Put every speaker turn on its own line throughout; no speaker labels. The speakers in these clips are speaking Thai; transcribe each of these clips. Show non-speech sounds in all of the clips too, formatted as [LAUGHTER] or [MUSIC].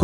ค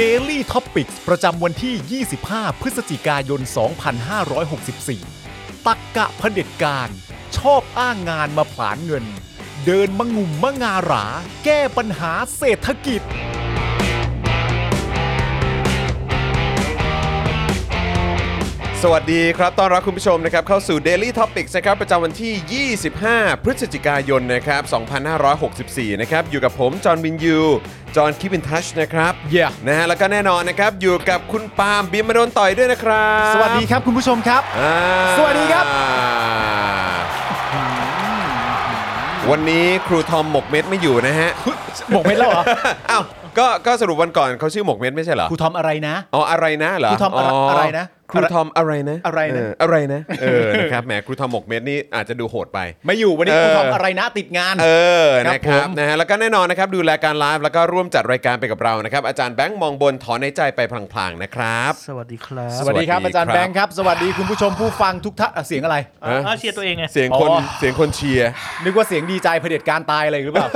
Daily Topics ประจำวันที่ 25 พฤศจิกายน 2564 ตักกะเผด็จการ ชอบอ้างงานมาผลานเงิน เดินมะงุ่มมะงาหรา แก้ปัญหาเศรษฐกิจ
สวัสดีครับ ต้อนรับคุณผู้ชมนะครับเข้าสู่ Daily Topics นะครับประจำวันที่ 25 พฤศจิกายนนะครับ 2564 นะครับ อยู่กับผม จอห์นวินยู จอห์นคิปินทัชนะครับ
Yeah
นะฮะแล้วก็แน่นอนนะครับ อยู่กับคุณปาล์มบิมมาโดนต่อยด้วยนะครับ
สวัสดีครับคุณผู้ชมครับ
อ่า
สวัสดีครับ
วันนี้ครูทอมหมกเม็ดไม่อยู่นะฮะ [LAUGHS]
หมกเม็ดแล้วเหรอ
อ้าวก็ก็สรุปวันก่อนเขาชื่อหมกเม็ดไม่ใช่เหรอ
ครูทอมอะไรนะ
อ๋ออะไรนะเหรอ
ครูทอมอะไรอะไรนะ
ครูทอมอะไรนะ
อะไรนะ
เอะไรนะเออนะครับแหมครูทอมหมกเม็ดนี่อาจจะดูโหดไป
ไม่อยู่วันนี้
เออ
ครูทอมอะไรนะติดงาน
เออ
ครับ
นะครับ
ผม
นะฮะแล้วก็แน่นอนนะครับดูแลการไลฟ์แล้วก็ร่วมจัดรายการไปกับเรานะครับอาจารย์แบงค์มองบนถอนในใจไปพลางๆนะครับ
สวัสดีครับ
สวัสดีครับ
สวัสดี
อาจารย์แบงค์ครับ สวัสดีคุณผู้ชมผู้ฟังทุกท่านอ่ะเสียงอะไร
เออเชียร์ตัวเองไง
เสียงคน
อ๋อ
เสียงคนเชียร์
นึกว่าเสียงดีใจเผด็จการตายอะไรหรือเปล่า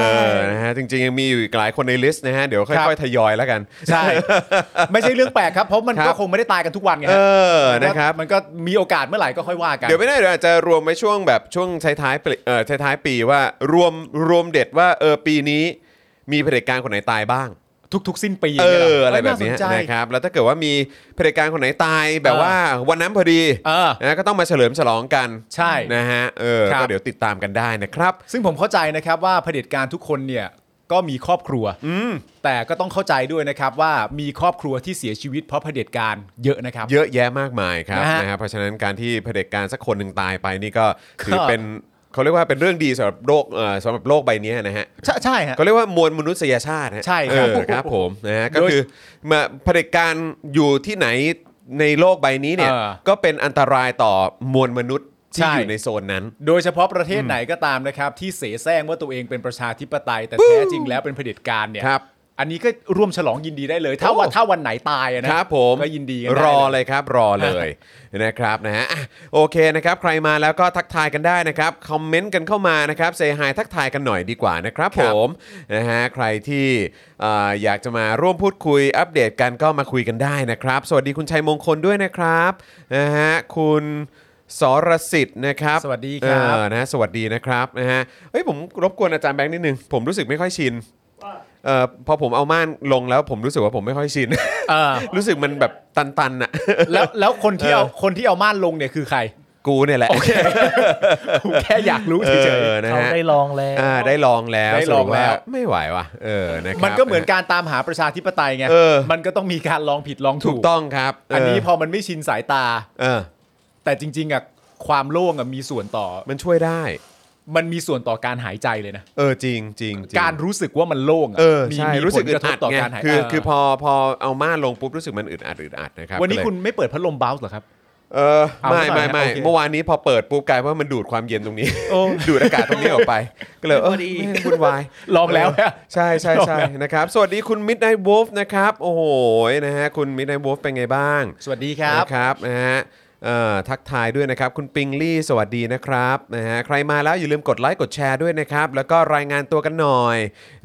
เออนะฮะจริงๆยังมีอยู่อีกหลายคนในลิสต์นะฮะเดี๋ยว
ครั
ค่อย
บ
ๆทยอยแล้วกัน
ใช่ ไม่ใช่เรื่องแปลกครับ เพราะมัน
ครั
ก็
บ
คงไม่ได้ตายกันทุกวันไง
เอ
ฮะ
อนะครับ
มันก็มีโอกาสเมื่อไหร่ก็ค่อยว่ากัน
เดี๋ยวไม่ได้เดี๋ยวอาจจะรวมไว้ช่วงแบบช่วงท้ายๆปีเอ่อท้ายๆปีว่ารวมรวมเด็ดว่าเออปีนี้ มีเผด็จการคนไหนตายบ้าง
ทุก ๆ สิ้นปี
เอย่าง
งี้ยห
ออะไรแบบเนี้ย
าสใจ
นะครับแล้วถ้าเกิดว่ามีเผด็จการคนไหนตายแบบว่าวันนั้นพอดี
เออ
นะก็ต้องมาเฉลิมฉลองกัน
ใช่
นะฮะเออ
ครับ
ก็เดี๋ยวติดตามกันได้นะครับ
ซึ่งผมเข้าใจนะครับว่าเผด็จการทุกคนเนี่ยก็มีครอบครัวแต่ก็ต้องเข้าใจด้วยนะครับว่ามีครอบครัวที่เสียชีวิตเพราะเผด็จการเยอะนะครับ
เยอะแยะมากมายครับ
นะฮะ
นะฮะเพราะฉะนั้นการที่เผด็จการสักคนหนึ่งตายไปนี่ก็ถือ
ครับ
เป็นเขาเรียกว่าเป็นเรื่องดีสำหรับโลกเอ่อสำหรับโลกใบเนี้ยนะฮะ
ใช่ใช่ฮะ
เขาเรียกว่ามวลมนุษยชาติฮะ
ใช่ครับ
เออครับผมนะฮะก็
โดย
คือมาเผด็จการอยู่ที่ไหนในโลกใบนี้เนี่ย
เออ
ก็เป็นอันตรายต่อมวลมนุษย์ที่
ใช่
อยู่ในโซนนั้น
โดยเฉพาะประเทศไหนก็ตามนะครับ ที่เสแสร้งว่าตัวเองเป็นประชาธิปไตย แต่แท้จริงแล้วเป็นเผด็จการเนี่ย
ครับ
อันนี้ก็ร่วมฉลองยินดีได้เลย ถ้าวันถ้าวันไหนตายอะนะครับ
ผม
ก็ยินดีกันได้
รอ
เลย
เลยครับรอเลย นะครับนะฮะอ่ะโอเคนะครับใครมาแล้วก็ทักทายกันได้นะครับคอมเมนต์กันเข้ามานะครับเซฮายทักทายกันหน่อยดีกว่านะครับ
ค
ผ
รับ
มนะฮะใครที่เอ่ออยากจะมาร่วมพูดคุยอัปเดตกันก็มาคุยกันได้นะครับ สวัสดีคุณชัยมงคลด้วยนะครับนะฮะคุณสรสิทธิ์นะครับ
สวัสดีครับ
เออนะฮะสวัสดีนะครับนะฮะเฮ้ยผมรบกวนอาจารย์แบงค์นิดนึงผมรู้สึกไม่ค่อยชินเอ่อพอผมเอาม่านลงแล้วผมรู้สึกว่าผมไม่ค่อยชิน
เออ
รู้สึกมันแบบตันๆอ่ะ [LAUGHS]
แล้วแล้วคนที่เอาคนที่เอาม่านลงเนี่ยคือใคร
กูเนี่ยแหละ โอเค
แค่อยากรู้เฉยๆ
นะ
เขา
ฮะ
ได้ลองแล้ว
อ่าได้ลองแล้ว
ได้ลองแล้ว
สรุปาไม่ไหวว่ะเออนะครับ
มันก็เหมือนการตามหาประชาธิปไตยไง
เออ
มันก็ต้องมีการลองผิดลอง
ถู
ถู
ก
ก
ต้องครับเ
อันนี้พอมันไม่ชินสายตา
เออ
แต่จริง ๆอะความโล่งอะมีส่วนต่อ
มันช่วยได้
มันมีส่วนต่อการหายใจเลยนะ
เออจริงจริงจง
การรู้สึกว่ามันโล่งอะ
เออ
มี
ใช่
มี
รู้
ผ
สึก
ล
อึ
ก
ด
ระทบ
อัด
ต่อ
ไง
การหาย
คือ
เ
คือพอพอเอาม่านลงปุ๊บรู้สึกมันอึดอัดอึดอัดนะครับ
วันนี้
ก็เลย
คุณไม่เปิดพัดลมบ้าส์เหรอครับ
เออ
เอา
ไม่
ไม่
ไม่
ไม่
ไม่
โอเค
เมื่อวานนี้พอเปิดปุ๊บกลายว่ามันดูดความเย็นตรงนี้
โอ้
ดูดอากาศตรงนี้ออกไป ก็เลยเออ
พอดี
ไม่วุ่นวาย
ลองแล้วอะ
ใช่ใช่ใช่นะครับ สวัสดีคุณ Midnight Wolf นะครับ โอ้โหนะฮะคุณ Midnight Wolf เป็นไงบ้าง
สวัสดีครับ
นะครับนะฮะเอ่อทักทายด้วยนะครับ คุณปิงลี่สวัสดีนะครับนะฮะใครมาแล้วอย่าลืมกดไลค์กดแชร์ด้วยนะครับ แล้วก็รายงานตัวกันหน่อย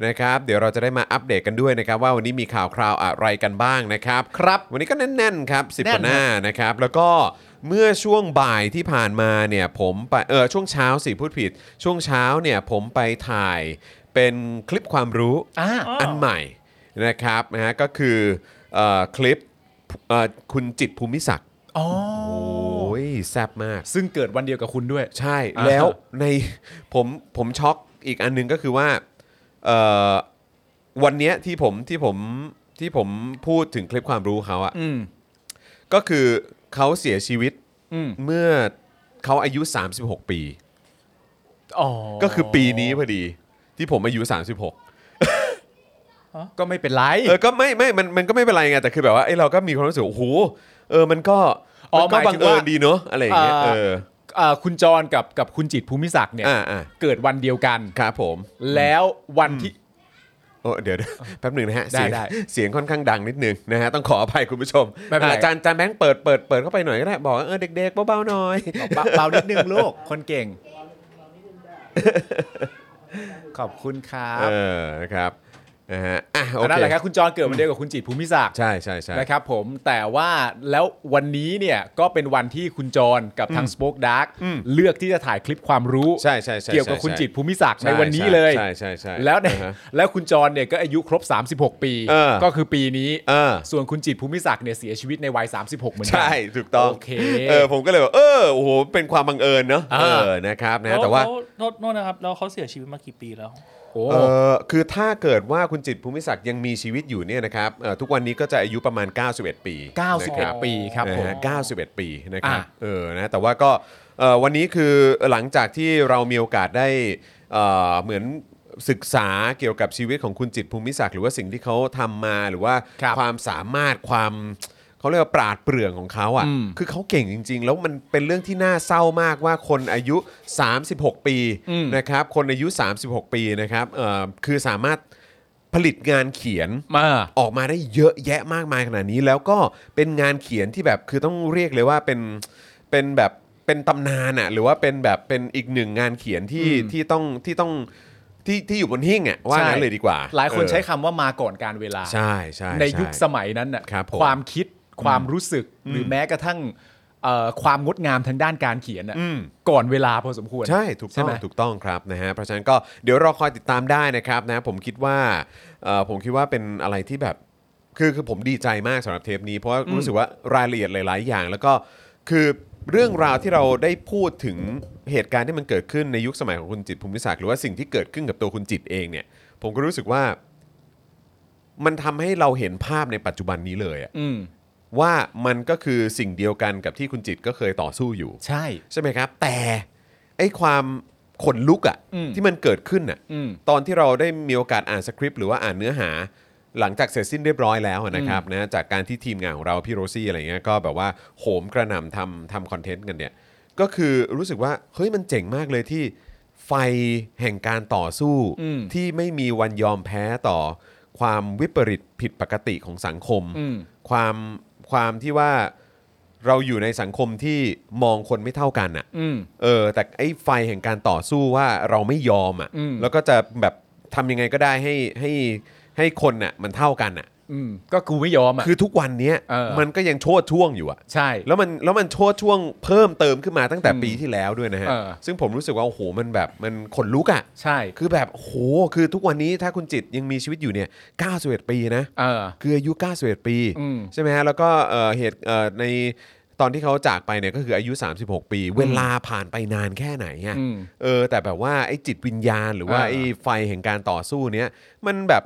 นะครับ เดี๋ยวเราจะได้มาอัปเดตกันด้วยนะครับ ว่าวันนี้มีข่าวคราวอะไรกันบ้างนะครับ
ครับ
วันนี้ก็แน่นๆครับ10
แน่
ก
น
ว่าหน้านะครับ แล้วก็เมื่อช่วงบ่ายที่ผ่านมาเนี่ยผมไปเออช่วงเช้าสิพูดผิด ช่วงเช้าเนี่ยผมไปถ่ายเป็นคลิปความรู้
อ่า
อันใหม่นะครับนะฮะก็คือเอ่อคลิปเอ่อคุณจิตรภูมิศักดิ์
อ๋อ
โอ้ยแซ่บมาก
ซึ่งเกิดวันเดียวกับคุณด้วย
ใช่
อ่า
แล้วในผมผมช็อกอีกอันหนึงก็คือว่าเอ่อวันเนี้ยที่ผมที่ผมที่ผมพูดถึงคลิปความรู้เขาอะ
อืม
ก็คือเขาเสียชีวิต
อืม
เมื่อเขาอายุ 36 ปี
อ๋อ
ก็คือปีนี้พอดีที่ผมอายุ 36
ก็ไม่เป็นไร
เออก็ไม่ไม่มันมันก็ไม่เป็นไรไงแต่คือแบบว่าไอ้ยเราก็มีความรู้สึกว่าโอ้โหเออมันก็
อ๋อ
มันก็
ห
บั
มายถึ
ง
ง
เอิญ
ว่า
ดีเนอะอะไรอย่างเงี้ย
อ่า
เออ
เอ่อคุณจรกับกับคุณจิตรภูมิศักดิ์เนี่ย
อ่าอ่า
เกิดวันเดียวกัน
ครับผม
แล้ววันที่
โอ้เดี๋ยวเดี๋ [LAUGHS] ยวแป๊บหนึ่งนะฮะ
ได้
เสียง
ได้
เสียงค่อนข้างดังนิดนึงนะฮะต้องขออภัยคุณผู้ชม
ไม่เป็นไร
อ่าจานจานแบงค์เปิดเปิดเปิดเข้าไปหน่อยก็ได้บอกว่าเออเด็กๆเบาๆหน่อย
เบาเบานิดนึงลูก คนเก่ง [LAUGHS] ขอบคุณครับ
เออนะครับนะฮะอ่ะโอ
อันนั่น
เค
แหละครับคุณจรเกิดวันเดียวกับคุณจิตรภูมิศักดิ์
ใช่ใช่ใช่
นะครับผมแต่ว่าแล้ววันนี้เนี่ยก็เป็นวันที่คุณจรกับทาง Spoke Dark
อืม
เลือกที่จะถ่ายคลิปความรู้
ใช่ใช่ใช่
เกี่ยวกับคุณ
ใช่
จิตรภูมิศักดิ์
ใช่
ในวันนี้เลย
ใช่ใช่ใช่
แล้วเนี่ย
อ่าฮะ
แล้วคุณจรเนี่ยก็อายุครบ 36 ปี
เออ
ก็คือปีนี้
เออ
ส่วนคุณจิตรภูมิศักดิ์เนี่ยเสียชีวิตในวัย 36 เหมือนกั
ใช่ถูกต้อง
โอเค
เออผมก็เลยแบบเออโอ้โหเป็นความบังเอิญเนอะ
อ่า
เออนะครับนะแต่ว่า
เขโทษโทษนะครับ แล้วเขาเสียชีวิตมากี่ปีแล้ว
โอ้
เออคือถ้าเกิดว่าคุณจิตรภูมิศักดิ์ยังมีชีวิตอยู่เนี่ยนะครับเออทุกวันนี้ก็จะอายุประมาณ 91 ปีนะครับ
91 ปีครับผม
นะฮะ91 ปีนะครับ
อ่ะ
เออนะแต่ว่าก็เออวันนี้คือหลังจากที่เรามีโอกาสได้เออเหมือนศึกษาเกี่ยวกับชีวิตของคุณจิตรภูมิศักดิ์หรือว่าสิ่งที่เขาทำมาหรือว่า
ครับ
ความสามารถความเขาเรียกว่าปราดเปรื่องของเขา
อืม
อะ่ะ คือเขาเก่งจริง ๆ แล้วมันเป็นเรื่องที่น่าเศร้ามากว่าคนอายุ 36 ปี
อืม
นะครับ คนอายุ 36 ปีนะครับเอ่อคือสามารถผลิตงานเขียน
มา
ออกมาได้เยอะแยะมากมายขนาดนี้ แล้วก็เป็นงานเขียนที่แบบคือต้องเรียกเลยว่าเป็นเป็นแบบเป็นตำนานอะ่ะหรือว่าเป็นแบบเป็นอีกหนึ่งงานเขียนที่
อืม
ที่ต้องที่ต้องที่ที่อยู่บนหิ้งอะ่ะว่างั้นเลยดีกว่า
หลายคนใช้
เอ
คำว่ามาก่อนการเวลา
อใช่ใช่
ใน
ช่
ยุคสมัยนั้นน่ะ
ครับผม
ความคิดความรู้สึกหรือแม้กระทั่งเอ่อความงดงามทางด้านการเขียนน่ะ
อืม
ก่อนเวลาพอสมควร
ใช่ถูกต้
ใช่
อง
ไหม
ถูกต้องครับนะฮะเพราะฉะนั้นก็เดี๋ยวรอคอยติดตามได้นะครับนะผมคิดว่าเอ่อผมคิดว่าเป็นอะไรที่แบบคือคือผมดีใจมากสำหรับเทปนี้ เพราะว่ารู้สึกว่ารายละเอียดหลาย ๆ อย่าง แล้วก็คือเรื่องราวที่เราได้พูดถึงเหตุการณ์ที่มันเกิดขึ้นในยุคสมัยของคุณจิตรภูมิศักดิ์หรือว่าสิ่งที่เกิดขึ้นกับตัวคุณจิตรเองเนี่ย ผมก็รู้สึกว่ามันทำให้เราเห็นภาพในปัจจุบันนี้เลยอะ
อืม
ว่ามันก็คือสิ่งเดียวกันกับที่คุณจิตรก็เคยต่อสู้อยู่
ใช่
ใช่ไหมครับ แต่ไอ้ความขนลุกอะ
อืม
ที่มันเกิดขึ้นอะ
อืม
ตอนที่เราได้มีโอกาสอ่านสคริปต์หรือว่าอ่านเนื้อหา หลังจากเสร็จสิ้นเรียบร้อยแล้วนะครับนะจากการที่ทีมงานของเราพี่โรซี่อะไรเงี้ยก็แบบว่าโหมกระหน่ำทำทำคอนเทนต์กันเนี่ย ก็คือรู้สึกว่าเฮ้ยมันเจ๋งมากเลยที่ไฟแห่งการต่อสู้
อืม
ที่ไม่มีวันยอมแพ้ต่อความวิปริตผิดปกติของสังคม
อืม
ความความที่ว่าเราอยู่ในสังคมที่มองคนไม่เท่ากันอะ
อืม
เออแต่ไอ้ไฟแห่งการต่อสู้ว่าเราไม่ยอม
อืม
อะ่ะแล้วก็จะแบบทำยังไงก็ได้ให้ให้ให้คนน่ะมันเท่ากันอ่ะ
อืมก็กูไม่ยอมอ่ะ
คือทุกวันเนี้ย
เออ
มันก็ยังโชดช่วงอยู่อ่ะ
ใช่
แล้วมันแล้วมันโชดช่วงเพิ่มเติมขึ้นมาตั้งแต่
อืม
ปีที่แล้วด้วยนะฮะ
เออ
ซึ่งผมรู้สึกว่าโอ้โหมันแบบมันขนลุกอ่ะ
ใช่
คือแบบโอ้โหคือทุกวันนี้ถ้าคุณจิตยังมีชีวิตอยู่เนี่ย91 ปีนะ
เออ
คืออายุ 91 ปี
อืม
ใช่ไหมฮะ แล้วก็เอ่อเหตุเอ่อในตอนที่เขาจากไปเนี่ยก็คืออายุ 36 ปี เวลาผ่านไปนานแค่ไหนอะ
อืม
เออ แต่แบบว่าไอ้จิตวิญญาณหรือว่า
อ่า
ไอ้ไฟแห่งการต่อสู้เนี้ยมันแบบ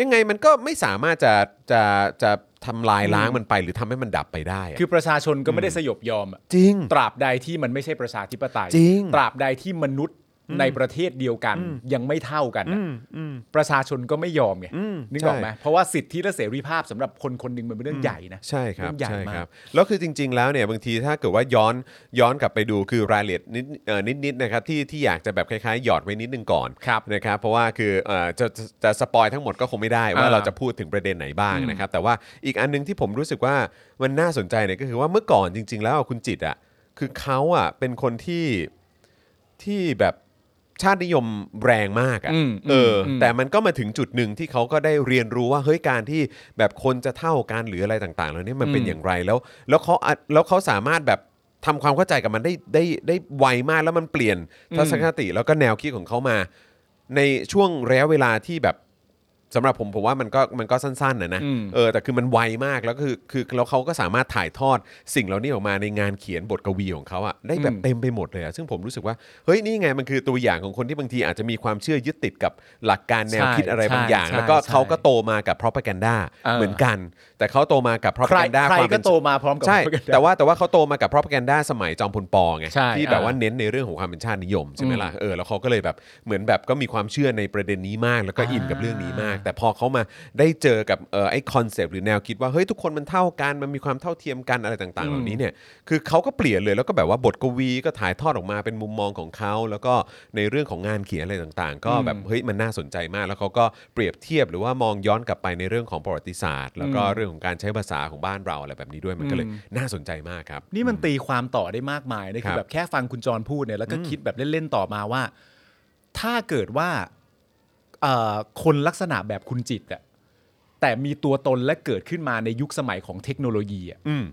ยังไงมันก็ไม่สามารถจะจะจะทำลายล้างมันไป หรือทำให้มันดับไปได้อะ
คือประชาชนก็ไม่ได้สยบยอมอะ
จริง
ตราบใดที่มันไม่ใช่ประชาธิปไตย
จริง
ตราบใดที่มนุษย์ ในประเทศเดียวกันยังไม่เท่ากันน่ะประชาชนก็ไม่ยอมไงนึกออกไหมเพราะว่าสิทธิและเสรีภาพสำหรับคนคนหนึ่งมันเป็นเรื่องใหญ่นะ
ใช่ครับ
เรื่องใหญ่
ใช่ครับ
ม
แล้วคือจริง ๆ แล้วเนี่ยบางทีถ้าเกิดว่าย้อนย้อนกลับไปดูคือรายละเอียดนิดเอ่อนิดๆนะครับที่ที่อยากจะแบบคล้ายๆ หยอดไว้นิดนึงก่อน
ครับ
นะครับเพราะว่าคือเอ่อจะจะจะสปอยทั้งหมดก็คงไม่ได้ว่า
อ่า
เราจะพูดถึงประเด็นไหนบ้างนะครับแต่ว่าอีกอันนึงที่ผมรู้สึกว่ามันน่าสนใจเนี่ยก็คือว่าเมื่อก่อนจริง ๆ แล้วคุณจิตอ่ะคือเขาอ่ะเป็นคนที่ที่แบบชาตินิยมแรงมากอ่ะ
อืม
เอออ
ม
แต่ แต่มันก็มาถึงจุดหนึ่งที่เขาก็ได้เรียนรู้ว่าเฮ้ยการที่แบบคนจะเท่ากันหรืออะไรต่างๆเหล่านี้มันเป็น
อืม
อย่างไรแล้ว แล้วเขาอะแล้วเขาสามารถแบบทำความเข้าใจกับมันได้ได้ได้ไวมากแล้วมันเปลี่ยนทัศนคติแล้วก็แนวคิดของเขามา ในช่วงระยะเวลาที่แบบสำหรับผมผมว่ามันก็มันก็สั้นๆนะนะ
อืม
เออแต่คือมันไวมากแล้วคือคือแล้วเขาก็สามารถถ่ายทอดสิ่งเหล่านี้ออกมาในงานเขียนบทกวีของเขาอะได้แบบเต็มไปหมดเลยอะซึ่งผมรู้สึกว่าเฮ้ยนี่ไงมันคือตัวอย่างของคนที่บางทีอาจจะมีความเชื่อยึดติดกับหลักการ แนวคิดอะไรบางอย่าง
ใช่
แล้วก็
ใช่
เขาก็โตมากับ propaganda
เออ
เหมือนกัน แต่เขาโตมากับ
ใคร
propaganda
ใคร
ความเป็
ก็
น
โตมาพร้อมกับ
ใช่ แต่ว่าแต่ว่าเขาโตมากับ propaganda สมัยจอมพลปอไง
ใช่
ที่แบบ
อ่า
ว่าเน้นในเรื่องของความเป็นชาตินิยมใช่ไหมล่ะเออแล้วเขาก็เลยแบบเหมือนแบบก็มีความเชื่อในประเด็นนี้มาก แล้วก็อินกับเรื่องนี้มาก แต่พอเขามาได้เจอกับเออไอคอนเซปต์หรือแนวคิดว่าเฮ้ยทุกคนมันเท่ากันมันมีความเท่าเทียมกันอะไรต่างๆเหล่านี้เนี่ยคือเขาก็เปลี่ยนเลยแล้วก็แบบว่าบทกวีก็ถ่ายทอดออกมาเป็นมุมมองของเขาแล้วก็ในเรื่องของงานเขียนอะไรต่างๆ ก็
อืม
แบบ เฮ้ยมันน่าสนใจมากแล้วเขาก็เปรียบเทียบหรือว่ามองย้อนกลับไปในเรื่องของประวัติศาสตร์ แล้วก็เรื่องของการใช้ภาษาของบ้านเราอะไรแบบนี้ด้วยมันก็เลยน่าสนใจมากครับ
นี่มันตีความต่อได้มากมายนะ
ค
คื
รั
อบ แบบแค่ฟังคุณจรพูดเนี่ยแล้วก็คิดแบบเล่นๆต่อมาว่า ถ้าเกิดว่าเอ่อคนลักษณะแบบคุณจิตอะแต่มีตัวตนและเกิดขึ้นมาในยุคสมัยของเทคโนโลยีอะ
อืม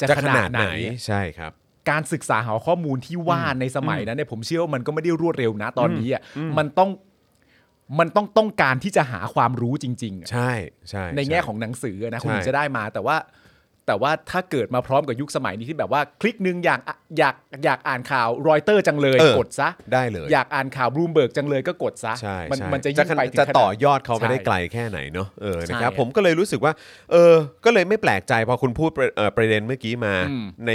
จะ
จะ
ข
ข
นา
นา
ด
ด
ไห
ไห
น
น
อะ
ใช่ครับ
การศึกษาหาข้อมูลที่ว่าในสมัยนั้นเนี่ยผมเชื่อว่ามันก็ไม่ได้รวดเร็วนะตอนนี้อะมันต้องมันต้องต้องการที่จะหาความรู้จริงๆอะ
ใช่ใช่
ในแง่
ช่
ของหนังสือนะคุณ
ใช่
ถึงจะได้มาแต่ว่า แต่ว่าถ้าเกิดมาพร้อมกับยุคสมัยนี้ที่แบบว่าคลิกหนึ่งอยากอ่ะอยากอยากอ่านข่าวรอยเตอร์จังเลย
เออก
ดซะ
ได้เลย
อยากอ่านข่าวบลูมเบิร์กจังเลยก็กดซะ
ใช่
มั
ใช่
มันจะ
จะ
ยิ่ง
ขนา
ไป
ด
ถึง
จะ
ขนา
ต่อยอดเขาไป
ใช่
ได้ไกลแค่ไหนเนาะเออนะครับ
ใช่
ผมก็เลยรู้สึกว่าเออก็เลยไม่แปลกใจพอคุณพูดประเอ่อประเด็นเมื่อกี้มา
อืม
ใน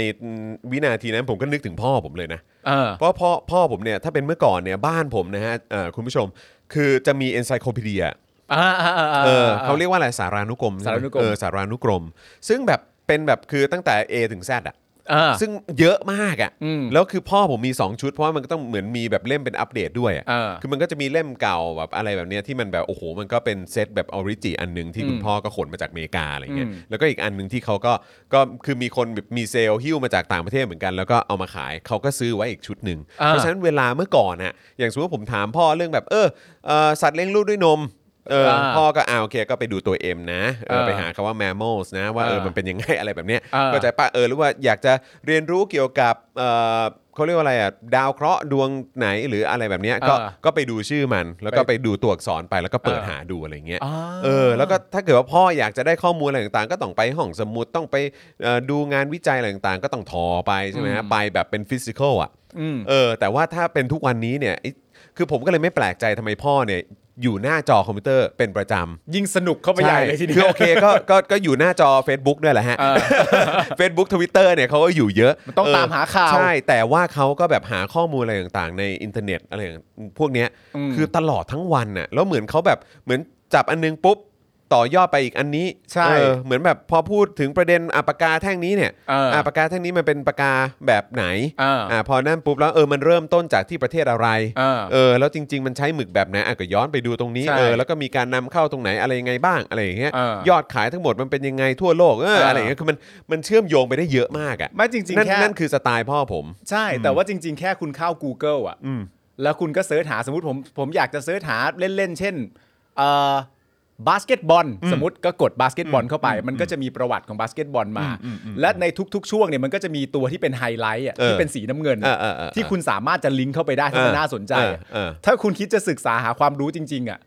วินาทีนั้นผมก็นึกถึงพ่อผมเลยนะ
เออ
เพราะพ่อพ่อผมเนี่ยถ้าเป็นเมื่อก่อนเนี่ยบ้านผมนะฮะเอ่อคุณผู้ชม คือจะมี encyclopedia
อ่าอ่าอ่าอ่า
เออเขาเรียกว่าอะไรสารานุกรมใช่ไห
สารานุกรม
เออสารานุกรม ซึ่งแบบเป็นแบบคือตั้งแต่ A ถึง Z อ่ะ
อ่า
ซึ่งเยอะมากอ่ะ
อืม
แล้วคือพ่อผมมี 2 ชุดเพราะว่ามันก็ต้องเหมือนมีแบบเล่มเป็นอัปเดตด้วยอ่ะ
เออ
คือมันก็จะมีเล่มเก่าแบบอะไรแบบเนี้ยที่มันแบบโอ้โหมันก็เป็นเซตแบบออริจิอันหนึ่งที่คุณ
อืม
พ่อก็ขนมาจากอเมริกาอะไรเงี้ย
อืม
แล้วก็อีกอันหนึ่งที่เขาก็ก็คือมีคนแบบมีเซลล์ฮิ้วมาจากต่างประเทศเหมือนกัน แล้วก็เอามาขายเขาก็ซื้อไว้อีกชุดหนึ่ง
อ่า
เพราะฉะนั้นเวลาเมื่อก่อนอ่ะอย่างสมมติว่าผมถามพ่อเรื่องแบบเออเอ่อสัตว์เลี้ยงลูกด้วยนมเออ
อ่า
พ่อก็อ่าโอเคก็ไปดูตัวเอ็มนะเออ
เออ
ไปหาคำว่า mammals นะว่าเออ
เออ
มันเป็นยังไงอะไรแบบเนี้ย
เออ
ก็จะ ปะเออหรือว่าอยากจะเรียนรู้เกี่ยวกับเอ่อเขาเรียกว่าอะไรอ่ะดาวเคราะห์ดวงไหนหรืออะไรแบบเนี้ยก็
อ่า
ก็ไปดูชื่อมัน แล้วก็ไปดูตัวอักษรไปแล้วก็เปิด
อ่า
หาดูอะไรเงี้ย
อ่า
เออแล้วก็ถ้าเกิดว่าพ่ออยากจะได้ข้อมูลอะไรต่างๆ ก็ต้องไปห้องสมุดต้องไปเอ่อดูงานวิจัยอะไรต่างๆ ก็ต้องทอไปใช่ไหมฮะ
อืม
ไปแบบเป็นฟิสิกอลอ่ะ
อืม
เออแต่ว่าถ้าเป็นทุกวันนี้เนี่ยไอ้คือผมก็เลยไม่แปลกใจทำไมพ่อเนี่ยอยู่หน้าจอคอมพิวเตอร์เป็นประจำ
ยิ่งสนุกเข้าไปใหญ่เลยทีเดี
คือ
ยว
โอเคก็ก็ก็อยู่หน้าจอ Facebook ด้วยแหละฮะ
เออ
[LAUGHS] Facebook Twitter เนี่ยเขาก็อยู่เยอะ
มันต้อง
เ
ตามหาข่าว
ใช่ แต่ว่าเขาก็แบบหาข้อมูลอะไรต่างๆ ในอินเทอร์เน็ตอะไรอย่างพวกเนี้ย
อืม
คือตลอดทั้งวันน่ะแล้วเหมือนเขาแบบเหมือนจับอันนึงปุ๊บ ต่อยอดไปอีกอันนี้
ใช่
เออเหมือนแบบพอพูดถึงประเด็นอะปากกาแท่งนี้เนี่ย
เอออ่
ะปากกาแท่งนี้มันเป็นปากกาแบบไหน
เอออ่
ะพอนั่นปุ๊บแล้วเออมันเริ่มต้นจากที่ประเทศอะไร
เออ
เออแล้วจริง ๆ มันใช้หมึกแบบไหนอ่ะก็ย้อนไปดูตรงนี้
ใช่
เออ แล้วก็มีการนำเข้าตรงไหนอะไรยังไงบ้างอะไรอย่างเงี้ย
เออย
อดขายทั้งหมดมันเป็นยังไงทั่วโลกเออ
เอออ
อะไรอย่างเงี้ยคือมันมันเชื่อมโยงไปได้เยอะมากอ่ะ
ไม่จริง
นั่
ๆ
น
แค่
นั่นคือสไตล์พ่อผม
ใช่ แต่ว่าจริง ๆ แค่คุณเข้า Google อ่ะแล้วคุณก็เสิร์ชหาสมมติผมผมอยากจะเสิร์ชหาเล่นๆเช่นเอ่อบาสเกตบอลสมมติก็กดบาสเกตบอลเข้าไป มันก็จะมีประวัติของบาสเกตบอลมา และในทุกๆ ช่วงเนี่ยมันก็จะมีตัวที่เป็นไฮไลท์อ่ะ
เออ
ที่เป็นสีน้ำเงิน
เออเออเออ
ที่คุณสามารถจะลิงก์เข้าไปได้ถ้า
เออ
มันน่าสนใจอะ
เออเออ
ถ้าคุณคิดจะศึกษาหาความรู้จริง ๆ อ่ะ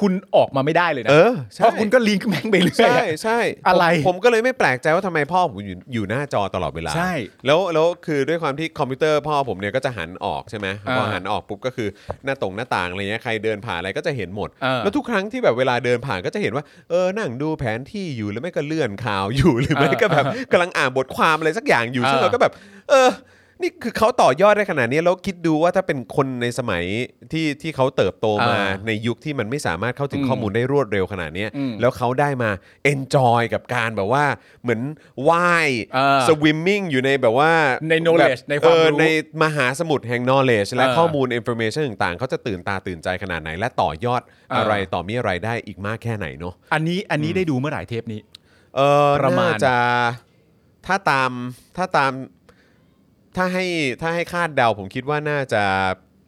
คุณออกมาไม่ได้เลยนะ
เออ
เพ
ใช่
ราะคุณก็ลิงก์แม่งไปเรื่อย
ใช่
อะ
ใช่
อะไร
ผมผมก็เลยไม่แปลกใจว่าทำไมพ่อผมอยู่อยู่หน้าจอตลอดเวลา
ใช่
แล้วแล้วคือด้วยความที่คอมพิวเตอร์พ่อผมเนี่ยก็จะหันออกใช่ไหม
เออ
พอหันออกปุ๊บก็คือหน้าตรงหน้าต่างอะไรเงี้ยใครเดินผ่านอะไรก็จะเห็นหมด
เออ
แล้วทุกครั้งที่แบบเวลาเดินผ่านก็จะเห็นว่าเออนั่งดูแผนที่อยู่ห
[LAUGHS]
รือไม่ก็เลื่อนข่าวอยู่หรือไม่ก็แบบกำลังอ่านบทความอะไรสักอย่างอยู่ซึ่ง
เออ
เราก็แบบ เออ นี่คือเขาต่อยอดได้ขนาดนี้แล้วคิดดูว่าถ้าเป็นคนในสมัยที่ที่เขาเติบโตมา
อ่า
ในยุคที่มันไม่สามารถเข้าถึง
อืม
ข้อมูลได้รวดเร็วขนาดเนี้ย
อืม
แล้วเขาได้มา enjoy กับการแบบว่าเหมือนว่าย
อ่า
swimming อยู่ในแบบว่า
ใน knowledge
แบบ
ในความ
เออ
รู้
ในมหาสมุทรแห่ง knowledge และ
อ่า
ข้อมูล information ต่างๆ เขาจะตื่นตาตื่นใจขนาดไหน และต่อยอด
อ่า
อะไรต่อมีอะไรได้อีกมากแค่ไหนเนาะ
อันนี้อันนี้ได้ดูเมื่อไหร่เทปนี้
เออ
ประมาณ
น่จะถ้าตามถ้าตามถ้าให้ถ้าให้คาดเดาผมคิดว่าน่าจะ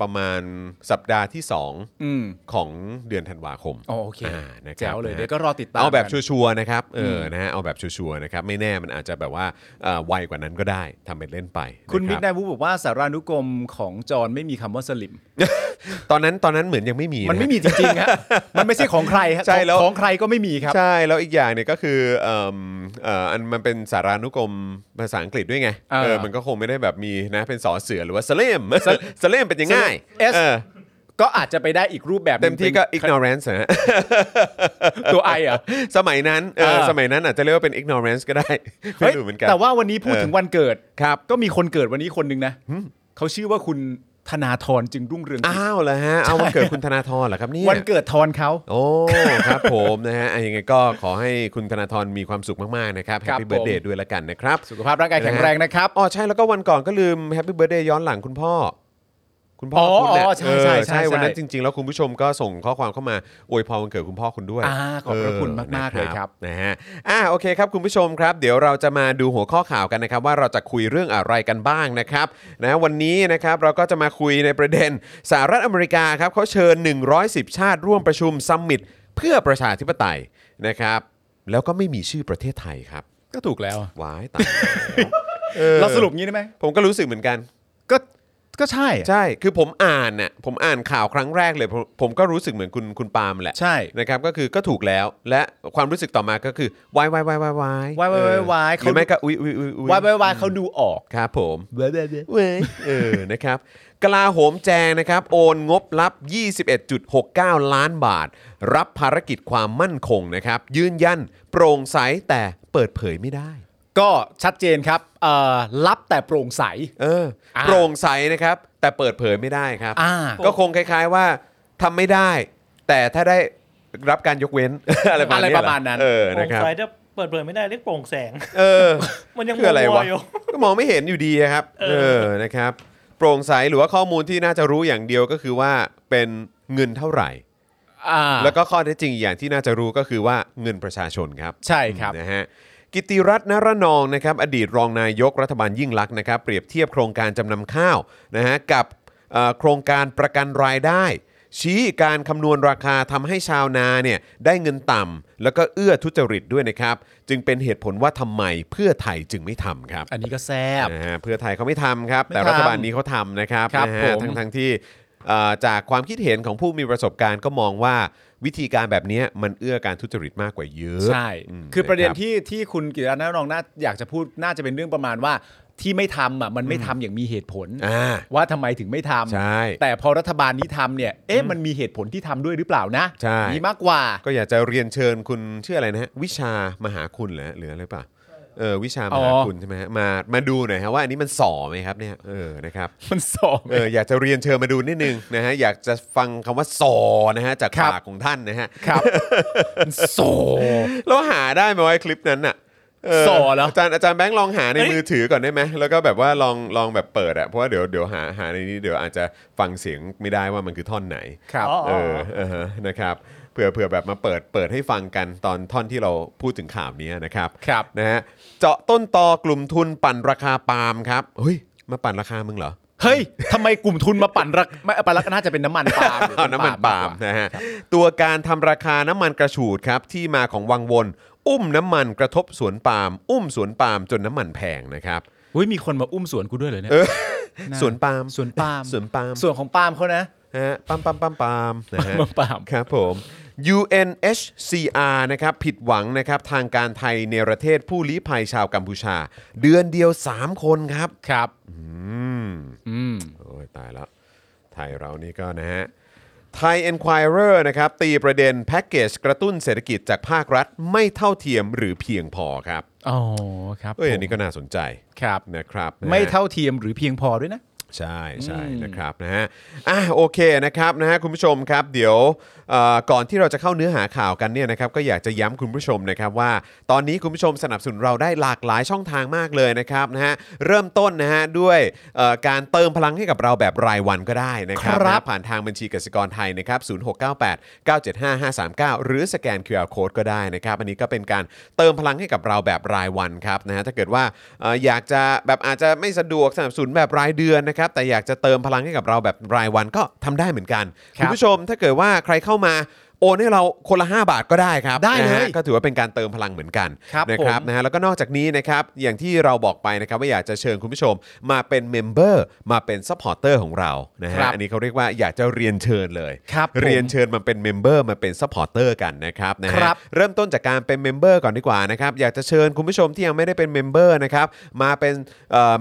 ประมาณสัปดาห์ที่ 2
อืม
ของเดือนธันวาคม
อ๋อโอเค
อ่านะครับ
แจ๋วเลยเดี๋ยวก็รอติดตาม
เอาแบบ
กัน
ชัวร์ๆนะครับเอออ
ม
นะฮะเอาแบบชัวร์ๆนะครับ ไม่แน่มันอาจจะแบบว่าเอ่อไวกว่านั้นก็ได้ทำเป็นเล่นไป
คุณมิ
นะ
ด
รับ
นายวูบอกว่าสารานุกรมของจอนไม่มีคำว่าสลิม
ตอนนั้นตอนนั้นเหมือนยังไม่มี
มันไม่
ะ
มีจริง
[LAUGHS]
ๆฮะ มันไม่ใช่ของใครฮะ
ใช่แล้ว
ของใครก็ไม่มีครับ
ใช่ แล้วอีกอย่างเนี่ยก็คือเอิ่มเอ่ออันมันเป็นสารานุกรมภาษาอังกฤษด้วยไง
เออ
เออมันก็คงไม่ได้แบบมีนะเป็นสอเสือหรือว่าสเล [LAUGHS] มสเลมเป็นยังไง
S
เออ
ก็อาจจะไปได้อีกรูปแบบหนึ่
เต็
ง
มที่ก็
เป็น
ignorance นะฮะ
[LAUGHS] ตัวไออ่ะ
สมัยนั้นเออ
เออ
สมัยนั้นอาจจะเรียกว่าเป็น ignorance ก็ได้ ไม่
เฮ้ย
รู้เหมือนกัน
แต่ว่าวันนี้พูด
เออ
ถึงวันเกิด
ครับ
ก็มีคนเกิดวันนี้คนหนึ่งนะเขาชื่อว่าคุณธนาธรจึงรุ่งเรืองกิจ
อ้าวเหรอฮะเอาวันเกิดคุณธนาธรเหรอครับเนี่ย
วันเกิดธรเขา
โอ้ครับผมนะฮะอ่ะยังไงก็ขอให้คุณธนาธรมีความสุขมากๆนะครับแฮ
ครั
ป
บ
ปี้
ผม
เบิร์ดเดย์ด้วยละกันนะครับ
สุขภาพร่างกายแข็งแรงนะครับ
อ๋อใช่แล้วก็วันก่อนก็ลืมแฮปปี้เบิร์ดเดย์ย้อนหลังคุณพ่อ คุณพ่อ
อ
คุณเนี่ย
อ๋อใช่
เออ
ใช่ใช่ใช่
วันนั้นจริง ๆ แล้วคุณผู้ชมก็ส่งข้อความเข้ามาอวยพรวันเกิดคุณพ่อคุณด้วย
อ่าขอบพระคุณ
เ
มากๆเลยครับ
นะฮะอ่าโอเคครับคุณผู้ชมครับ เดี๋ยวเราจะมาดูหัวข้อข่าวกันนะครับ ว่าเราจะคุยเรื่องอะไรกันบ้างนะครับนะวันนี้นะครับเราก็จะมาคุยในประเด็นสหรัฐอเมริกาครับเขาเชิญ 110 ชาติร่วมประชุมซัมมิตเพื่อประชาธิปไตยนะครับ แล้วก็ไม่มีชื่อประเทศไทยครับ
ก็ถูกแล้ว
ว้ายตาย [LAUGHS] แล้วออ
เราสรุปงี้ได้ไหม
ผมก็รู้สึกเหมือนกัน
ก็ก็ใช่อะ
ใช่คือผมอ่านน่ะผมอ่านข่าวครั้งแรกเลย ผมผมก็รู้สึกเหมือนคุณคุณปาล์มแหละ
ใช่
นะครับก็คือก็ถูกแล้วและความรู้สึกต่อมาก็คือวายวายวายวายวายว
ายวาย
เอ
วา
อย
วย
หรือไม่ก็อุ้ยอุ้ยอุ้ยอุ้ยว
ายวายวายเขาดูออก
ครับผม
เว้ยเว้ยเว้ย
เว้ยเออ นะครับกลาโหมแจงนะครับ โอนงบลับ 21.69 ล้านบาท รับภารกิจความมั่นคงนะครับ ยืนยันโปร่งใสแต่เปิดเผยไม่ได้
ก็ชัดเจนครับเอ่อรับแต่โปร่งใส
เออ
อ่า
โปร่งใสนะครับ แต่เปิดเผยไม่ได้ครับ
อ่า
ก็คงคล้ายๆว่าทำไม่ได้ แต่ถ้าได้รับการยกเว้น [LAUGHS] อะไรประมาณ
อะไรประมาณนั้น
เออ
โปร่
นะ
ง
ครับ
ใสจะเปิดเผยไม่ได้เรียกโปร่งแสง [LAUGHS]
เออ
มันยัง
คืออะไร
มั
วะ
ๆอยู่
ก็มองไม่เห็นอยู่ดีอะครับเอ
เออ
อนะครับ โปร่งใสหรือว่าข้อมูลที่น่าจะรู้อย่างเดียวก็คือว่าเป็นเงินเท่าไหร่
อ่า
แล้วก็ข้อเท็จจริงอีกอย่างที่น่าจะรู้ก็คือว่าเงินประชาชนครับ
ใช่ครับ
นะฮะกิติรัตน์นรนองนะครับอดีตรองนายกรัฐบาลยิ่งลักษณ์นะครับเปรียบเทียบโครงการจำนำข้าวนะฮะกับเอ่อโครงการประกันรายได้ ชี้การคำนวณราคาทำให้ชาวนาเนี่ยได้เงินต่ำแล้วก็เอื้อทุจริตด้วยนะครับจึงเป็นเหตุผลว่าทำไมเพื่อไทยจึงไม่ทำครับ
อันนี้ก็แซบ
นะฮะเพื่อไทยเขาไม่ทำครับ แต่รั
ไม่ทำ
ฐบาลนี้เขาทำนะครับ
ครับ
นะฮะ
ผม
ทั้งทั้งๆที่เอ่อจากความคิดเห็นของผู้มีประสบการณ์ก็มองว่าวิธีการแบบเนี้ยมันเอื้อการทุจริตมากกว่าเยอะ
ใช่
อืม
คือประเด็น
นะครับ
ที่ที่คุณกิตตินารองน่าอยากจะพูดน่าจะเป็นเรื่องประมาณว่าที่ไม่ทำอ่ะมันไม่ทำอย่างมีเหตุผล
อ่า
ว่าทำไมถึงไม่ทำ
ใช่
แต่พอรัฐบาลนี้ทำเนี่ย เอ๊ะมันมีเหตุผลที่ทำด้วยหรือเปล่านะ
ใช่
มีมากกว่า
ก็อยากจะเรียนเชิญคุณชื่ออะไรนะฮะวิชามหาคุณเหรอหรืออะไรเปล่าเออวิชามหา
อ๋อ
คุณใช่ไหมฮะมามาดูหน่อยฮะว่าอันนี้มันส่อไหมครับเนี่ยเออนะครับ
มันสอง
เอออยากจะเรียนเชิญมาดูนิดนึงนะฮะอยากจะฟังคำว่าส่อนะฮะจาก
ครับ
ปากของท่านนะฮะ
ครับมันสอง
แล้วหาได้ไหมวะไอ้คลิปนั้นน่ะเ
ส่อเหรอ
อาจารย์อาจารย์แบงค์ลองหาใน
เอ้ย
มือถือก่อนได้ไหมแล้วก็แบบว่าลองลองแบบเปิดอะเพราะว่าเดี๋ยวเดี๋ยวหาหาในนี้เดี๋ยวอาจจะฟังเสียงไม่ได้ว่ามันคือท่อนไหน
ครับ
อ๋อ
เออเออฮะนะครับเผื่อเผื่อแบบมาเปิดเปิดให้ฟังกันตอนท่อนที่เราพูดถึงข่าวนี้นะครับ
ครับ
นะฮะเจาะต้นตอกลุ่มทุนปั่นราคาปาล์มครับเฮ้ยมาปั่นราคามึงเหรอ
เฮ้ยทำไมกลุ่มทุนมาปั่นรักไม่ปั่นรักน่าจะเป็นน้ำมันปาล์มหรือ
เอาน้ำมันปาล์ม
กกว่
นะฮะตัวการทำราคาน้ำมันกระฉูดครับที่มาของวังวน อุ้มน้ำมันกระทบสวนปาล์มอุ้มสวนปาล์มจนน้ำมันแพงนะครับ
เฮ้ยมีคนมาอุ้มสวนกูด้วยเลยเนี่ย
เออ
น่
สวนปาล์ม
สวนปาล์ม
สวนปาล์ม
ส่วนของปาล์มเขานะ
นะฮะปาล์มปาล์มปาล์มปาล์มนะฮะ
มันปาล์ม
ครับผม UNHCR นะครับผิดหวังนะครับทางการไทยในประเทศผู้ลี้ภัยชาวกัมพูชา เดือนเดียว 3 คนครับ
ครับ
อืม
อืม
โอ้ยตายแล้ว ไทยเรานี่ก็นะฮะ Thai Enquirer นะครับตีประเด็นแพ็กเกจกระตุ้นเศรษฐกิจจากภาครัฐไม่เท่าเทียมหรือเพียงพอครับ
อ๋อครับ
เอ้ย
ผม
อันนี้ก็น่าสนใจ
ครับ
นะครับ
ไม่เท่าเทียมหรือเพียงพอด้วยนะ
ใช่ใช่นะครับนะฮะอ่ะโอเคนะครับนะฮะคุณผู้ชมครับ เดี๋ยวเอ่อก่อนที่เราจะเข้าเนื้อหาข่าวกันเนี่ยนะครับก็อยากจะย้ำคุณผู้ชมนะครับว่า ตอนนี้คุณผู้ชมสนับสนุนเราได้หลากหลายช่องทางมากเลยนะครับนะฮะเริ่มต้นนะฮะด้วยเอ่อการเติมพลังให้กับเราแบบรายวันก็ได้นะครับ
ครับ
นะ ผ่านทางบัญชีกสิกรไทยนะครับ 0698 975 539 หรือสแกน QR Code ก็ได้นะครับ อันนี้ก็เป็นการเติมพลังให้กับเราแบบรายวันครับนะฮะ ถ้าเกิดว่าเอ่ออยากจะแบบอาจจะไม่สะดวกสนับสนุนแบบรายเดือนนะครับ แต่อยากจะเติมพลังให้กับเราแบบรายวันก็ทำได้เหมือนกัน
ครับ
คุณผู้ชมถ้าเกิดว่าใครเข้ามาโอนให้เราคนละ 5 บาทก็ได้ครับ
ได้เลย
นะฮะก็ถือว่าเป็นการเติมพลังเหมือนกัน
ครับ
นะครั
ผ
บ
ม
นะฮะแล้วก็นอกจากนี้นะครับอย่างที่เราบอกไปนะครับว่าอยากจะเชิญคุณผู้ชมมาเป็นเมมเบอร์มาเป็นซัพพอร์เตอร์ของเรานะฮะ
ครับ
อันนี้เขาเรียกว่าอยากจะเรียนเชิญเลย
ครับผม
เรียนเชิญมาเป็นเมมเบอร์มาเป็นซัพพอร์เตอร์กันนะครับนะฮะ
ครับ
เริ่มต้นจากการเป็นเมมเบอร์ก่อนดีกว่านะครับอยากจะเชิญคุณผู้ชมที่ยังไม่ได้เป็นเมมเบอร์นะครับมาเป็น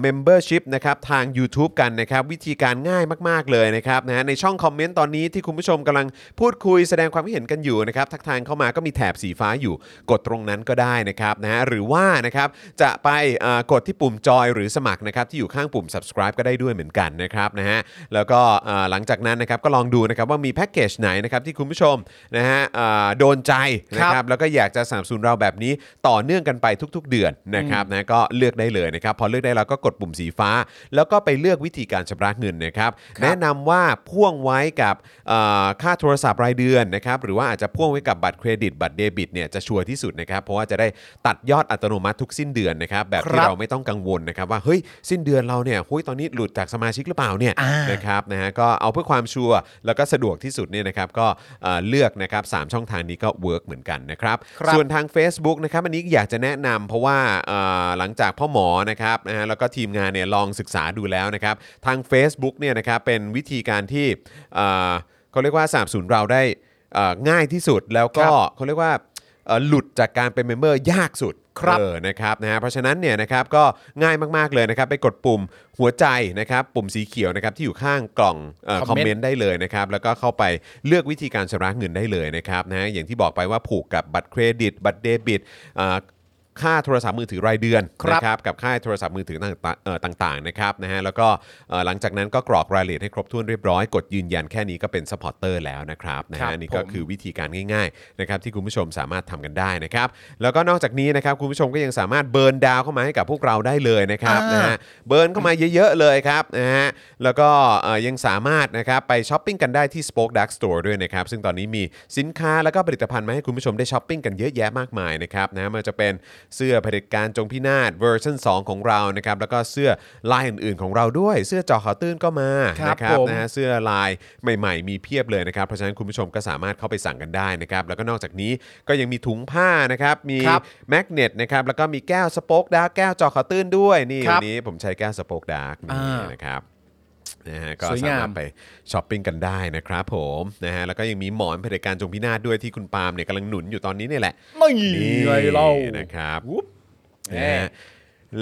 เมมเบอร์ชิพนะครับทาง YouTube กันนะครับวิธีการง่ายมากๆเลยนะครับนะฮะในช่องคอมเมนต์ตอนนี้ที่คุณผู้ชมกำลังพูดคุยแสดงความคิดเห็นกันอยู่นะครับทักทายเข้ามาก็มีแถบสีฟ้าอยู่ กดตรงนั้นก็ได้นะครับนะฮะหรือว่านะครับจะไปเอ่อกดที่ปุ่มจอยหรือสมัครนะครับที่อยู่ข้างปุ่ม subscribe ก็ได้ด้วยเหมือนกันนะครับนะฮะแล้วก็เอ่อหลังจากนั้นนะครับก็ลองดูนะครับว่ามีแพ็กเกจไหนนะครับที่คุณผู้ชมนะฮะเอ่อโดนใจนะค
ครั
รับบ แล้วก็อยากจะสนับสนุนเราแบบนี้ต่อเนื่องกันไปทุก ๆ เดือนนะครับนะก็เลือกได้เลยนะครับพอเลือกได้แล้วก็กดปุ่มสีฟ้า แล้วก็ไปเลือกวิธีการชำระเงินนะครับแนะนำว่าพ่วงไว้กับเอ่อค่าโทรศัพท์รายเดือนนะครับหรือว่าอาจจะพ่วงไว้กับบัตรเครดิตบัตรเดบิตเนี่ยจะชัวร์ที่สุดนะครับเพราะว่าจะได้ตัดยอดอัตโนมัติทุกสิ้นเดือนนะครับแบบที่
ครับ
เราไม่ต้องกังวลนะครับว่าเฮ้ยสิ้นเดือนเราเนี่ยหุ้ยตอนนี้หลุดจากสมาชิกหรือเปล่าเนี่ย นะครับนะฮะก็เอาเพื่อความชัวร์แล้วก็สะดวกที่สุดเนี่ยนะครับก็เอ่อเลือกนะครับสามช่องทางนี้ก็เวิร์กเหมือนกันนะครับ
ครับ
ส่วนทาง Facebook นะครับอันนี้อยากจะแนะนำเพราะว่าเอ่อหลังจากพ่อหมอนะครับนะฮะแล้วก็ทีมงานเนี่ยลองศึกษาดูแล้วนะครับ ทาง Facebook เนี่ยนะครับเป็นวิธีการที่เอ่อเขาเรียกว่าสามสูนเราได้เอ่อง่ายที่สุดแล้วก็เขาเรียกว่าเอ่อหลุดจากการเป็นเมมเบอร์ยากสุด
ครับ
เออนะครับนะฮะเพราะฉะนั้นเนี่ยนะครับก็ง่ายมากๆเลยนะครับไปกดปุ่มหัวใจนะครับปุ่มสีเขียวนะครับที่อยู่ข้างกล่องคอมเมน
Comment
ต์ได้เลยนะครับแล้วก็เข้าไปเลือกวิธีการชำระเงินได้เลยนะครับนะฮะอย่างที่บอกไปว่าผูกกับบัตรเครดิต บัตรเดบิตอ่าค่าโทรศัพท์มือถือรายเดือน
ครับ
นะครับกับค่าโทรศัพท์มือถือต่างๆเอ่อต่างๆนะครับนะฮะแล้วก็เอ่อหลังจากนั้นก็กรอกรายละเอียดให้ครบถ้วนเรียบร้อยกดยืนยันแค่นี้ก็เป็นสปอร์เตอร์แล้วนะครับนะ
ครั
ฮะ
บ
อันนี่ก็
ผม
คือ คือวิธีการง่ายๆนะครับที่คุณผู้ชมสามารถทำกันได้นะครับ แล้วก็นอกจากนี้นะครับคุณผู้ชมก็ยังสามารถเบิร์นดาวเข้ามาให้กับพวกเราได้เลยนะครับ
อ่าน
นะฮะเบิร์นเข้ามาเยอะๆเลยครับนะฮะแล้วก็เอ่อยังสามารถนะครับไปช้อปปิ้งกันได้ที่ Spoke Dark Store ด้วยนะครับ ซึ่งตอนนี้มีสินค้าแล้วก็ผลิตภัณฑ์มาให้คุณผู้ชมได้ช้อปปิ้งกันเยอะแยะมากมายนะครับนะไมันจะเป็นเสื้อเผด็จการจงพินาศเวอร์ชัน2 ของเรานะครับแล้วก็เสื้อลายอื่นๆของเราด้วย เสื้อจอข่าวตื้นก็มา
ครับ
นะครับ
ผม
นะฮะ นะฮะเสื้อลายใหม่ๆ มีเพียบเลยนะครับ เพราะฉะนั้นคุณผู้ชมก็สามารถเข้าไปสั่งกันได้นะครับ แล้วก็นอกจากนี้ก็ยังมีถุงผ้านะครับ มี
ครับ
แมกเนตนะครับ แล้วก็มีแก้วสป็อกดาร์กแก้วจอขาวตื้นด้วย นี่
ครับ
วันนี้ผมใช้แก้วสป็อกดาร์กนี่
อ่าน
นะครับ นะฮะก็
สว
สาง
ยาม
มารถไปช้อปปิ้งกันได้นะครับผมนะฮะแล้วก็ยังมีหมอนเผด็จการจงพินาศด้วยที่คุณปาล์มเนี่ยกำลังหนุนอยู่ตอนนี้เนี่ยแหละ
ไม่
นี่
ไงเล่า
นะครับ
วุ๊บ
นะ
แน่
ฮะ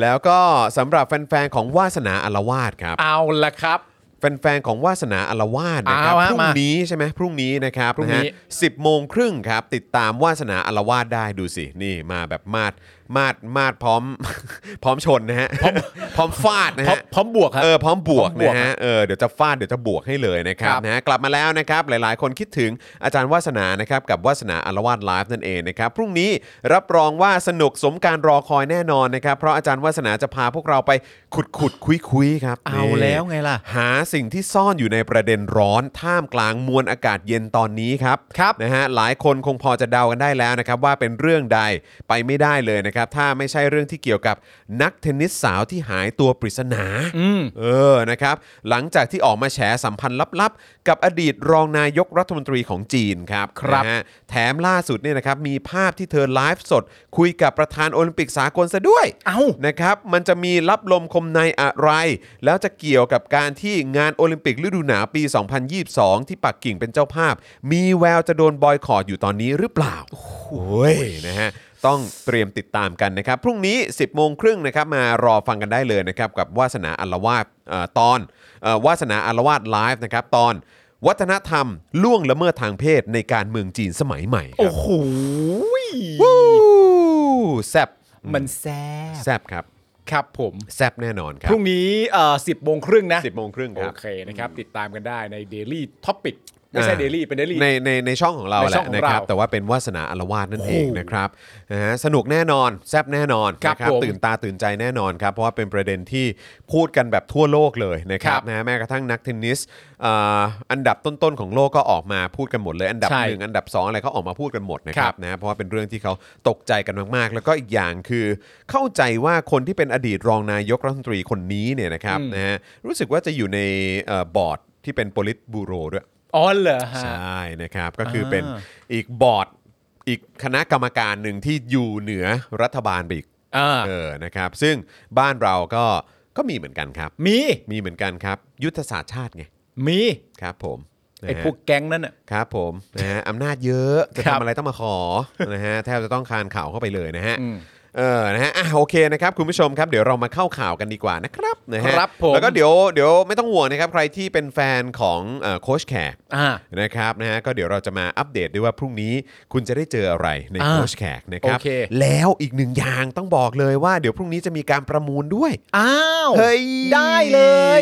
แล้วก็สำหรับแฟนๆของวาสนาอารวาสครับ
เอาละครับ
แฟนๆของวาสนาอารวาสนะครับ
เอาฮะ
พรุ่ง
มา
นี้ใช่ไหมพรุ่งนี้นะครับ
พรุ่ง
ะ
นี้
ฮะสิบโมงครึ่งครับ ติดตามวาสนาอารวาสได้ดูสิ นี่มาแบบมาดมาดมาดพร้อม [LAUGHS] พร้อมชนนะฮะ พร้อมฟาดนะ
พร้อม
ฮะ
พร้อมบวกครับ
เออพร้อมบวก
พร้อมบวก
นะฮะเออเดี๋ยวจะฟาดเดี๋ยวจะบวกให้เลยนะครับ
ครับ
นะฮะกลับมาแล้วนะครับ หลายๆ คนคิดถึงอาจารย์วาสนานะครับกับวาสนาอารวาสไลฟ์นั่นเองนะครับพรุ่งนี้รับรองว่าสนุกสมการรอคอยแน่นอนนะครับเพราะอาจารย์วาสนาจะพาพวกเราไปขุดขุดคุยคุยๆครับ
เอา
นี่
แล้วไงล่ะ
หาสิ่งที่ซ่อนอยู่ในประเด็นร้อนท่ามกลางมวลอากาศเย็นตอนนี้ครับ
ครับ
นะฮะหลายคนคงพอจะเดากันได้แล้วนะครับว่าเป็นเรื่องใดไปไม่ได้เลยนะครับ ถ้าไม่ใช่เรื่องที่เกี่ยวกับนักเทนนิสสาวที่หายตัวปริศนาเออนะครับ หลังจากที่ออกมาแฉสัมพันธ์ลับๆ กับอดีตรองนายกรัฐมนตรีของจีนครับ
ครับ
นะฮะแถมล่าสุดเนี่ยนะครับมีภาพที่เธอไลฟ์สด คุยกับประธานโอลิมปิกสากลซะด้วย
เอ้า
นะครับมันจะมีรับลมคมในอะไร แล้วจะเกี่ยวกับการที่งานโอลิมปิกฤดูหนาวปี 2022 ที่ปักกิ่งเป็นเจ้าภาพ มีแววจะโดนบอยคอรดอยู่ตอนนี้หรือเปล่า โอ้ยนะฮะต้องเตรียมติดตามกันนะครับ พรุ่งนี้ 10 โมงครึ่งนะครับมารอฟังกันได้เลยนะครับ กับวาสนาอารวาสเอ่อตอนเอ่อวาสนาอารวาสไลฟ์นะครับตอน วัฒนธรรมล่วงละเมิดทางเพศในการเมืองจีนสมัยใหม่ค
โอ้
รับ
โห
วู้แซบ
มันแซ่
แซ
บบ
ครับ
ครับผม
แซบแน่นอนครั
พ
บ
รุ่งนี้เอ่อสิบโมงครึ่งนะ
สิบโมงครึ่งค
โอ
รับ
เคนะครับ ติดตามกันได้ใน Daily Topic ไม่ใช่
อ่า
Daily เป็น Daily
ในในในช่องของเรา
ใน
แห
ช่
ละ
องของ
นะครับ
เรา
แต่ว่าเป็นวาสนาอารวาสนั่น
โอ้
เอ
โห
งนะครับนะฮะสนุกแน่นอนแซบแน่นอน
ครับ
นะ
ผม
ตื่นตาตื่นใจแน่นอนครับ เพราะว่าเป็นประเด็นที่พูดกันแบบทั่วโลกเลยนะครับ
ครับ
นะฮะแม้กระทั่งนักเทนนิสอ่าอันดับต้นๆของโลกก็ออกมาพูดกันหมดเลย อันดับ
ใช่
หนึ่งอันดับสองอะไรเขาออกมาพูดกันหมดนะค
ค
รั
รั
บบ นะฮะเพราะว่าเป็นเรื่องที่เขาตกใจกันมากๆ แล้วก็อีกอย่างคือ เข้าใจว่าคนที่เป็นอดีตรองนายกรัฐมนตรีคนนี้เนี่ยนะครับนะฮะรู้สึกว่าจะอยู่ในเอ่อบอร์ดที่เป็นโปลิตบูโรด้วย
อ๋อเหรอฮะ
ใช่นะครับก็คืออา เป็นอีกบอร์ดอีกคณะกรรมการหนึ่งที่อยู่เหนือรัฐบาลไปอีก
อ่า
เออนะครับซึ่งบ้านเราก็ก็มีเหมือนกันครับ
มี
มีเหมือนกันครับ ยุทธศาสตร์ชาติไง
มี
ครับผมนะฮะ
ไอ้พวกแก๊งนั้นอ่ะ
ครับผมนะฮะอำนาจเยอะจะ
ครับ
ทำอะไรต้องมาขอ นะฮะแทบจะต้องคานข่าวเข้าไปเลยนะฮะ
อืม
เออนะฮะอ่ะโอเคนะครับคุณผู้ชมครับเดี๋ยวเรามาเข้าข่าวกันดีกว่านะครับนะฮะ
ครับผม
แล้วก็เดี๋ยวเดี๋ยวไม่ต้องห่วงนะครับใครที่เป็นแฟนของเอ่อโค้ชแขก
อ่า
นะครับนะฮะก็เดี๋ยวเราจะมาอัปเดตด้วยว่าพรุ่งนี้คุณจะได้เจออะไรใน
อ่า
โค้ชแขกนะครับ
โอเค
แล้วอีกหนึ่งอย่างต้องบอกเลยว่าเดี๋ยวพรุ่งนี้จะมีการประมูลด้วย
อ้าว
เฮ้ย
ได้เลย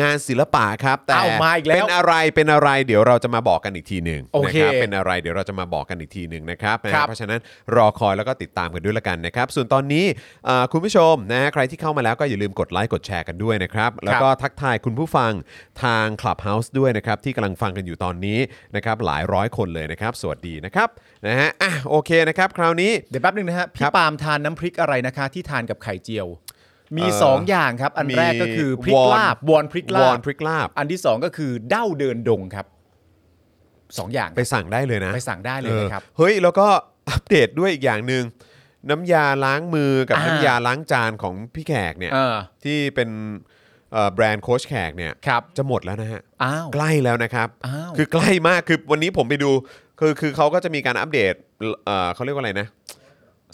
งานศิลปะครับแต่
เอามาอีกแล้ว
เป็นอะไรเป็นอะไรเดี๋ยวเราจะมาบอกกันอีกทีหนึ่ง
โอ
นะ
เค
ครับเป็นอะไรเดี๋ยวเราจะมาบอกกันอีกทีหนึ่งนะครับนะฮะ
ครับ
เพราะฉะนั้นรอคอยแล้วก็ติดตามกันด้วยละกันนะครับส่วนตอนนี้เอ่อคุณผู้ชมนะฮะใครที่เข้ามาแล้วก็อย่าลืมกดไลค์กดแชร์กันด้วยนะครับแล้วก็ แล้วก็ทักทายคุณผู้ฟังทาง Clubhouse ด้วยนะครับ ที่กำลังฟังกันอยู่ตอนนี้นะครับหลายร้อยคนเลยนะครับ สวัสดีนะครับนะฮะอ่ะโอเคนะครับ คราวนี้
เดี๋ยวแป๊บนึงนะฮะ
ค
พี่
รับ
ปาล์มทานน้ำพริกอะไรนะคะ ที่ทานกับไข่เจียว มี
เอ่อ
สองอย่างครับ อัน
มี
แรกก็คือพริ
ว
ก
อน
ลาบวอนพริกลาว
อบ นพริกลาบ
อันที่สองก็คือเด้าเดินดงครับสองอย่าง
ไปสั่งได้เลยนะ
ไปสั่งได้เลยนะครับ
ออเฮ้ย แล้วก็ [LAUGHS] อัปเดตด้วยอีกอย่างหนึ่งน้ำยาล้างมือกับ
อ่า
น้ำยาล้างจานของพี่แขกเนี่ย
เออ
ที่เป็นเอ่อแบรนด์โค้ชแขกเนี่ย
ครับ
จะหมดแล้วนะฮะ
อ้าว
ใกล้แล้วนะครับ
อ้าว
คือใกล้มาก คือวันนี้ผมไปดู คือคือเขาก็จะมีการอัปเดต เอ่อเขาเรียกว่าอะไรนะ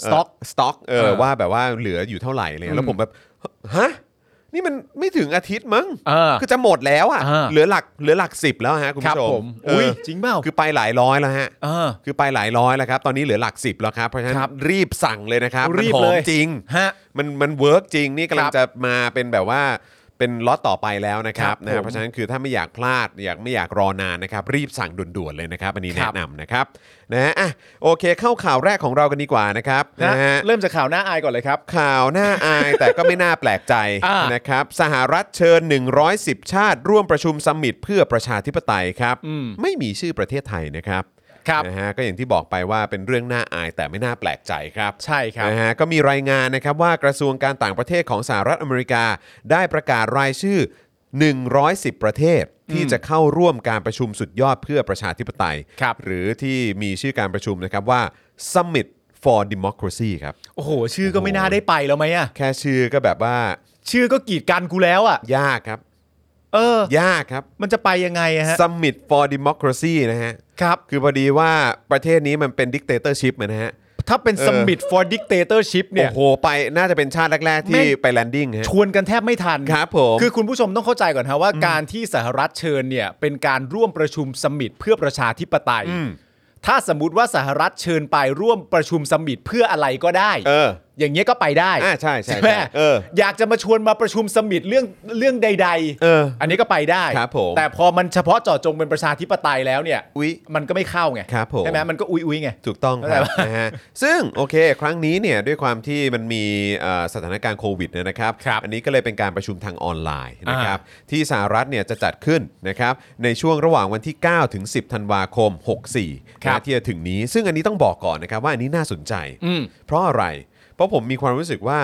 Stock
สต็อก เออ
เออ
ว่าแบบว่าเหลืออยู่เท่าไหร่อะไรเลย แล้ว
อืม
ผมแบบ ฮะ นี่มันไม่ถึงอาทิตย์มั้ง
เออ
คือจะหมดแล้วอ่ะ
อ่า
เหลือหลัก เหลือหลักสิบแล้วฮะคุณ
ครับ
ผู้ช
ผม ม
เอ
อุ้ย
อ
จริงเปล่า
คือไปหลายร้อยแล้วฮะ
เออ
คือไปหลายร้อยแล้วครับ ตอนนี้เหลือหลักสิบแล้วครับ เพราะฉะนั้น
ครับ
รีบสั่งเลยนะครับ
รีบ
มันหอม
เลย
จริง
ฮะ
มันมันเวิร์กจริงนี่กำลัง
ครับ
จะมาเป็นแบบว่าเป็นล็อตต่อไปแล้วนะครับ
ครับ
นะฮะ
ผม
เพราะฉะนั้นคือถ้าไม่อยากพลาดอยากไม่อยากรอนานนะครับ รีบสั่งด่วนๆเลยนะครับอันนี้
ค
แนะ
รับ
นำนะครับนะฮะอ่ะโอเคเข้าข่าวแรกของเรากันดีกว่านะครับ
นะ
นะฮะ
เริ่มจากข่าวหน้าอายก่อนเลยครับ
ข่าวน่าอาย แต่ก็ไม่น่าแปลกใจ
อ่าน
นะครับสหรัฐเชิญ 110 ชาติร่วมประชุมซัมมิตเพื่อประชาธิปไตยครับ ไม่มีชื่อประเทศไทยนะครับ
ครับ
นะฮะก็อย่างที่บอกไปว่าเป็นเรื่องน่าอายแต่ไม่น่าแปลกใจครับ
ใช่ครับ
นะฮะก็มีรายงานนะครับว่ากระทรวงการต่างประเทศของสหรัฐอเมริกา ได้ประกาศรายชื่อ 110 ประเทศที่จะเข้าร่วมการประชุมสุดยอดเพื่อประชาธิปไตย
ครับ
หรือที่มีชื่อการประชุมนะครับว่า Summit for Democracy ครับ
โอ้โห ชื่อก็ไม่น่าได้ไปแล้วไหมอะ
แค่ชื่อก็แบบว่า
ชื่อก็กีดกันกูแล้วอะ
ยากครับ
เออ
ยากครับ
มันจะไปยังไงอะฮะ
Summit for Democracy นะฮะ
ครับ
คือพอดีว่าประเทศนี้มันเป็นดิกเตอร์ชิพนะฮะ
ถ้าเป็น
เออ
Summit for Dictatorship เนี่ย
โอ้โหไปน่าจะเป็นชาติแรก ๆ ที่
แม่ง
ไปแลนดิ้งฮะ
ชวนกันแทบไม่ทัน
ครับผม
คือคุณผู้ชมต้องเข้าใจก่อนฮะว่าการที่สหรัฐเชิญเนี่ยเป็นการร่วมประชุมสมิตเพื่อประชาธิปไตย ถ้าสมมติว่าสหรัฐเชิญไปร่วมประชุมสมิตเพื่ออะไรก็ได้
เออ
อย่างเงี้ยก็ไปได้
อ่าใช่ใช่
ไหม
ใช่เออ
อยากจะมาชวนมาประชุมสมิตเรื่องเรื่องใด ๆ
เอออั
นนี้ก็ไปได้
ครับผม
แต่พอมันเฉพาะเจาะจงเป็นประชาธิปไตยแล้วเนี่ย
อุ๊ย
มันก็ไม่เข้าไง
ครับผม
ใช่ไหมมันก็อุ้ยอุ้ยๆไง
ถูกต้องค
เข้าใจ
รับ
ปะ
นะฮะซึ่งโอเค ครั้งนี้เนี่ยด้วยความที่มันมีเอ่อสถานการณ์โควิดเนยนะครับ
ครับ
อันนี้ก็เลยเป็นการประชุมทางออนไลน์นะครับ ที่สหรัฐเนี่ยจะจัดขึ้นนะครับในช่วงระหว่างวันที่ 9 ถึง 10 ธันวาคม 64
ครั
นะ
บ
ที่จะถึงนี้ ซึ่งอันนี้ต้องบอกก่อนนะครับว่าอันนี้น่าสนใจ
อืม
เพราะอะไร เพราะผมมีความรู้สึกว่า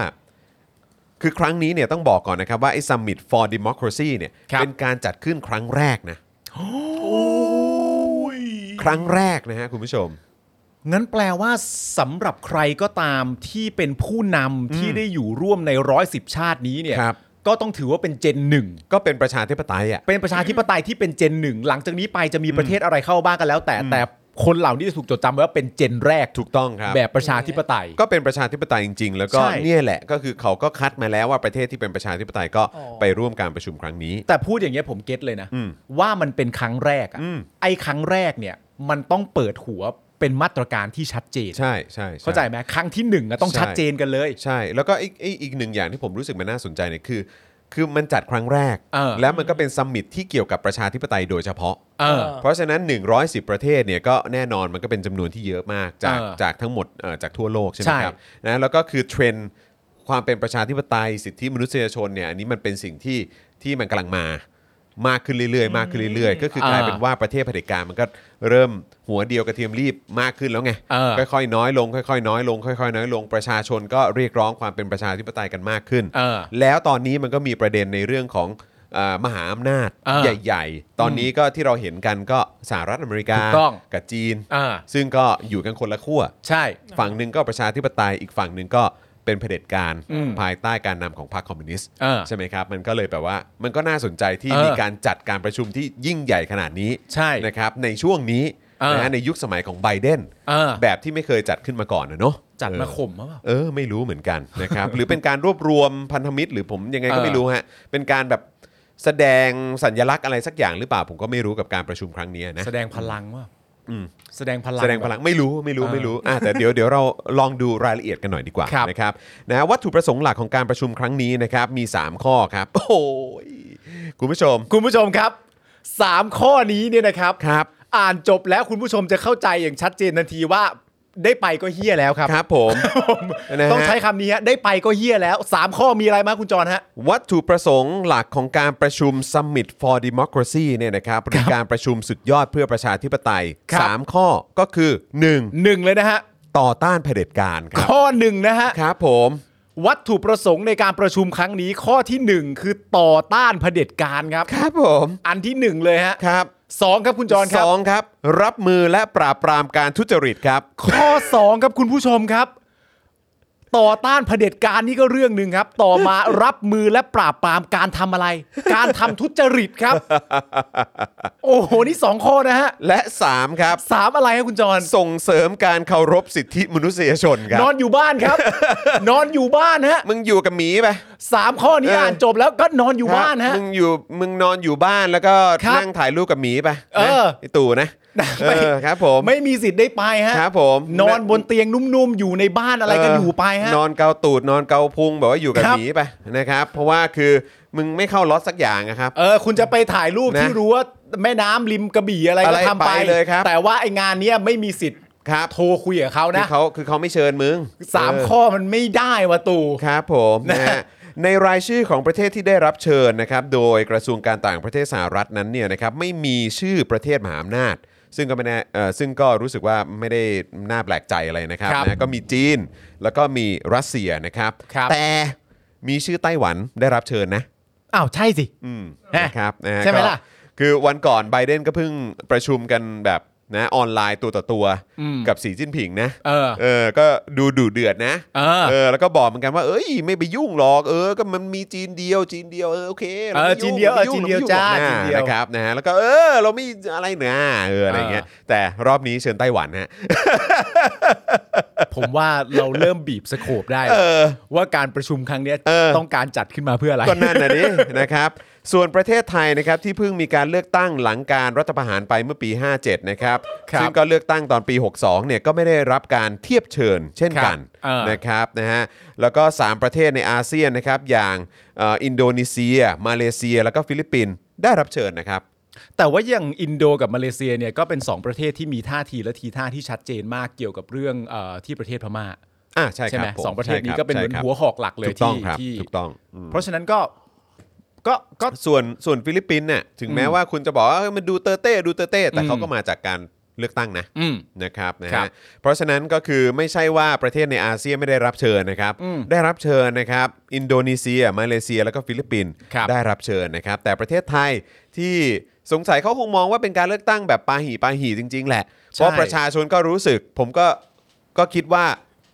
คือครั้งนี้เนี่ยต้องบอกก่อนนะครับว่าไอ้ Summit for Democracy เนี่ย
ครับ
เป็นการจัดขึ้นครั้งแรกนะครั้งแรกนะฮะคุณผู้ชม
งั้นแปลว่าสำหรับใครก็ตามที่เป็นผู้นำที่ได้อยู่ร่วมในร้อยสิบชาตินี้เนี่ย
ครับ
ก็ต้องถือว่าเป็นเจนหนึ่ง
ก็เป็นประชาธิปไตยอ่ะ
เป็นประชาธิปไตยที่เป็นเจนหนึ่งหลังจากนี้ไปจะมีประเทศอะไรเข้าบ้างกันแล้วแต่แต่ คนเหล่านี้จะถูกจดจำไว้ว่าเป็นเจนแรก
ถูกต้องครับ
แบบประชาธิปไตย
ก็เป็นประชาธิปไตยจริง ๆ แล้วก็
ใช่
เนี่ยแหละก็คือเขาก็คัดมาแล้วว่าประเทศที่เป็นประชาธิปไตยก็
อ๋อ
ไปร่วมการประชุมครั้งนี้
แต่พูดอย่างเงี้ยผมเก็ตเลยนะ
อืม
ว่ามันเป็นครั้งแรกอะ
อืม
ไอ้ครั้งแรกเนี่ยมันต้องเปิดหัวเป็นมาตรการที่ชัดเจน
ใช่ใช่ช่
เข้าใจไหมครั้งที่หนึ่งอะต้อง
ใช่
ชัดเจนกันเลย
ใช่ แล้วก็อีกอีกอีกหนึ่งอย่างที่ผมรู้สึกมันน่าสนใจเนี่ยคือ คือมันจัดครั้งแรก
เออ
แล้วมันก็เป็นซัมมิตที่เกี่ยวกับประชาธิปไตยโดยเฉพาะ
เออ
เพราะฉะนั้น 110 ประเทศเนี่ยก็แน่นอนมันก็เป็นจำนวนที่เยอะมากจาก
เออ
จากทั้งหมดเอ่อจากทั่วโลกใช่ไหม
ใช่
ครับนะแล้วก็คือเทรนด์ความเป็นประชาธิปไตยสิทธิมนุษยชนเนี่ยอันนี้มันเป็นสิ่งที่ที่มันกำลังมามากขึ้นเรื่อยๆ มากขึ้นเรื่อยๆ ก็คือกลาย
เออ
เป็นว่าประเทศเผด็จการมันก็เริ่มหัวเดียวกระเทียมรีบมากขึ้นแล้วไง
เออ
ค่อยๆน้อยลงค่อยๆน้อยลงค่อยๆน้อยลงประชาชนก็เรียกร้องความเป็นประชาธิปไตยกันมากขึ้น
เออ
แล้วตอนนี้มันก็มีประเด็นในเรื่องของเออมหาอำนาจ
อ่า
ใหญ่ ๆ ตอนนี้ก็ที่เราเห็นกันก็สหรัฐอเมริกา
ถูกต้อง
กับจีน
อ่า
ซึ่งก็อยู่กันคนละขั้ว
ใช่
ฝั่งหนึ่งก็ประชาธิปไตยอีกฝั่งหนึ่งก็เป็นเผด็จการ
อืม
ภายใต้การนำของพรรคคอมมิวนิสต์
เออ
ใช่ไหมครับ มันก็เลยแบบว่ามันก็น่าสนใจที่
เออ
มีการจัดการประชุมที่ยิ่งใหญ่ขนาดนี้
ใช่
นะครับในช่วงนี้
เออ
นะฮะในยุคสมัยของไบเดน
เออ
แบบที่ไม่เคยจัดขึ้นมาก่อนนะเนาะ
จัดมา
เออ
ข่มหรือเปล่า
เออไม่รู้เหมือนกันนะครับ หรือเป็นการรวบรวมพันธมิตร หรือผมยังไงก็
เออ
ไม่รู้ฮะเป็นการแบบแสดงสัญลักษณ์อะไรสักอย่างหรือเปล่าผมก็ไม่รู้กับการประชุมครั้งนี้นะ
แสดงพลังว่า
อืม
แสดงพลัง
แสดงพลังไม่รู้ไม่รู้
เออ
ไม่รู้อ่ะแต่เดี๋ยวเดี๋ยวเราลองดูรายละเอียดกันหน่อยดีกว่า
ครับ
นะครับนะวัตถุประสงค์หลักของการประชุมครั้งนี้นะครับมี 3 ข้อครับโอ้ยคุณผู้ชม
คุณผู้ชมครับสามข้อนี้เนี่ยนะครับ
ครับ
อ่านจบแล้วคุณผู้ชมจะเข้าใจอย่างชัดเจนทันทีว่าได้ไปก็เฮี้ยแล้วครับ
ครับผมนะฮะ
ต้องใช้คำนี้ฮะได้ไปก็เฮี้ยแล้ว 3 ข้อมีอะไรมาคุณจรฮะ
วัตถุประสงค์หลักของการประชุม Summit for Democracy เนี่ยนะครับหรือการประชุมสุดยอดเพื่อประชาธิปไตย
ครับ
3 ข้อก็คือ
1 เลยนะฮะ
1. ต่อต้านเผด็จการครับ
ข้อหนึ่งนะฮะ
ครับผม
วัตถุประสงค์ในการประชุมครั้งนี้ข้อทีหนึ่1 คือต่อต้านเผด็จการครับ
ครับผม
อันที่ 1 เลยฮะ
ครับ
สองครับคุณจรค
ส
รับ
องครับ รับมือและปราบปรามการทุจริตครับ
ข้อ 2 ครับคุณผู้ชมครับ ต่อต้านเผด็จการนี่ก็เรื่องหนึ่งครับ ต่อมา รับมือและปราบปรามการทำอะไร การทำทุจริตครับ โอ้โห นี่ 2 ข้อนะฮะ
และ 3 ครับ
สามอะไรครับคุณจร
ส่งเสริมการเคารพสิทธิมนุษยชนครับ
นอนอยู่บ้านครับ นอนอยู่บ้านฮะ
มึงอยู่กับหมีไป
สามข้อนี้
เอออ่
อ่านจบแล้วก็นอนอยู่บ้านฮะ
มึงอยู่มึงนอนอยู่บ้านแล้วก็
ครับ
นั่งถ่ายรูปกับหมีไป
เออ
นะไอ้ตู่นะเอ
ไม่
อครับผม
ไม่มีสิทธิ์ได้ไปฮะ
ครับผม
นอนบนเตียงนุ่มๆอยู่ในบ้านอะไรก็อยู่ไปฮะ
เนอนเกาตูดนอนเกาพุงแบบว่าอยู่กับ
ครั
ห
บ
มีไปนะครับ เพราะว่าคือมึงไม่เข้าล็อตสักอย่างนะครับ
เออคุณจะไปถ่ายรูป
นะ
ที่รั้วแม่น้ำริมกระบี่อะไร
อะ
ก็
ไร
ทำไป
ไปเลยครับ
แต่ว่าไองานเนี้ยไม่มีสิทธิ์
ครับ
โทรคุยกับเขา
คือ
นะ
เขาคือเขาไม่เชิญมึง
สาม
เ
ข้อมันไม่ได้วะตู่
ครับผมนะฮะในรายชื่อของประเทศที่ได้รับเชิญนะครับ โดยกระทรวงการต่างประเทศสหรัฐนั้นเนี่ยนะครับไม่มีชื่อประเทศมหาอำนาจ ซึ่งก็ไม่แน่เอ่อซึ่งก็รู้สึกว่าไม่ได้น่าแปลกใจอะไรนะครับ
ครับ
นะก็มีจีนแล้วก็มีรัสเซียนะครับ
ครับ
แต่มีชื่อไต้หวันได้รับเชิญนะ
อ้าวใช่สิ
อืม
ฮะ
นะครับนะฮ
ใช่ไหม
ก็
ล่ะ
คือวันก่อนไบเดนก็เพิ่งประชุมกันแบบนะออนไลน์ตัวต่อตัว
อืม
กับสีจิ้นผิงนะ
เออ
เออก็ดูดูเดือดนะ
เออ
แล้วก็บอกเหมือนกันว่าเอ้ยไม่ไปยุ่งหรอกเออก็มันมีจีนเดียวจีนเดียวเออโอเคราไม่
เออจีนเดียว
ราไม่ง
เออจีนเดีย
รไม่งห
ว
รอก
จ้าจีนเดียว
นะครับนะฮะแล้วก็เออเราไม่อะไรเนะเอออะไรอย่างเงี้ย
เอ
แต่รอบนี้เชิญไต้หวันฮะ
ผมว่าเราเริ่มบีบสโคปได้
เออ
ว่าการประชุมครั้งเนี้ย
เออ
ต้องการจัดขึ้นมาเพื่ออะไร
ก็นั่นนะดิ [LAUGHS] นะครับ ส่วนประเทศไทยนะครับที่เพิ่งมีการเลือกตั้งหลังการรัฐประหารไปเมื่อปี 57 นะครับ
ครับ
ซึ่งก็เลือกตั้งตอนปี 62 เนี่ยก็ไม่ได้รับการเทียบเชิญเช่นกัน
ครับเออ
นะครับนะฮะแล้วก็ 3 ประเทศในอาเซียนนะครับอย่างเอ่ออินโดนีเซีย มาเลเซีย แล้วก็ฟิลิปปินส์ได้รับเชิญนะครับ
แต่ว่าอย่างอินโดกับมาเลเซียเนี่ยก็เป็นสองประเทศที่มีท่าทีและทีท่าที่ชัดเจนมากเกี่ยวกับเรื่องเอ่อที่ประเทศพม่า
อ่าใช่ค
ใช่
รั
ไห
บ
ม
ผม
สองประเทศ
ใช่ค
นี้
บ
ก็เป็นเห
ใช่
มือน
ครับ
หัวหอกหลักเลย
ถูกต้อ
ที่
งครับ
ที่
ถูกต้องอืม
เพราะฉะนั้นก็ก็ก็
ส่วนส่วนฟิลิปปินส์เนี่ยถึงแม้ว่าคุณจะบอกว่าเอ้ยมันดูเตอร์เต้ดูเตอร์เต้แต่เขา
อืม
ก็มาจากการเลือกตั้งนะ
อืม
นะครับนะ
ครั
ฮะ
บ
เพราะฉะนั้นก็คือไม่ใช่ว่าประเทศในอาเซียนไม่ได้รับเชิญนะครับ
อืม
ได้รับเชิญนะครับ อินโดนีเซีย มาเลเซีย แล้วก็ฟิลิปปินส์
ครับ
ได้รับเชิญนะครับ แต่ประเทศไทยที่สงสัยเขาคงมองว่าเป็นการเลือกตั้งแบบปาหีปาหีจริง ๆ แหละ
ใช่
เพราะประชาชนก็รู้สึก ผมก็ก็คิดว่า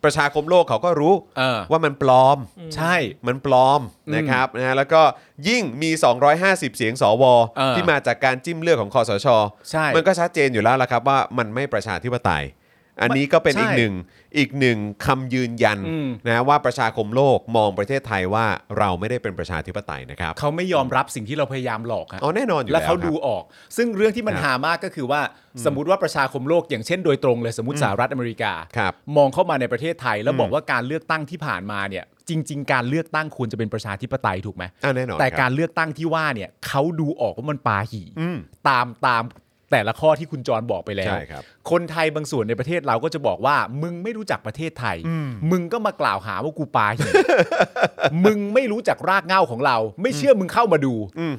ประชาคมโลกเขาก็รู้
เออ
ว่ามันปลอม
ใช่
มันปลอมนะครับนะฮะแล้วก็ยิ่งมี 250 เสียงสว
เออ
ที่มาจากการจิ้มเลือกของคอสช
ใช่
มันก็ชัดเจนอยู่แล้วละครับว่ามันไม่ประชาธิปไตย อันนี้ก็เป็น
ใช่
อีกหนึ่งอีกหนึ่งคำยืนยัน
อืม
นะว่าประชาคมโลกมองประเทศไทยว่าเราไม่ได้เป็นประชาธิปไตยนะครับ
เขาไม่ยอมรับสิ่งที่เราพยายามหลอกฮะ
เอาแน่นอนอยู่แล้
แล้
วค
ว
รั
เขา
บ
ดูออก ซึ่งเรื่องที่มัน
ครับ
หามากก็คือว่าสมมติว่าประชาคมโลกอย่างเช่นโดยตรงเลยสมมติสหรัฐอเมริกา
ครับ
มองเข้ามาในประเทศไทย แล้วบอกว่าการเลือกตั้งที่ผ่านมาเนี่ยจริง ๆ การเลือกตั้งควรจะเป็นประชาธิปไตยถูกไหม
อ่ะแน่นอน
แต่
ครับ
การเลือกตั้งที่ว่าเนี่ยเขาดูออกว่ามันปาหี่
อืม [LAUGHS]
ตามตามแต่ละข้อที่คุณจรบอกไปแล้ว
ใช่ครับ
คนไทยบางส่วนในประเทศเราก็จะบอกว่า มึงไม่รู้จักประเทศไทย มึงก็มากล่าวหาว่ากูปาหี่ [LAUGHS] มึงไม่รู้จักรากเหง้าของเรา ไม่เชื่อมึงเข้ามาดู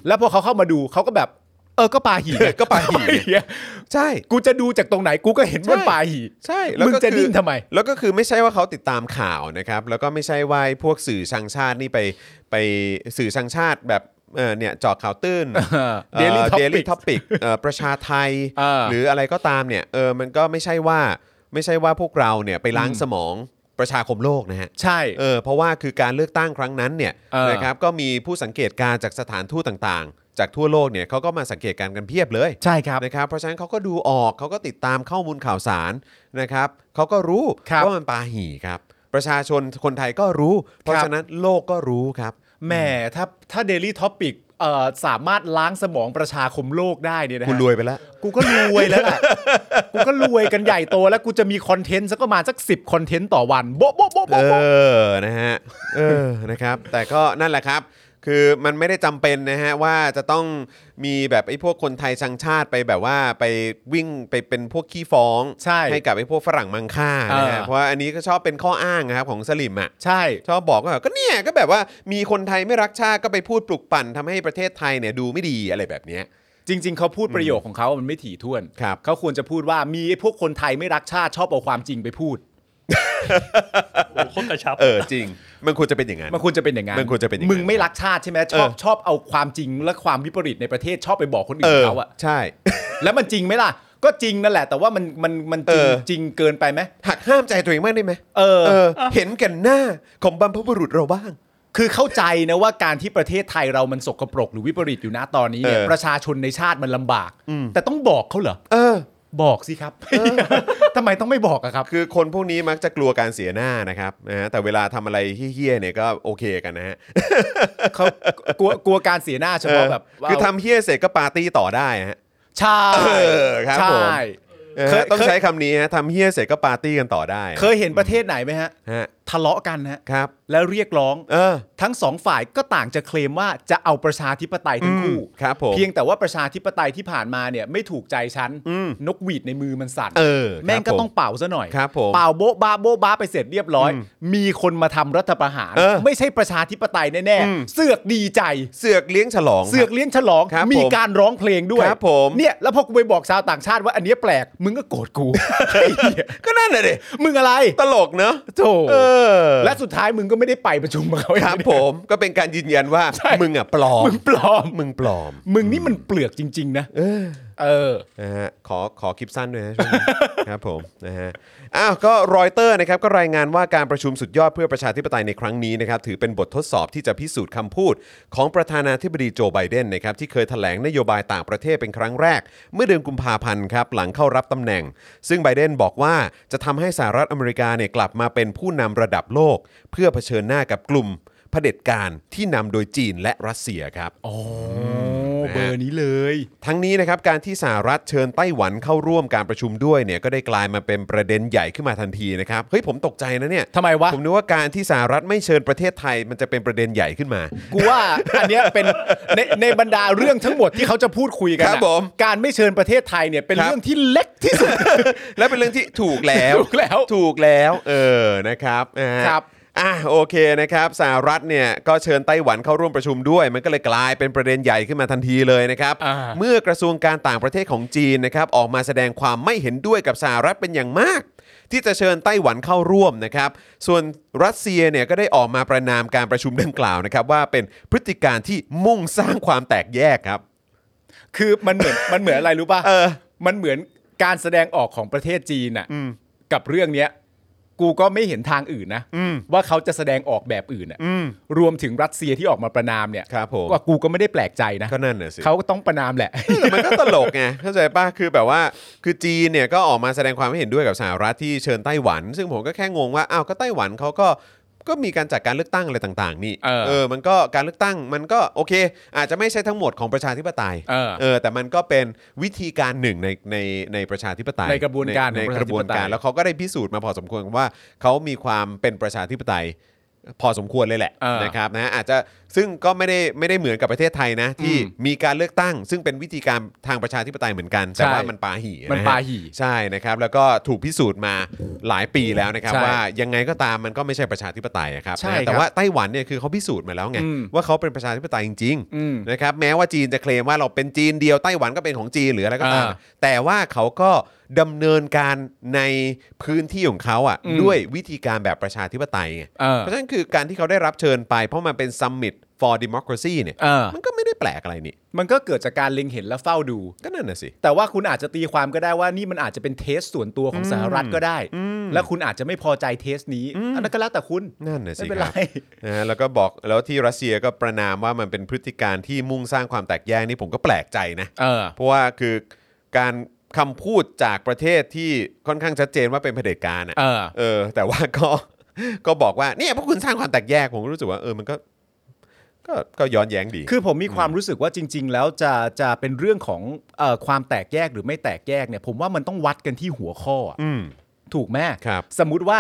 แล้วพอเขาเข้ามาดูเขาก็แบบ เออก็ปาหี่
ก็ปาหี่ ใช่
กูจะดูจากตรงไหนกูก็เห็นว่ามันปาหี่
ใช่แล้ว
มึง
ก็
จะ
คือ
ดิ้นทำไม
แล้วก็คือไม่ใช่ว่าเขาติดตามข่าวนะครับ แล้วก็ไม่ใช่ว่าไอ้พวกสื่อชังชาตินี่ไปไปสื่อชังชาติแบบเออเนี่ยเจอข่าวตื้น
[LAUGHS] Daily
เด
Topic
ลิทอปิกประชาไทย
เออ
หรืออะไรก็ตามเนี่ยเออมันก็ไม่ใช่ว่าไม่ใช่ว่าพวกเราเนี่ยไปล้าง
อืม
สมองประชาคมโลกนะฮะ
ใช่
เออเพราะว่าคือการเลือกตั้งครั้งนั้นเนี่ย
เออ
นะครับก็มีผู้สังเกตการณ์จากสถานทูตต่างๆ จากทั่วโลกเนี่ยเขาก็มาสังเกตการณ์กันเพียบเลย
ใช่ครับ
นะครับเพราะฉะนั้นเขาก็ดูออกเขาก็ติดตามข้อมูลข่าวสารนะครับเขาก็รู้
ครับ
ว่ามันปาหี่ครับ ประชาชนคนไทยก็รู้ เพราะ
ครับ
ฉะนั้นโลกก็รู้ครับ
แหมถ้าถ้าเดลี่ท็อปิกเอ่อสามารถล้างสมองประชาคมโลกได้เนี่ยนะฮะ
คุณรวยไปแล้ว
กูก็รวยแล้วล่ะ กูก็รวยกันใหญ่โตแล้วกูจะมีคอนเทนต์สักประมาณสักสิบคอนเทนต์ต่อวันโบ๊ะโบ๊ะโบ๊ะ
เอ
โบ๊ะโบ๊ะ
อ นะฮะ เออ นะครับ แต่ก็นั่นแหละครับ คือมันไม่ได้จำเป็นนะฮะว่าจะต้องมีแบบไอ้พวกคนไทยชังชาติไปแบบว่าไปวิ่งไปเป็นพวกขี้ฟ้อง
ใช่
กับไอ้พวกฝรั่งมังค่านะฮะ
เออ
เพราะว่าอันนี้ก็ชอบเป็นข้ออ้างนะครับของสลิมอ่ะ
ใช่
ชอบบอกว่าก็เนี่ยก็แบบว่ามีคนไทยไม่รักชาติก็ไปพูดปลุกปั่นทำให้ประเทศไทยเนี่ยดูไม่ดีอะไรแบบเนี้ย
จริง ๆ เขาพูดประโยคของเขามันไม่ถี่ถ้วน
ครับ
เขาควรจะพูดว่ามีไอ้พวกคนไทยไม่รักชาติชอบเอาความจริงไปพูด
โอ้โหโคตรกระชับ
เออจริง มันควรจะเป็นอย่างนั้น
มันควรจะเป็นอย่างนั้น
มันควรจะเป็นอย่างนั้น
มึงไม่รักชาติใช่ไหมชอบ
เออ
ชอบเอาความจริงและความวิปริตในประเทศชอบไปบอกคน
เอ
อื่น
อ
เขาอะ
ใช่
แล้วมันจริงไหมล่ะ ก็จริงนั่นแหละ แต่ว่ามันมันมันจริง
เออ
จริงเกินไปไหม
หักห้ามใจตัวเองบ้างได้ไหม
เออ
เห็นแกันหน้าของบรรพบุรุษเราบ้าง
คือเข้าใจนะว่าการที่ประเทศไทยเรามันสกปรกหรือวิปริตอยู่นะตอนนี้เนี่ย
เออ
ประชาชนในชาติมันลำบาก แต่ต้องบอกเขาเหรอ
เออ
บอกสิครับ [LAUGHS] ทำไมต้องไม่บอกอะครับ
คือคนพวกนี้มักจะกลัวการเสียหน้านะครับนะฮะแต่เวลาทำอะไรเฮี้ยๆเนี่ยก็โอเคกันนะฮะ
เขากลัวกลัวการเสียหน้าเฉพาะแบบว่า
คือทำเฮี้ยเสร็จก็ปาร์ตี้ต่อได้ฮะ
ใช่
เออครับผม
ใช่
นะ
เคย
ฮะต้องใช้คำนี้ฮะทำเฮี้ยเสร็จก็ปาร์ตี้กันต่อได้
เคยเห็นประเทศไหนไหมฮะ
ฮะ
ทะเลาะกันฮะ
ครับ
แล้วเรียกร้อง
เออ
ทั้งสองฝ่ายก็ต่างจะเคลมว่าจะเอาประชาธิปไตยทั้งคู่
อืมครับผม
เพียงแต่ว่าประชาธิปไตยที่ผ่านมาเนี่ยไม่ถูกใจฉัน
อืม
นกหวีดในมือมันสั่น
เออครับ
แม่งก็
ผม
ต้องเป่าซะหน่อย
ครับผม
เป่าโบ๊ะบ้าโบ๊ะบ้าไปเสร็จเรียบร้อย มีคนมาทำรัฐประหาร
เออ
ไม่ใช่ประชาธิปไตยแน่
อืม
ๆ เสือกดีใจ
เสือกเลี้ยงฉลอง
เสือกเลี้ยงฉลอง
ครับ
มี
ผม
การร้องเพลงด้วย
ครับผม
เนี่ยแล้วพอกูไปบอกชาวต่างชาติว่าอันเนี้ยแปลก มึงก็โกรธกูไอ้เหี้ย
ก็นั่นแหละดิ
มึงอะไร
ตลกเนอะ
โถ่
เออ
และสุดท้ายมึงก็ไม่ได้ไปประชุมกับเขาเอง
ครับผมก็เป็นการยืนยันว่า
ใช่
มึงอ่ะปลอม
มึงปลอม
มึงปลอม
มึงนี่มันเปลือกจริง ๆ นะ เออ
นะฮะขอขอคลิปสั้นด้วยนะช่วงนี้ ครับผมนะฮะอ้าวก็รอยเตอร์นะครับก็รายงานว่าการประชุมสุดยอดเพื่อประชาธิปไตยในครั้งนี้นะครับถือเป็นบททดสอบที่จะพิสูจน์คำพูด ของประธานาธิบดีโจไบเดนนะครับที่เคยแถลงนโยบายต่างประเทศเป็นครั้งแรก เมื่อเดือนกุมภาพันธ์ครับหลังเข้ารับตำแหน่ง ซึ่งไบเดนบอกว่าจะทำให้สหรัฐอเมริกาเนี่ยกลับมาเป็นผู้นำระดับโลก เพื่อเผชิญหน้ากับกลุ่มเผด็จการที่นำโดยจีนและรัสเซียครับ
โอ้เบอร์นี้เลย
ทั้งนี้นะครับการที่สหรัฐเชิญไต้หวันเข้าร่วมการประชุมด้วยเนี่ยก็ได้กลายมาเป็นประเด็นใหญ่ขึ้นมาทันทีนะครับเฮ้ยผมตกใจนะเนี่ย
ทำไมวะ
ผมนึกว่าการที่สหรัฐไม่เชิญประเทศไทยมันจะเป็นประเด็นใหญ่ขึ้นมา
กูว่า อันเนี้ยเป็นในในบรรดาเรื่องทั้งหมดที่เขาจะพูดคุยกัน
ครับ
อะ
ผม
การไม่เชิญประเทศไทยเนี่ยเป็น
ครับ
เรื่องที่เล็กที่
[LAUGHS]
สุด
และเป็นเรื่องที่ถูกแล้ว
ถูกแล้ว
ถูกแล้ว เออนะครับนะฮะ
ครับ
อ่ะโอเคนะครับสหรัฐเนี่ยก็เชิญไต้หวันเข้าร่วมประชุมด้วย มันก็เลยกลายเป็นประเด็นใหญ่ขึ้นมาทันทีเลยนะครับ
อ่า
เมื่อกระทรวงการต่างประเทศของจีนนะครับออกมาแสดงความไม่เห็นด้วยกับสหรัฐเป็นอย่างมาก ที่จะเชิญไต้หวันเข้าร่วมนะครับ ส่วนรัสเซียเนี่ยก็ได้ออกมาประนามการประชุมดังกล่าวนะครับว่าเป็นพฤติการที่มุ่งสร้างความแตกแยกครับ
คือมันเหมือนมันเหมือนอะไรรู้ป่ะ
เออ
มันเหมือนการแสดงออกของประเทศจีนอะกับเรื่องเนี้ย กูก็ไม่เห็นทางอื่นนะว่าเขาจะแสดงออกแบบอื่นอะรวมถึงรัสเซียที่ออกมาประนามเนี่ย
ครับผม
ว่ากูก็ไม่ได้แปลกใจนะ
ก็นั่นน่ะสิ
เขาก็ต้องประนามแหละ [LAUGHS]
แต่มันก็ตลกไงเข้าใจป่ะคือแบบว่าคือจีนเนี่ยก็ออกมาแสดงความไม่เห็นด้วยกับสหรัฐที่เชิญไต้หวัน ซึ่งผมก็แค่งงว่าอ้าวก็ไต้หวันเขาก็ก็มีการจัดการเลือกตั้งอะไรต่างๆ นี่
เออ
มันก็การเลือกตั้งมันก็โอเค อาจจะไม่ใช่ทั้งหมดของประชาธิปไตย
เออ
แต่มันก็เป็นวิธีการหนึ่งในในในประชาธิปไตย
ในกระบวนการ
ใน
ของ
ใน
ประ
ก
ชาธิ
ระบว
ปไตย
นการแล้วเขาก็ได้พิสูจน์มาพอสมควรว่าเขามีความเป็นประชาธิปไตย พอสมควรเลยแหละ
เออ
นะครับนะอาจจะซึ่งก็ไม่ได้ไม่ได้เหมือนกับประเทศไทยนะ ที่มีการเลือกตั้ง ซึ่งเป็นวิธีการทางประชาธิปไตยเหมือนกัน แต่
ใช่
ว่ามันปาหี่
มัน
นะฮะ
ปาหี่
ใช่นะครับ แล้วก็ถูกพิสูจน์มาหลายปีแล้วนะครับ
ใช่
ว่ายังไงก็ตามมันก็ไม่ใช่ประชาธิปไตยอะครับ
ใช่
นะฮะ
ครับ
แต่ว่าไต้หวันเนี่ยคือเขาพิสูจน์มาแล้วไง
อืม
ว่าเขาเป็นประชาธิปไตยจริง
อืม
ๆนะครับแม้ว่าจีนจะเคลมว่าเราเป็นจีนเดียวไต้หวันก็เป็นของจีนหรืออะไรก็ตาม
อ่า
แต่ว่าเขาก็ดำเนินการในพื้นที่ของเขาอ่ะด้วยวิธีการแบบประชาธิปไตยไง
เออ
เพราะฉะนั้นคือการที่เขาได้รับเชิญไป เพราะมันเป็น Summit for Democracy เนี่ย
เออ
มันก็ไม่ได้แปลกอะไรนี่
มันก็เกิดจากการเล็งเห็นและเฝ้าดู
ก็นั่นน่ะสิ
แต่ว่าคุณอาจจะตีความก็ได้ว่านี่มันอาจจะเป็นเทสส่วนตัวของสหรัฐก็ได้ และคุณอาจจะไม่พอใจเทสนี้อันนั้นก็แล้วแต่คุณ
นั่นน่ะสิ
ไม่เป็น
ค
ไร
รับนะฮะแล้วก็บอกแล้วที่รัสเซียก็ประนามว่ามันเป็นพฤติการที่มุ่งสร้างความแตกแยกนี่ผมก็แปลกใจนะ
เออ
เพราะว่าคือการคำพูดจากประเทศที่ค่อนข้างชัดเจนว่าเป็นเผด็จการอะ
เออ
เออ แต่ว่าก็ ก็บอกว่าเนี่ยพวกคุณสร้างความแตกแยกผมก็รู้สึกว่าเออมันก็ ก็ก็ย้อนแย้งดี
คือผมมีความรู้สึกว่าจริง ๆ แล้วจะจะเป็นเรื่องของเออความแตกแยกหรือไม่แตกแยกเนี่ย ผมว่ามันต้องวัดกันที่หัวข้ออะ
อืม
ถูกไหม
ครับ
สมมุติว่า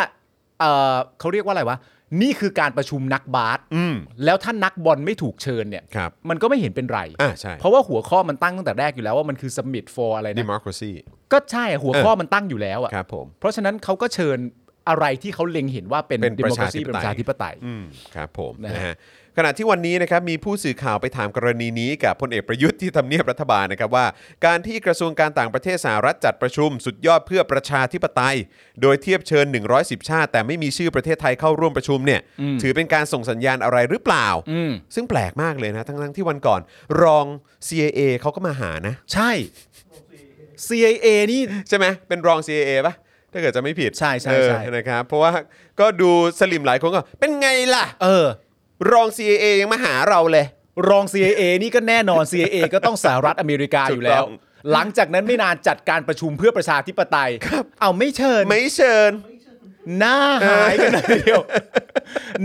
เออเขาเรียกว่าอะไรวะนี่คือการประชุมนักบาส
อืม
แล้วถ้านักบอลไม่ถูกเชิญเนี่ย
ครับ
มันก็ไม่เห็นเป็นไร
อ่าใช่
เพราะว่าหัวข้อมันตั้งตั้งแต่แรกอยู่แล้วว่ามันคือ summit for อะไรนะ
democracy
ก็ใช่อะหัวข้อมันตั้งอยู่แล้วอ่ะ
ครับผม
เพราะฉะนั้นเขาก็เชิญอะไรที่เขาเล็งเห็นว่าเป็น
เป็นประชา
democracy
ธิปไตย
เป็นประชาธิปไตย
อืมครับผม
นะฮะ
นะฮะขณะที่วันนี้นะครับมีผู้สื่อข่าวไปถามกรณีนี้กับพลเอกประยุทธ์ที่ทำเนียบรัฐบาลนะครับว่า การที่กระทรวงการต่างประเทศสหรัฐจัดประชุมสุดยอดเพื่อประชาธิปไตย โดยเทียบเชิญ 110 ชาติ แต่ไม่มีชื่อประเทศไทยเข้าร่วมประชุมเนี่ยถือเป็นการส่งสัญญาณอะไรหรือเปล่า
อืม
ซึ่งแปลกมากเลยนะทั้งทั้งๆที่วันก่อน รอง CIA เขาก็มาหานะ
ใช่ CIA นี่
ใช่ไหมเป็นรอง CIA ปะถ้าเกิดจะไม่ผิด
ใช่ใช่
เออ
ใช่
นะครับเพราะว่าก็ดูสลิมหลายคนก็เป็นไงล่ะ
เออ
รอง CIA ยังมาหาเราเลย
รอง CIA นี่ก็แน่นอน CIA ก็ต้องสหรัฐอเมริกาอยู่แล้ว
ถูกต้อง
หลังจากนั้นไม่นานจัดการประชุมเพื่อประชาธิปไตย เอาไม่เชิญ
ไม่เชิญ
หน้าหายกันเลยทีเดียว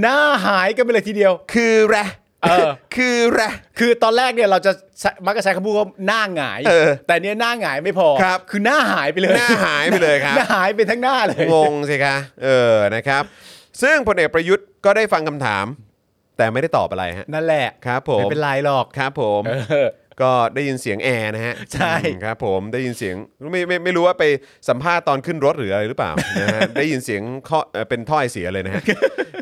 หน้าหายกันไปเลยทีเดียว
คือแระ
เออ
[LAUGHS] คือแระ
คือตอนแรกเนี่ยเราจะใช้มักจะใช้คำพูดว่าหน้าหงาย
เออ
แต่เนี้ยหน้าหงายไม่พอ
ครับ
อหน้าหายไปเลย
หน้าหายไปเลยครับ
หน้าหายไปทั้งหน้าเลย
งงสิคะเออนะครับ ซึ่งพลเอกประยุทธ์ก็ได้ฟังคำถาม แต่ไม่ได้ตอบอะไรฮะ
นั่นแหละ
ครับผม
ไม่เป็นไรหรอก
ครับผม
เออ
ก็ได้ยินเสียงแอร์นะฮะ
ใช่
อืมครับผมได้ยินเสียงไม่ไม่ไม่รู้ว่าไปสัมภาษณ์ตอนขึ้นรถหรืออะไรหรือเปล่า นะฮะได้ยินเสียงข้อเอ่อเป็นถ้อยเสียเลยนะฮะ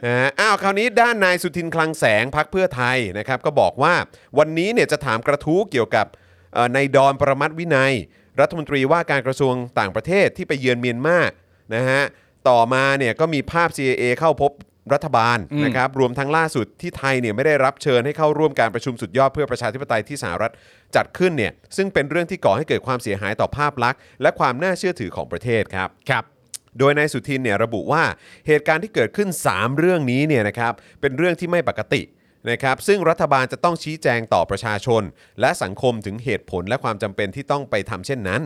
นะฮะอ้าวคราวนี้ด้านนายสุทินคลังแสงพักเพื่อไทยนะครับก็บอกว่าวันนี้เนี่ยจะถามกระทู้เกี่ยวกับเอ่อในดอนประมัติวินัย รัฐมนตรีว่าการกระทรวงต่างประเทศที่ไปเยือนเมียนมานะฮะต่อมาเนี่ยก็มีภาพ CIA เข้าพบรัฐบาลนะครับรวมทั้งล่าสุดที่ไทยเนี่ยไม่ได้รับเชิญให้เข้าร่วมการประชุมสุดยอดเพื่อประชาธิปไตยที่สหรัฐจัดขึ้นเนี่ยซึ่งเป็นเรื่องที่ก่อให้เกิดความเสียหายต่อภาพลักษณ์และความน่าเชื่อถือของประเทศครับ
ครับ
โดยนายสุทินเนี่ยระบุว่าเหตุการณ์ที่เกิดขึ้น 3 เรื่องนี้เนี่ยนะครับเป็นเรื่องที่ไม่ปกตินะครับซึ่งรัฐบาลจะต้องชี้แจงต่อประชาชน และสังคมถึงเหตุผลและความจำเป็นที่ต้องไปทำเช่นนั้น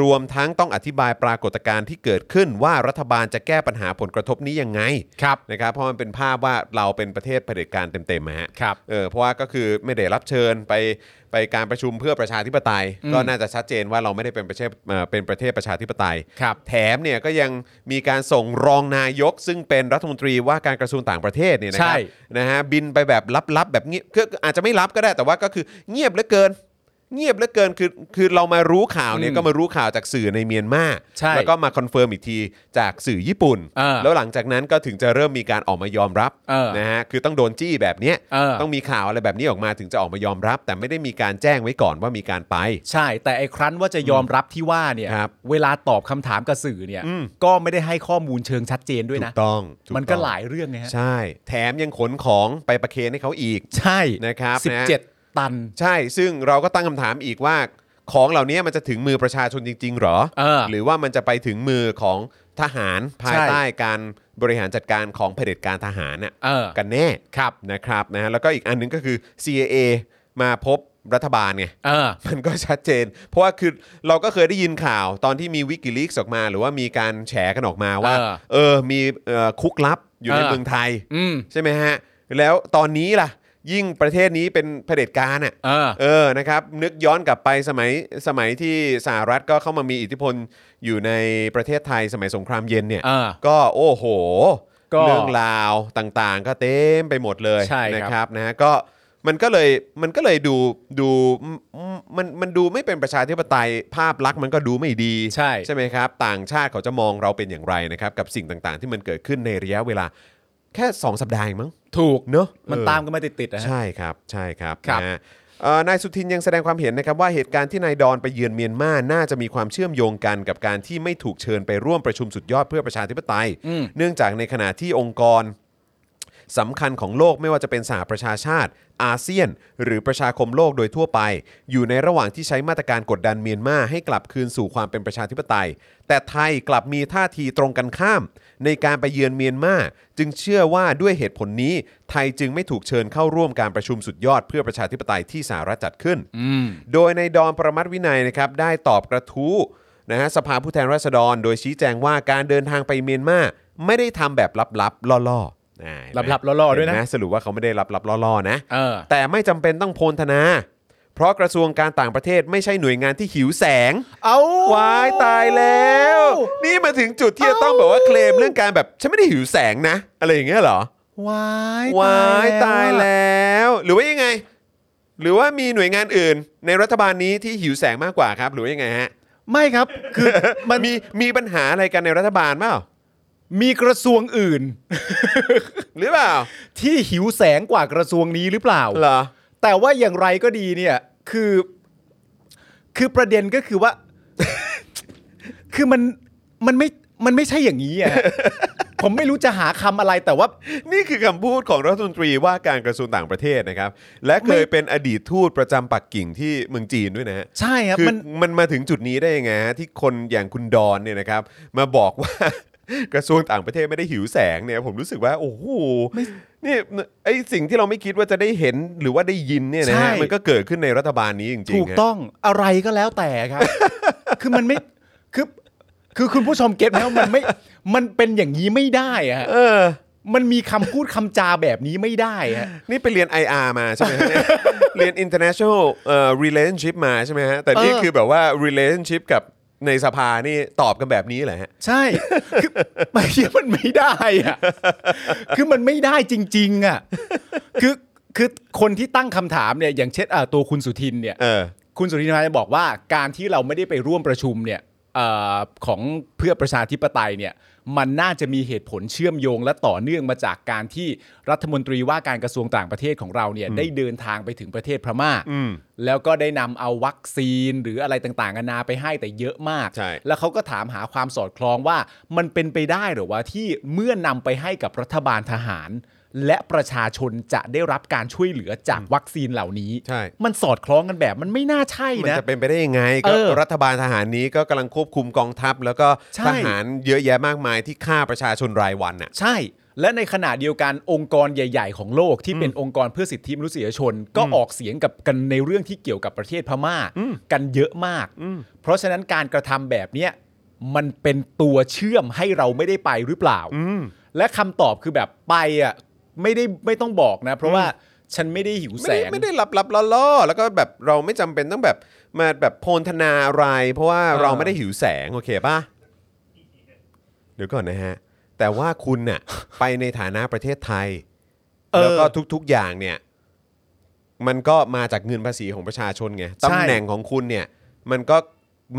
รวมทั้งต้องอธิบายปรากฏการณ์ที่เกิดขึ้นว่ารัฐบาลจะแก้ปัญหาผลกระทบนี้ยังไง
ครับ
นะครับเพราะมันเป็นภาพว่าเราเป็นประเทศเผด็จการเต็มๆนะฮะ
ครับ
เออเพราะว่าก็คือไม่ได้รับเชิญไปไปการประชุมเพื่อประชาธิปไตย ก็น่าจะชัดเจนว่าเราไม่ได้เป็นประเทศเอ่อเป็นประเทศประชาธิปไตย
ครับ
แถมเนี่ยก็ยังมีการส่งรองนายก ซึ่งเป็นรัฐมนตรีว่าการกระทรวงต่างประเทศเนี่ยนะครั
ใช่
นะฮะบินไปแบบลับๆแบบเงียบคืออาจจะไม่ลับก็ได้แต่ว่าก็คือเงียบเหลือเกิน เงียบเหลือเกินคือคือเรามารู้ข่าวเนี่ยก็มารู้ข่าวจากสื่อในเมียนมา
ใช่
แล้วก็มาคอนเฟิร์มอีกทีจากสื่อญี่ปุ่น
อ่า
แล้วหลังจากนั้นก็ถึงจะเริ่มมีการออกมายอมรับ
เออ
นะฮะคือต้องโดนจี้แบบเนี้ย
เออ
ต้องมีข่าวอะไรแบบนี้ออกมาถึงจะออกมายอมรับ แต่ไม่ได้มีการแจ้งไว้ก่อนว่ามีการไป
ใช่ แต่ไอ้ครั้นว่าจะยอมรับที่ว่าเนี่ย
ครับ
เวลาตอบคำถามกับสื่อเนี่ย ก็ไม่ได้ให้ข้อมูลเชิงชัดเจนด้วย
ถู
นะ
กต้องถู
มันก็
ต้อง
หลายเรื่องไงฮะ
ใช่ แถมยังขนของไปประเคนให้เขาอีก
ใช่
นะครับ
สิบ
นะ
เจ็ดตัน
ใช่ ซึ่งเราก็ตั้งคำถามอีกว่า ของเหล่านี้มันจะถึงมือประชาชนจริง ๆ หรอ
เออ
หรือว่ามันจะไปถึงมือของทหารภาย
ใช่
ใต้การบริหารจัดการของเผด็จการทหารน่ะ
เออ
กันแน่ครับนะครับนะฮะแล้วก็อีกอันหนึงก็คือ CIA มาพบรัฐบาลไง [LAUGHS]
เออ
มันก็ชัดเจน เพราะว่าคือเราก็เคยได้ยินข่าวตอนที่มีวิกิลีกออกมา หรือว่ามีการแฉกันออกมาว่า
เออ
เออมีเอ่อคุกลับอยู่ใน
เออ
เมืองไทย
อืม
ใช่ไหมฮะ แล้วตอนนี้ล่ะ ยิ่งประเทศนี้เป็นเผด็จการอ่ะ
เออ
เออนะครับ นึกย้อนกลับไปสมัยสมัยที่สหรัฐก็เข้ามามีอิทธิพลอยู่ในประเทศไทยสมัยสงครามเย็นเนี่ย
เออ
ก็โอ้โห
ก็
เรื่องราวต่างๆ ก็เต็มไปหมดเลย
ใช่ครับ
นะครับนะฮะก็มันก็เลยมันก็เลยดูดูมันมันดูไม่เป็นประชาธิปไตยภาพลักษณ์มันก็ดูไม่ดี
ใช่
ไหมครับ ต่างชาติเขาจะมองเราเป็นอย่างไรนะครับ กับสิ่งต่างๆ ที่มันเกิดขึ้นในระยะเวลา แค่ 2 สัปดาห์เองมั้ง
ถูก
เนอะ
มัน
เออ
ตามกันมาติดๆนะฮะ
ใช่ครับใช่ครับ
ครับ
นะฮะเอ่อนายสุทินยังแสดงความเห็นนะครับว่าเหตุการณ์ที่นายดอนไปเยือนเมียนมาน่าจะมีความเชื่อมโยงกันกับการที่ไม่ถูกเชิญไปร่วมประชุมสุดยอดเพื่อประชาธิปไตย
อืม
เนื่องจากในขณะที่องค์กรสำคัญของโลกไม่ว่าจะเป็นสหประชาชาติ อาเซียน หรือประชาคมโลกโดยทั่วไป อยู่ในระหว่างที่ใช้มาตรการกดดันเมียนมาให้กลับคืนสู่ความเป็นประชาธิปไตย แต่ไทยกลับมีท่าทีตรงกันข้าม ในการไปเยือนเมียนมาจึงเชื่อว่าด้วยเหตุผลนี้ ไทยจึงไม่ถูกเชิญเข้าร่วมการประชุมสุดยอดเพื่อประชาธิปไตยที่สหรัฐจัดขึ้น
อืม
โดยในดอนประมัติวินัยนะครับได้ตอบกระทู้นะฮะสภาผู้แทนราษฎร โดยชี้แจงว่าการเดินทางไปเมียนมาไม่ได้ทำแบบลับๆล่อๆอ่าเห็นไหม
ลับๆล่อๆด้วยนะ
เห็สรุปว่าเขาไม่ได้ลับๆล่อๆนะ
เออ
แต่ไม่จำเป็นต้องโพลธนา เพราะกระทรวงการต่างประเทศไม่ใช่หน่วยงานที่หิวแสง
เอา
วายตายแล้ว นี่มาถึงจุดที่จะต้องแบบว่าเคลมเรื่องการแบบฉันไม่ได้หิวแสงนะ อะไรอย่างเงี้ยเหรอ
วายว
ายตาย
อะ
แล้ว หรือว่ายังไง หรือว่ามีหน่วยงานอื่น ในรัฐบาลนี้ที่หิวแสงมากกว่าครับ หรือว่ายังไงฮะ
ไม่ครับ คือ [LAUGHS]
มันมีมีปัญหาอะไรกันในรัฐบาลเปล่า
มีกระทรวงอื่น
หรือเปล่า
ที่หิวแสงกว่ากระทรวงนี้หรือเปล่า
เหรอ
แต่ว่าอย่างไรก็ดีเนี่ย คือ คือประเด็นก็คือว่า [LAUGHS] คือมันมันไม่มันไม่ใช่อย่างนี้อะ [LAUGHS] ผมไม่รู้จะหาคำอะไรแต่ว่า
นี่คือคำพูดของรัฐมนตรีว่าการกระทรวงต่างประเทศนะครับ และเคย
ไม่
เป็นอดีตทูตประจำปักกิ่งที่เมืองจีนด้วยนะฮะ
ใช่ครับ
คือ
มัน
มันมาถึงจุดนี้ได้ยังไงฮะที่คนอย่างคุณดอนเนี่ยนะครับ [LAUGHS] มาบอกว่า กระทรวงต่างประเทศไม่ได้หิวแสงเนี่ย ผมรู้สึกว่า โอ้โหนี่ไอสิ่งที่เราไม่คิดว่าจะได้เห็นหรือว่าได้ยินเนี่ยนะ
ใช่
ฮะมันก็เกิดขึ้นในรัฐบาลนี้จริงๆ
ถูก
ฮะ
ต้องอะไรก็แล้วแต่ครับ [LAUGHS] คือมันไม่คือคือคุณผู้ชมเก็ตไหมว่ามันไม่ มันเป็นอย่างนี้ไม่ได้อะฮะ
เออ
มันมีคำพูดคำจาแบบนี้ไม่ได้ฮะ
นี่ไปเรียน IR มาใช่ไหมฮะ
[LAUGHS]
เนี่ย เรียน international เอ่อ relationship มาใช่ไหมฮะ แต่นี่
เออ
คือแบบว่า relationship กับในสภานี่ตอบกันแบบนี้แหละฮะ
ใช่ คือมันมันไม่ได้อะคือมันไม่ได้จริง ๆอะคือคือคนที่ตั้งคำถามเนี่ยอย่างเช่นอ่าตัวคุณสุทินเนี่ย
เออ
คุณสุทินมาจะบอกว่าการที่เราไม่ได้ไปร่วมประชุมเนี่ยเออของเพื่อประชาธิปไตยเนี่ยมันน่าจะมีเหตุผลเชื่อมโยงและต่อเนื่องมาจากการที่รัฐมนตรีว่าการกระทรวงต่างประเทศของเราเนี่ยได้เดินทางไปถึงประเทศพม่า
อืม
แล้วก็ได้นำเอาวัคซีนหรืออะไรต่างๆนานาไปให้แต่เยอะมาก
ใช่
แล้วเขาก็ถามหาความสอดคล้องว่ามันเป็นไปได้หรือว่าที่เมื่อนำไปให้กับรัฐบาลทหาร และประชาชนจะได้รับการช่วยเหลือจากวัคซีนเหล่านี้
ใช่
มันสอดคล้องกันแบบมันไม่น่าใช่
มัน
นะ
จะเป็นไปได้ยังไงก็
เออ
รัฐบาลทหารนี้ก็กำลังควบคุมกองทัพ แล้วก็
ใช่
ทหารเยอะแยะมากมายที่ฆ่าประชาชนรายวันน่ะ
ใช่ และในขณะเดียวกันองค์กรใหญ่ ๆ ของโลกที่เป็นองค์กรเพื่อสิทธิมนุษยชน ก็ออกเสียงกับกันในเรื่องที่เกี่ยวกับประเทศพม่ากันเยอะมาก เพราะฉะนั้นการกระทำแบบเนี้ยมันเป็นตัวเชื่อมให้เราไม่ได้ไปหรือเปล่า และคำตอบคือแบบไปอ่ะไม่ได้ไม่ต้องบอกนะ เพราะว่าฉันไม่ได้หิวแส
ไม่ได้
ง
ไม่ได้รับรับล่อล่อๆแล้วก็แบบเราไม่จำเป็นต้องแบบมาแบบโพลธนาอะไร เพราะว่า
เออ
เราไม่ได้หิวแสงโอเคป่ะเดี๋ยวก่อนนะฮะ แต่ว่าคุณน่ะ ไปในฐานะประเทศไทย แล้วก็ทุกๆอย่างเนี่ย มันก็มาจากเงินภาษีของประชาชนไงตำแหน่งของคุณเนี่ย มันก็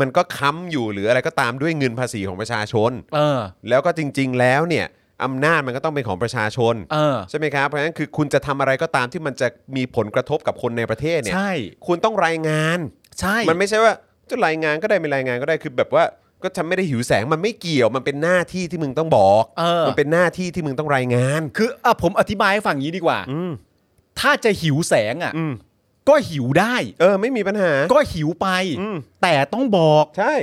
มันก็ค้ำอยู่หรืออะไรก็ตามด้วยเงินภาษีของประชาชน
เออ
แล้วก็จริง ๆ แล้วเนี่ยอำนาจมันก็ต้องเป็นของประชาชน
เออ
ใช่ไหมครับเพราะฉะนั้นคือคุณจะทำอะไรก็ตามที่มันจะมีผลกระทบกับคนในประเทศเนี่ย
ใช่
คุณต้องรายงาน
ใช่
มันไม่ใช่ว่าจะรายงานก็ได้ไม่รายงานก็ได้คือแบบว่าก็ฉันไม่ได้หิวแสงมันไม่เกี่ยวมันเป็นหน้าที่ที่มึงต้องบอก
เออ
มันเป็นหน้าที่ที่มึงต้องรายงาน
คืออ่ะผมอธิบายให้ฟังอย่างนี้ดีกว่า
อืม
ถ้าจะหิวแสงอ่ะ
อืม
ก็หิวได้
เออไม่มีปัญหา
ก็หิวไป
อืม
แต่ต้องบอก
ใช่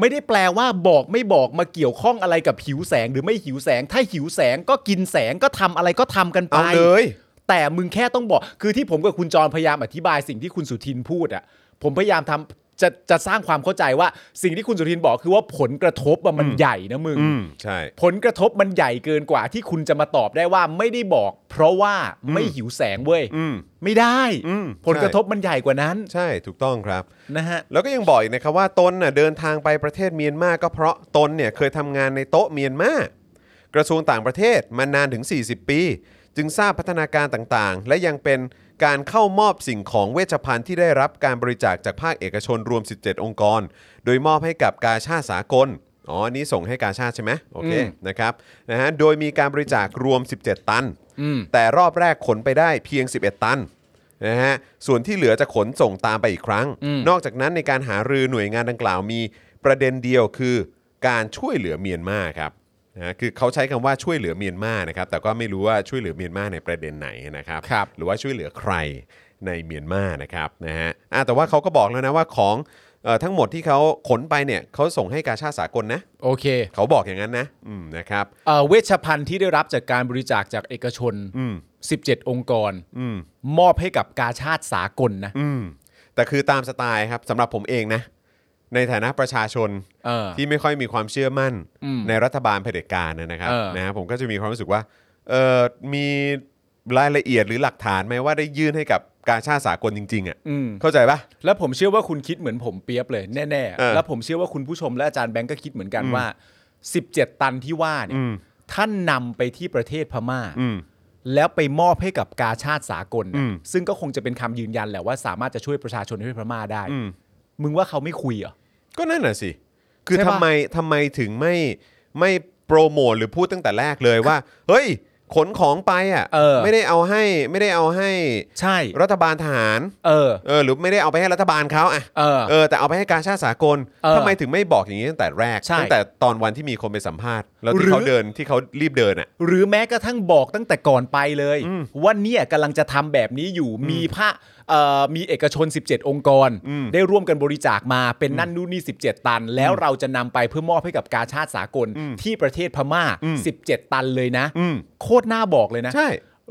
ไม่ได้แปลว่าบอกไม่บอกมาเกี่ยวข้องอะไรกับหิวแสงหรือไม่หิวแสง ถ้าหิวแสงก็กินแสงก็ทำอะไรก็ทำกันไป
เอาเลย
แต่มึงแค่ต้องบอก คือที่ผมกับคุณจรพยายามอธิบายสิ่งที่คุณสุทินพูดอะ่ะ ผมพยายามทำจะจะสร้างความเข้าใจว่าสิ่งที่คุณสุทินบอกคือว่าผลกระทบอะมันใหญ่นะมึง
อืมใช่
ผลกระทบมันใหญ่เกินกว่าที่คุณจะมาตอบได้ว่าไม่ได้บอก เพราะว่าไม่หิวแสงเว้ย
อืม
ไม่ได้
อืม
ผลกระทบมันใหญ่กว่านั้น
ใช่ถูกต้องครับ
นะฮะ
แล้วก็ยังบอกอีกนะครับว่าตนน่ะเดินทางไปประเทศเมียนมาก็เพราะตนเนี่ยเคยทำงานในโต๊ะเมียนมากระทรวงต่างประเทศมานานถึง 40 ปี จึงทราบพัฒนาการต่างๆ และยังเป็นการเข้ามอบสิ่งของเวชภัณฑ์ที่ได้รับการบริจาคจากภาคเอกชนรวม 17 องค์กร โดยมอบให้กับกาชาติสากลอ๋ออันนี้ส่งให้กาชาติใช่ไหมโอเค
อืม
นะครับนะฮะโดยมีการบริจาครวม 17 ตัน
อืม
แต่รอบแรกขนไปได้เพียง 11 ตันนะฮะ ส่วนที่เหลือจะขนส่งตามไปอีกครั้ง
อืม
นอกจากนั้นในการหารือหน่วยงานดังกล่าวมีประเด็นเดียวคือการช่วยเหลือเมียนมาครับนะฮะคือเขาใช้คำว่าช่วยเหลือเมียนมานะครับ แต่ก็ไม่รู้ว่าช่วยเหลือเมียนมาในประเด็นไหนนะครับ
ครับ
หรือว่าช่วยเหลือใครในเมียนมานะครับนะฮะอ่ะแต่ว่าเขาก็บอกแล้วนะว่าของเอ่อทั้งหมดที่เขาขนไปเนี่ยเขาส่งให้กาชาติสากลนะ
โอเค
เขาบอกอย่างนั้นนะอืมนะครับ
เอ่อเวชภัณฑ์ที่ได้รับจากการบริจาคจากเอกชน
อืม
17 องค์กร
อืม
มอบให้กับกาชาติสากลนะ
อืมแต่คือตามสไตล์ครับสำหรับผมเองนะ ในฐานะประชาชน
เออ
ที่ไม่ค่อยมีความเชื่อมั่น
อืม
ในรัฐบาลเผด็จการนะครับ
เออ
นะฮะผมก็จะมีความรู้สึกว่าเออมีรายละเอียดหรือหลักฐานไหมว่าได้ยื่นให้กับการชาติสากลจริง ๆอะ่ะ
อืม
เข้าใจปะ
แล้วผมเชื่อว่าคุณคิดเหมือนผมเปียบเลยแน่
เออ
ๆ แล้วผมเชื่อว่าคุณผู้ชมและอาจารย์แบงก์ก็คิดเหมือนกันว่า 17 ตันที่ว่าเนี่
อื
ย
ม
ท่านนำไปที่ประเทศพม่า
อืม
แล้วไปมอบให้กับกาชาติสากล
อื
เนี่ย
ม
ซึ่งก็คงจะเป็นคำยืนยันแหละว่าสามารถจะช่วยประชาชนในประเทศพม่าได้
อืม
มึงว่าเขาไม่คุยเหรอ
ก็นั่นน่ะสิ คือ
ใช่ปะ
ทำไมทำไมถึงไม่ไม่โปรโมทหรือพูดตั้งแต่แรกเลยว่า เฮ้ย ขนของไปอะ่ะ
เออ
ไม่ได้เอาให้ไม่ได้เอาให้
ใช่
รัฐบาลทหาร
เออ
เออหรือไม่ได้เอาไปให้รัฐบาลเขาอ่ะ
เออ
เออแต่เอาไปให้การชาติสากล
เออ
ทำไมถึงไม่บอกอย่างนี้ตั้งแต่แรก
ใช่
ตั้งแต่ตอนวันที่มีคนไปสัมภาษณ์ แล้วที่
หรือ
เขาเดินที่เขารีบเดินอ่ะ
หรือแม้กระทั่งบอกตั้งแต่ก่อนไปเลย
อืม
ว่าเนี่ยกำลังจะทำแบบนี้อยู่มีพระเอ่อมีเอกชน 17 องค์กร
อืม
ได้ร่วมกันบริจาคมาเป็นนั่นนู่นนี่ 17 ตัน แล้วเราจะนำไปเพื่อมอบให้กับกาชาติสากลที่ประเทศพม่า 17 ตันเลยนะ
อืม
โคตรน่าบอกเลยนะ
ใช่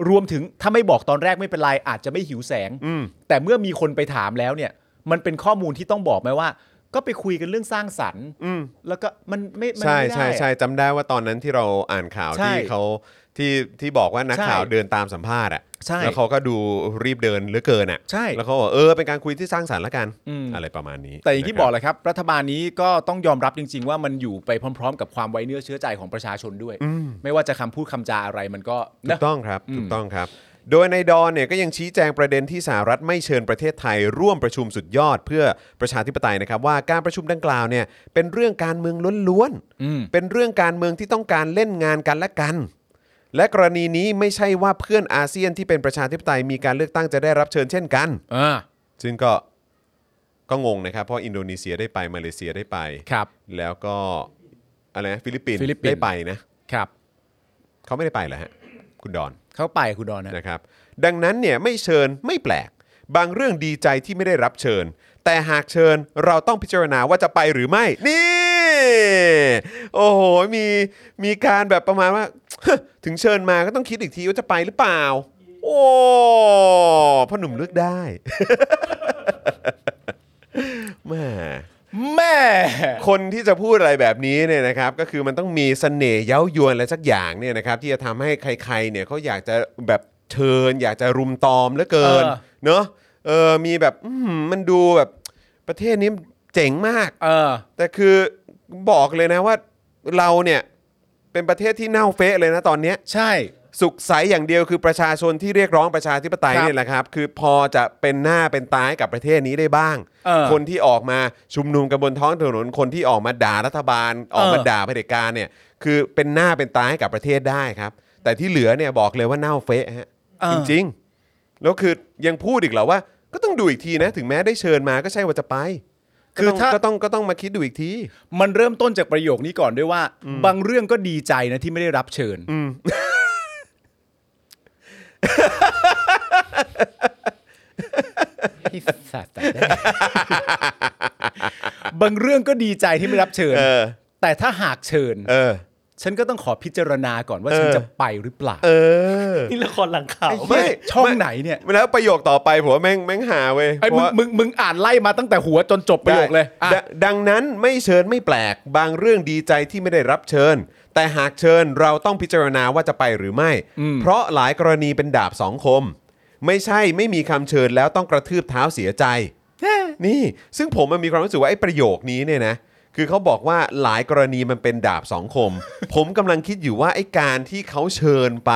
รวมถึงถ้าไม่บอกตอนแรกไม่เป็นไร อาจจะไม่หิวแสง
อืม
แต่เมื่อมีคนไปถามแล้วเนี่ย มันเป็นข้อมูลที่ต้องบอกไหมว่า ก็ไปคุยกันเรื่องสร้างสรรค์
อืม
แล้วก็มันไม่มัน
ใช่
ไม่ได้
ใช่
อะ
ใช่จำได้ว่าตอนนั้นที่เราอ่านข่าว
ใช่
ที่เขาที่ที่บอกว่านัก
ใช่
ข่าวเดินตามสัมภาษณ์อ่ะ
ใช่
แล้วเขาก็ดูรีบเดินเหลือเกินอ่ะ
ใช่
แล้วเขาบอกเออเป็นการคุยที่สร้างสรรค์ละกัน
อืม
ไรประมาณนี้
แต่อย่างที่
นะครั
บอกแหละครับ รัฐบาลนี้ก็ต้องยอมรับจริง ๆ ว่ามันอยู่ไปพร้อม ๆ กับความไว้เนื้อเชื่อใจของประชาชนด้วย ไม่ว่าจะคำพูดคำจาอะไรมันก็
ถู
นะ
กต้องครับ
อืม
ถูกต้องครับ โดยในดอนเนี่ยก็ยังชี้แจงประเด็นที่สหรัฐไม่เชิญประเทศไทย ร่วมประชุมสุดยอดเพื่อประชาธิปไตยนะครับ ว่าการประชุมดังกล่าวเนี่ยเป็นเรื่องการเมืองล้วน
อืม
เป็นเรื่องการเมืองที่ต้องการเล่นงานกันและกัน และกรณีนี้ไม่ใช่ว่าเพื่อนอาเซียนที่เป็นประชาธิปไตยมีการเลือกตั้งจะได้รับเชิญเช่นกัน
อ่า
ซึ่งก็ก็งงนะครับ เพราะอินโดนีเซียได้ไปมาเลเซียได้ไป
ครับ
แล้วก็อะไรนะฟิลิปปินส์
ฟิลิปปินส์
ได้ไปนะครับ เขาไม่ได้ไปเหรอฮะคุณดอน
เข้าไปคุณดอนนะ
นะครับดังนั้นเนี่ยไม่เชิญไม่แปลก บางเรื่องดีใจที่ไม่ได้รับเชิญ แต่หากเชิญเราต้องพิจารณาว่าจะไปหรือไม่ นี่ โอ้โหมีมีการแบบประมาณว่า ถึงเชิญมาก็ต้องคิดอีกทีว่าจะไปหรือเปล่า โอ้พ่อหนุ่มเลือกได้ [LAUGHS] แหม่
แม่
คนที่จะพูดอะไรแบบนี้เนี่ยนะครับก็คือมันต้องมีเสน่ห์เย้ายวนอะไรสักอย่างเนี่ยนะครับที่จะทำให้ใคร ๆ เนี่ยเขาอยากจะแบบเชิญ อยากจะรุมตอมเหลือเกิน
เออ
เนาะเออมีแบบอื้อหือมันดูแบบประเทศนี้เจ๋งมาก
เออ
แต่คือบอกเลยนะว่าเราเนี่ยเป็นประเทศที่เน่าเฟะเลยนะตอนเนี้ย
ใช่
สุขใสอย่างเดียวคือประชาชนที่เรียกร้องประชาธิปไตย
ครับ
เนี่ยแหละครับ คือพอจะเป็นหน้าเป็นตายกับประเทศนี้ได้บ้าง
เออ
คนที่ออกมาชุมนุมกันบนท้องถนนคนที่ออกมาด่ารัฐบาล ออกมาด่าเผด็จการเนี่ย คือเป็นหน้าเป็นตายกับประเทศได้ครับ แต่ที่เหลือเนี่ยบอกเลยว่าเน่าเฟะฮะ
เออ
จริงๆแล้วคือยังพูดอีกเหรอว่า ก็ต้องดูอีกทีนะ ถึงแม้ได้เชิญมาก็ใช่ว่าจะไป
คือ
ก็ต้ง
ถ้า
ก็ต้องก็ต้องมาคิดดูอีกที
มันเริ่มต้นจากประโยคนี้ก่อนด้วยว่า บางเรื่องก็ดีใจนะที่ไม่ได้รับเชิญ พี่สัตว์แต่ได้ [LAUGHS] บางเรื่องก็ดีใจที่ไม่รับเชิญ
เออ
แต่ถ้าหากเชิญ
เออ
ฉันก็ต้องขอพิจารณาก่อนว่าฉัน
เออ
จะไปหรือเปล่า
เออ
นี่ละครหลังข่าว
ไอ้เหี้ย
ไม่
ช่องไหนเนี่ย
แล้วประโยคต่อไปผมว่าแม่งแม่งหาเว้ย
ไอ้
เพ
มึง
ราะว่า
มึงมึงอ่านไล่มาตั้งแต่หัวจนจบประโยคเลยอ่ะ
ไดดดังนั้นไม่เชิญไม่แปลก บางเรื่องดีใจที่ไม่ได้รับเชิญ แต่หากเชิญเราต้องพิจารณาว่าจะไปหรือไม่ เพราะหลายกรณีเป็นดาบสองคม ไม่ใช่ไม่มีคำเชิญแล้วต้องกระทืบเท้าเสียใจ นี่ซึ่งผมมันมีความรู้สึกว่าไอ้ประโยคนี้เนี่ยนะคือเขาบอกว่าหลายกรณีมันเป็นดาบสองค
[LAUGHS]
ม ผมกำลังคิดอยู่ว่าไอ้การที่เขาเชิญไป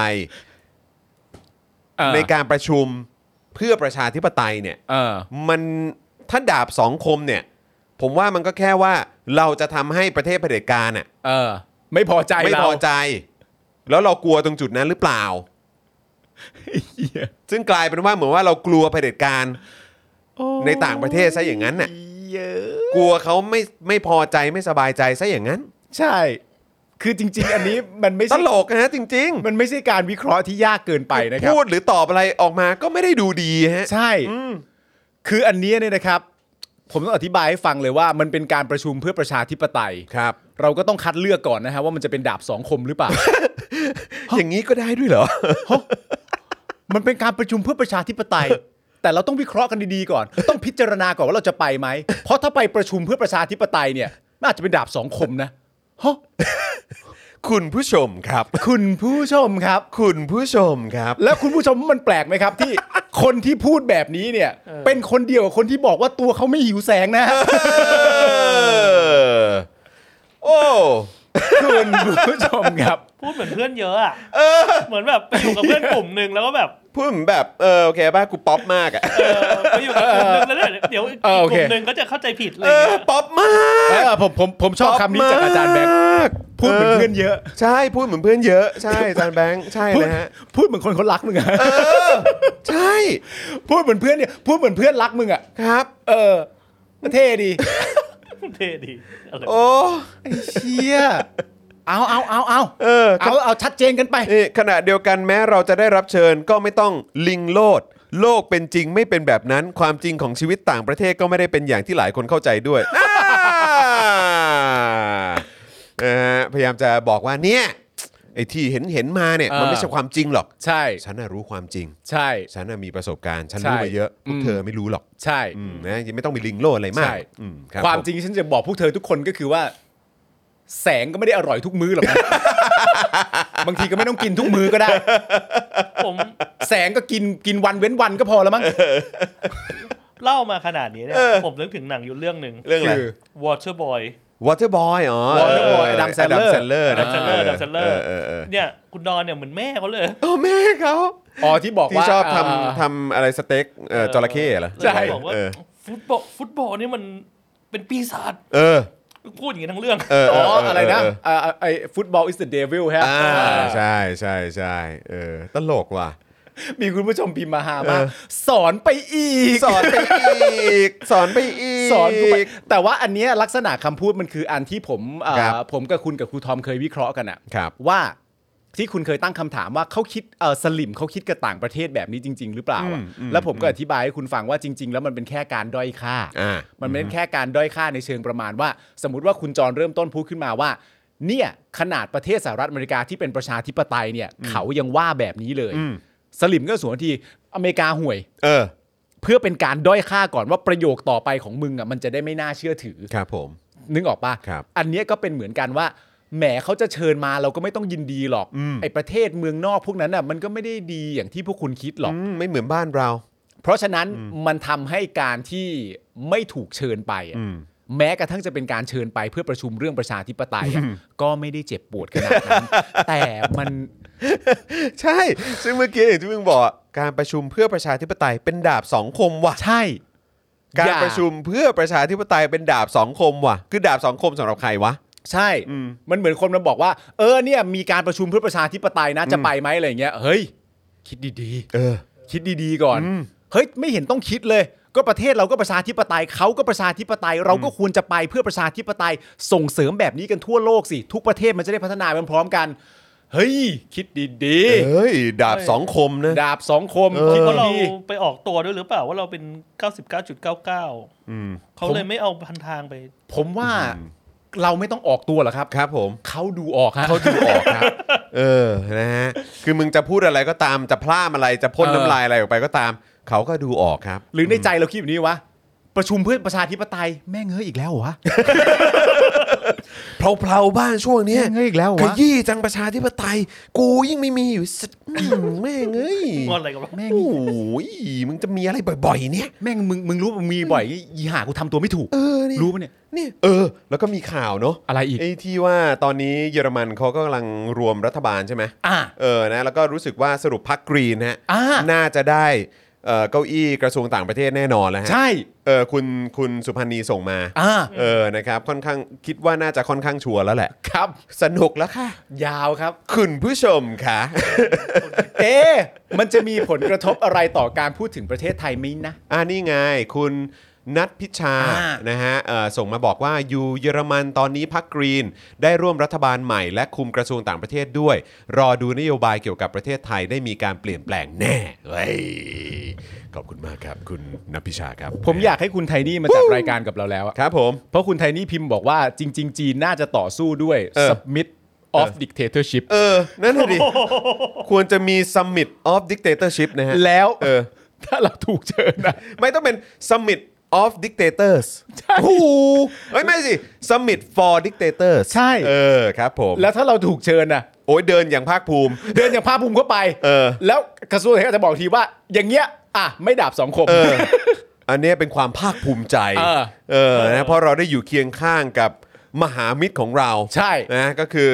ในการประชุมเพื่อประชาธิปไตยเนี่ย
เออ
มันถ้าดาบสองคมเนี่ย ผมว่ามันก็แค่ว่าเราจะทำให้ประเทศเผด็จการน่ะ
เออ ไม่พอใจ
ไม่
เรา
พอใจ แล้วเรากลัวตรงจุดนั้นหรือเปล่า
เหี้ย
ซึ่งกลายเป็นว่าเหมือนว่าเรากลัวเผด็จการในต่างประเทศซะอย่างนั้นน่ะ
เยอะ
กลัวเขาไม่ไม่พอใจไม่สบายใจซะอย่างนั้น
ใช่ คือจริง ๆ อันนี้มันไม่
ต
ใช่
ลกนะจริง
มันไม่ใช่การวิเคราะห์ที่ยากเกินไปนะค
ๆ
รับ
พูดหรือตอบอะไรออกมาก็ไม่ได้ดูดีฮะ
ใช่ คืออันเนี้ยเนี่ยนะครับ ผมต้องอธิบายให้ฟังเลยว่ามันเป็นการประชุมเพื่อประชาธิปไตย
ครับ
เราก็ต้องคัดเลือกก่อนนะฮะว่ามันจะเป็นดาบสองคมหรือเปล่า
อย่างนี้ก็ได้ด้วยเหรอ
มันเป็นการประชุมเพื่อประชาธิปไตย แต่เราต้องวิเคราะห์กันดีๆก่อน ต้องพิจารณาก่อนว่าเราจะไปไหม เพราะถ้าไปประชุมเพื่อประชาธิปไตยเนี่ยมันอาจจะเป็นดาบสองคมนะฮะ
คุณผู้ชมครับ
คุณผู้ชมครับ
คุณผู้ชมครับ
แล้วคุณผู้ชมมันแปลกไหมครับที่ คนที่พูดแบบนี้เนี่ย เป็นคนเดียวกับคนที่บอกว่าตัวเขาไม่หิวแสงนะ
โอ้
คุณผู้ชมครับ
พูดเหมือนเพื่อนเยอะอ่ะเหมือนแบบไป [LAUGHS] อยู่กับเพื่อนกลุ่มหนึ่งแล้วก็แบบ [LAUGHS]
พูดเหมือนแบบ เออโอเคป่ะกูป๊อปมากอะ
เออไปอยู่กับกลุ่มหนึ่งแล้วเนี่ยเดี๋ยวอีก
เออโอก เค
ลุ่มหนึ่งก็จะเข้าใจผิดอะไร
เอ
อย่าง
อ
เงี้ย
ป๊อปมาก
เออผมผมผมชอบคำนี้จากอาจารย์แบงค์
ป๊ปมาก
พูดเหมือนเพื่อนเยอะ
ใช่พูดเหมือนเพื่อนเยอะใช่อาจารย์แบงค์ใช่
พูด
นะฮะ
พูดเหมือนคนเขารักมึงอะ
เออใช่
พูดเหมือนเพื่อนเนี่ยพูดเหมือนเพื่อนรักมึงอะ
ครับ
เออเท่ดี
เท่ดีอะไร
โอ้
เชี่ยเอาเอาเอาเอา
เออ
เอาเอาชัดเจนกันไป
นี่ขณะเดียวกันแม้เราจะได้รับเชิญก็ไม่ต้องลิงโลด โลกเป็นจริงไม่เป็นแบบนั้น ความจริงของชีวิตต่างประเทศก็ไม่ได้เป็นอย่างที่หลายคนเข้าใจ
[LAUGHS]
ด้วยอ่านะฮะพยายามจะบอกว่าเนี่ยไอ้ที่เห็นเห็นๆมาเนี่ยมันไม่ใช่ความจริงหรอก
ใช่
ฉันน่ะรู้ความจริง
ใช่
ฉันน่ะมีประสบการณ์ ฉัน
ใช่
รู้มาเยอะพว
อื
ก
ม
เธอไม่รู้หรอก
ใช่
อืมนะยังไม่ต้องไปลิงโลดอะไรมาก
ใช่
อืมรับ
ความ
ผ
จริงที่ฉันจะบอกพวกเธอทุกคนก็คือว่า แสงก็ไม่ได้อร่อยทุกมื้อหรอกนะ [LAUGHS] บางทีก็ไม่ต้องกินทุกมื้อก็ได้
ผม
แสงก็กินกินวันเว้นวันก็พอแล้ว
[LAUGHS]
มั้ง
เล่ามาขนาดนี้เนี่ยผมนึกถึงหนังอยู่เรื่องหนึ่ง
เรื่องอะไร
คือ
Water Boy
Water Boy อ๋อ
Water Boy Adam
เ Adam
Sandler
Sandler นะ
ดับเซลเลอร์ดับเซลเลอร์
เออเออเออ
เนี่ยคุณดอนเนี่ยเหมือนแม่เขาเลย
โอ้แม่เขา
อ๋อที่บอก
ที่
ว่า
ชอบ
เอ่อ
ทำทำอะไรสเต็กเอ่อ
เออ
จระเข้เหรอ
ใช่
แล้วก็บอกว่า
เออ
ฟุตบอลฟุตบอลนี่มันเป็นปีศาจ
เออ
พูดอย่างนี้ทั้งเรื่อง
เออ
อ๋
เออ
อ
เออ
อะไรนะ
เออ
เอ่อไอ้ฟุตบอล is the devil ฮะ
อ่าใช่ใช่ใช่เออตลกว่ะ
มีคุณผู้ชมพิมพ์มาหามาก
เออ
สอนไปอีก
สอนไปอีก สอนไปอีก
สอนกูไปแต่ว่าอันเนี้ยลักษณะคำพูดมันคืออันที่ผมเอ่อ
ครับ
ผมกับคุณกับครูทอมเคยวิเคราะห์กันอะ
ครับ
ว่าที่คุณเคยตั้งคำถามว่าเขาคิดเออสลิมเขาคิดกับต่างประเทศแบบนี้จริง ๆ หรือเปล่าอะแล้วผมก็อธิบายให้คุณฟังว่าจริง ๆ แล้วมันเป็นแค่การด้อยค่ [LAUGHS] า
อ่า
มันเป็นแค่การด้อยค่าในเชิงประมาณว่า สมมติว่าคุณจรเริ่มต้นพูดขึ้นมาว่า เนี่ยขนาดประเทศสหรัฐอเมริกาที่เป็นประชาธิปไตยเนี่ยเขายังว่าแบบนี้เลย สลิมก็สวนทีอเมริกาห่วย
เออ
เพื่อเป็นการด้อยค่าก่อนว่าประโยคต่อไปของมึงอ่ะมันจะได้ไม่น่าเชื่อถือ
ครับผม
นึกออกปะ
ครับ
อันเนี้ยก็เป็นเหมือนกันว่าแหมเขาจะเชิญมาเราก็ไม่ต้องยินดีหรอก
อืม
ไอประเทศเมืองนอกพวกนั้นอ่ะมันก็ไม่ได้ดีอย่างที่พวกคุณคิดหรอก
อืมไม่เหมือนบ้านเรา
เพราะฉะนั้นมันทำให้การที่ไม่ถูกเชิญไปอะ
อืม
แม้กระทั่งจะเป็นการเชิญไปเพื่อประชุมเรื่องประชาธิปไตยอะก็ไม่ได้เจ็บปวดขนาดนั้น แต่มัน
ใช่ ซึ่งเมื่อกี้อย่างที่มึงบอกการประชุมเพื่อประชาธิปไตยเป็นดาบสองคมว่ะ
ใช่
การ
อย่
ประชุมเพื่อประชาธิปไตยเป็นดาบสองคมว่ะ คือดาบสองคมสำหรับใครวะ
ใช่ มันเหมือนคนมันบอกว่า เออเนี่ยมีการประชุมเพื่อประชาธิปไตยนะจะไปไหมอะไรอย่างเงี้ยเฮ้ย คิดดีๆ
เออ
คิดดีๆก่อน เฮ้ย ไม่เห็นต้องคิดเลย ก็ประเทศเราก็ประชาธิปไตยเขาก็ประชาธิปไตย เราก็ควรจะไปเพื่อประชาธิปไตย ส่งเสริมแบบนี้กันทั่วโลกสิ ทุกประเทศมันจะได้พัฒนาไปพร้อมๆกัน เฮ้ย คิดดี
เฮ้ย ดาบสองคมนะ
ๆ ดาบสองคม
เออ
คิด
เพราะเรา
ดี
ไปออกตัวด้วยหรือเปล่าว่าเราเป็น 99.99
อืม
เขาเลยไม่เอาพันทางไป
ผมว่าเราไม่ต้องออกตัวหรอกครับ
ครับผม
เขาดูออกฮะ
เขาดูออกครับ เออ นะฮะ คือมึงจะพูดอะไรก็ตาม จะพลามอะไร จะพ่น
เออ
น้ำลายอะไรออกไปก็ตาม เขาก็ดูออกครับ
หรือในใจเราคิดแบบนี้วะ ประชุมเพื่อประชาธิปไตยแม่งเฮ้ยอีกแล้วเหรอวะ
เพลาๆบ้างช่วงเนี้ย
แม่งเอ้ยอีกแล้ววะ
ขยี้จังประชาธิปไตย กูยิ่งไม่มีอยู่สัตว์อืมแม่งเอ้ย
งอนอะไรกับเรา
แม่ง
โอ้ยมึงจะมีอะไรบ่อยๆ เนี่ย
แม่งมึงมึงรู้ว่ามึงมีบ่อยยีหากูทำตัวไม่ถูก
เออเนี่ย
รู้ปะเนี่ย
เนี่ยเออ แล้วก็มีข่าวเนาะ
อะไรอีก
ไอ้ที่ว่าตอนนี้เยอรมันเขาก็กำลังรวมรัฐบาลใช่ไหม
อ่า
เออ นะ แล้วก็รู้สึกว่าสรุปพักกรีนฮะ
อ่า
น่าจะได้เอ่อเก้าอี้กระทรวงต่างประเทศแน่นอนแล้วฮะ
ใช่
เออคุณคุณสุพันธ์นีส่งมา
อ่า
เออ นะครับ ค่อนข้างคิดว่าน่าจะค่อนข้างชัวร์แล้วแหละ
ครับ
สนุกแล้วค่ะ
ยาวครับ
คุณผู้ชมค่ะ
เอ๊ะมันจะมีผลกระทบอะไรต่อการพูดถึงประเทศไทยไหมนะ
อ่านี่ไง คุณนัทพิชา
อ่า
นะฮะเอ่อส่งมาบอกว่าอยู่เยอรมันตอนนี้พักกรีน ได้ร่วมรัฐบาลใหม่และคุมกระทรวงต่างประเทศด้วย รอดูนโยบายเกี่ยวกับประเทศไทยได้มีการเปลี่ยนแปลงแน่เฮ้ยขอบคุณมากครับ คุณนัทพิชาครับ
ผมอยากให้คุณไทนี่มาจัดรายการกับเราแล้วอะ
ครับผม
เพราะคุณไทนี่พิมพ์บอกว่าจริง ๆ จีนน่าจะต่อสู้ด้วย
เออ
submit of dictatorship
เออ นั่นน่ะดิควรจะมี Summit of Dictatorship นะฮะ
แล้ว
เออ
ถ้าเราถูกเชิญนะ
ไม่ต้องเป็น Summit of Dictators
ใช่
โอ้โหเอ้ย ไม่สิ Summit for Dictators
ใช่
เออ ครับผม
แล้วถ้าเราถูกเชิญนะ
โอ้ยเดินอย่างภาคภูมิ
เดินอย่างภาคภูมิเข้าไป
เออ
แล้วกระทรวงการคลังจะบอกทีว่า อย่างเงี้ยอ่ะไม่ดาบสองคม
เออ อันเนี้ยเป็นความภาคภูมิใจ
เออ
เออนะเพราะเราได้อยู่เคียงข้างกับมหามิตรของเรา
ใช่
นะก็คือ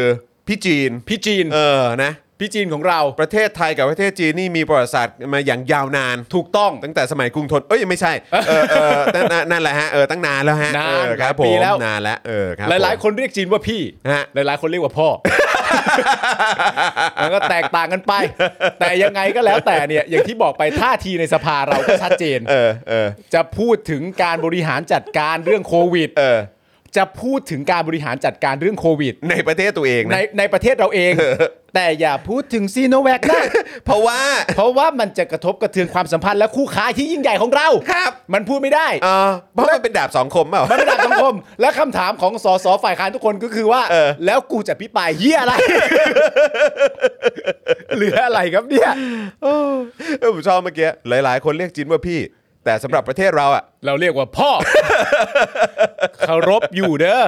พี่จีน
พี่จีน
เออ นะ
พี่จีนของเรา
ประเทศไทยกับประเทศจีนนี่มีประวัติศาสตร์มาอย่างยาวนาน
ถูกต้อง
ตั้งแต่สมัยกรุงธนเอ้ยไม่ใช่เออเออนั่นนั่นนั่นแหละฮะเออตั้งนานแล้วฮะ
นาน
เออครับผ
หลายปี
ม
แล้ว
นานแล้วเออครับ
หลาย
ผม
ๆ คนเรียกจีนว่าพี่
ฮะ
หลายๆ คนเรียกว่าพ่อ [LAUGHS] มันก็แตกต่างกันไป แต่ยังไงก็แล้วแต่เนี่ย อย่างที่บอกไปท่าทีในสภาเราก็ชัดเจน
เออเออ
จะพูดถึงการบริหารจัดการเรื่องโควิด
เออ
จะพูดถึงการบริหารจัดการเรื่องโควิด
ในประเทศตัวเอง
ใน
นะ
ในประเทศเราเอง
[LAUGHS]
แต่อย่าพูดถึงซีโนแวคนะ
เพราะว่า
เพราะว่ามันจะกระทบกระเทือนความสัมพันธ์และคู่ค้าที่ยิ่งใหญ่ของเรา
ครับ
มันพูดไม่ได้
เออเพราะมันเป็นดาบสองคมเปล่า
มันระดับสังคม และคำถามของสสฝ่ายค้านทุกคนก็คือว่า
เออ
แล้วกูจะพิปรายเฮียอะไร [LAUGHS] เหลืออะไรครับเนี่ย
เออผมชอบเมื่อกี้หลาย ๆ คนเรียกจีนว่าพี่ แต่สำหรับประเทศเราอ่ะ
เราเรียกว่าพ่อ เคารพอยู่เด้อ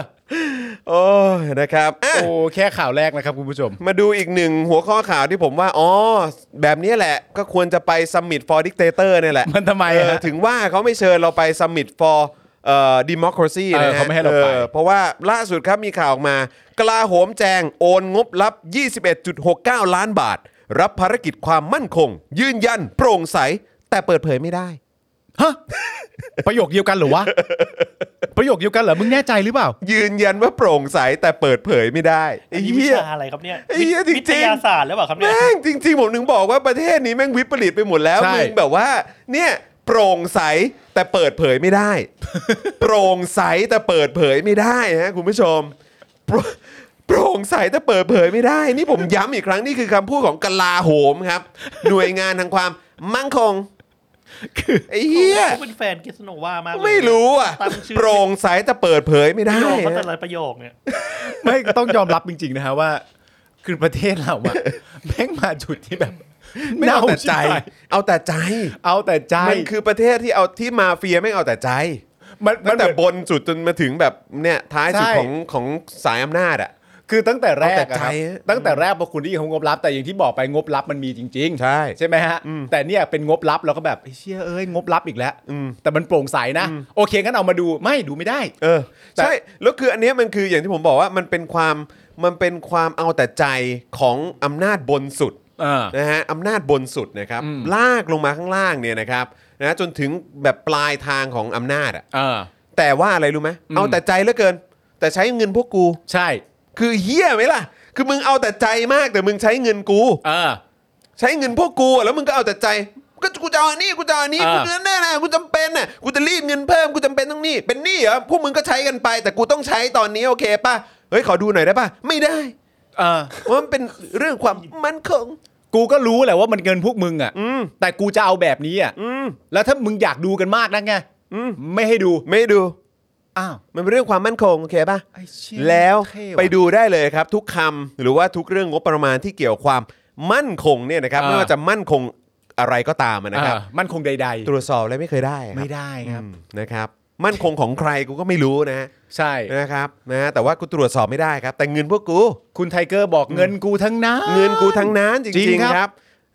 โอ้ยนะครับอ่ะ
โอ้แค่ข่าวแรกนะครับคุณผู้ชม
มาดูอีกหนึ่งหัวข้อข่าวที่ผมว่า อ๋อ แบบนี้แหละก็ควรจะไปซัมมิต for dictator เนี่ยแหละ
มันทำไม
เออ
ฮะ
ถึงว่าเขาไม่เชิญเราไป Summit for เอ่อ democracy
เออ
นะฮะ
เขาไม่ให้เราไป
ออเพราะว่าล่าสุดครับมีข่าวออกมา กลาโหมแจงโอนงบลับ 21.69 ล้านบาท รับภารกิจความมั่นคง ยืนยันโปร่งใส แต่เปิดเผยไม่ได้
ฮะ ประโยคเดียวกันเหรอวะ ประโยคเดียวกันเหรอ มึงแน่ใจหรือเปล่า
ยืนยันว่าโปร่งใส แต่เปิดเผยไม่ได้ไอ้
อันนี้วิ
เหี้ย
ชาอะไรครับเนี่ย
ไอ้เหี้ยจริงๆ
วิทยาศาสตร์หรือเปล่าครับเนี่ย
แม่งจริง ๆ ผมถึงบอกว่าประเทศนี้แม่งวิปริตไปหมดแล้ว
ใช่
มึงแบบว่า เนี่ยโปร่งใสแต่เปิดเผยไม่ได้ โปร่งใสแต่เปิดเผยไม่ได้ฮะคุณผู้ชมโปรโปร่งใสแต่เปิดเผยไม่ได้ นี่ผมย้ำอีกครั้งนี่คือคำพูดของกลาโหมครับ หน่วยงานทางความมั่งคงไอ้เหี้ย
ขาเป็นแฟนกิสโนวามากเลย
ไม่รู้อ่ะ
ตั้งชื่อ
โปร่งใสแต่เปิดเผยไม่
ป
ได้
ระโยคเขา
ฮะ
แต่ละประโยคเนี่ย
ไม่ต้องยอมรับจริงๆนะฮะว่า คือประเทศเราอะ [LAUGHS] แม่งมาจุดที่แบบ
ไม่เอาแต่ใจ
น่ชิบหาย
เอาแต่ใจ
เอาแต่ใจ
มันคือประเทศที่เอาที่มาเฟียไม่เอาแต่ใจ
มันมั
ตั้
น
งแต่
เหมือน
บนสุดจนมาถึงแบบเนี่ยท้ายสุด
ใช่
ของของสายอำนาจอ่ะ
คือตั้งแต่แรก
เอาแต่
อะครับ
ใจอะ
ตั้งแต่แรกพอคุณได้ยินคำงบลับ แต่อย่างที่บอกไปงบลับมันมีจริงๆ
ใช่
ใช่ไหมฮะ แต่เนี่ยเป็นงบลับเราก็แบบไอ้เชี่ยเอ้ยงบลับอีกแล้วแต่มันโปร่งใสนะ โอเคงั้นเอามาดูไม่ดูไม่ได้
เออ
แต่
ใช่ แล้วคืออันเนี้ยมันคืออย่างที่ผมบอกว่ามันเป็นความมันเป็นความเอาแต่ใจของอำนาจบนสุด
เออ
นะฮะอำนาจบนสุดนะครับ ลากลงมาข้างล่างเนี่ยนะครับนะจนถึงแบบปลายทางของอำนาจอ่ะ
เออ
แต่ว่าอะไรรู้ไหม
อืม
เอาแต่ใจเหลือเกิน แต่ใช้เงินพวกกู
ใช่
คือเฮี้ยไหมล่ะ คือมึงเอาแต่ใจมากแต่มึงใช้เงินกู
เออ
ใช้เงินพวกกูอะแล้วมึงก็เอาแต่ใจ ก็กูจะเอาอันนี้กูจะเอาอันนี้
อ่า
กูจะแน่นๆกูจำเป็นน่ะกูจะรีบเงินเพิ่มกูจำเป็นต้องนี่เป็นหนี้เหรอพวกมึงก็ใช้กันไป แต่กูต้องใช้ตอนนี้โอเคป่ะเฮ้ยขอดูหน่อยได้ป่ะไม่ได้
เออ
ว่ามันเป็นเรื่องความมั่นคง
กูก็รู้แหละว่ามันเงินพวกมึงอ่ะ
อืม
แต่กูจะเอาแบบนี้อ่ะ
อืม
แล้วถ้ามึงอยากดูกันมากนักไง
อืม
ไม่ให้ดู
ไม่ดู
อ้าว
มันเป็นเรื่องความมั่นคง โอเคป่ะ
ไอ้เชี่ย
แล้ว
เท่ะ
ไปดูได้เลยครับ ทุกคำหรือว่าทุกเรื่องงบประมาณที่เกี่ยวความมั่นคงเนี่ยนะครับ
อ่า
ไม่ว่าจะมั่นคงอะไรก็ตามอะนะครับ
อ่ามันคงใด
ตรวจสอบอะไรไม่เคยได้
ๆ ไม่ได้ครับ
อืมนะครับ มั่นคงของใครกูก็ไม่รู้นะ
ใช่
นะครับนะแต่ว่ากูตรวจสอบไม่ได้ครับ แต่เงินพวกกู
คุณไทเกอร์บอกเงินกูทั้งนั้น
เงินกูทั้งนั้นจ
จริ
ริง
งครับ
ๆครับ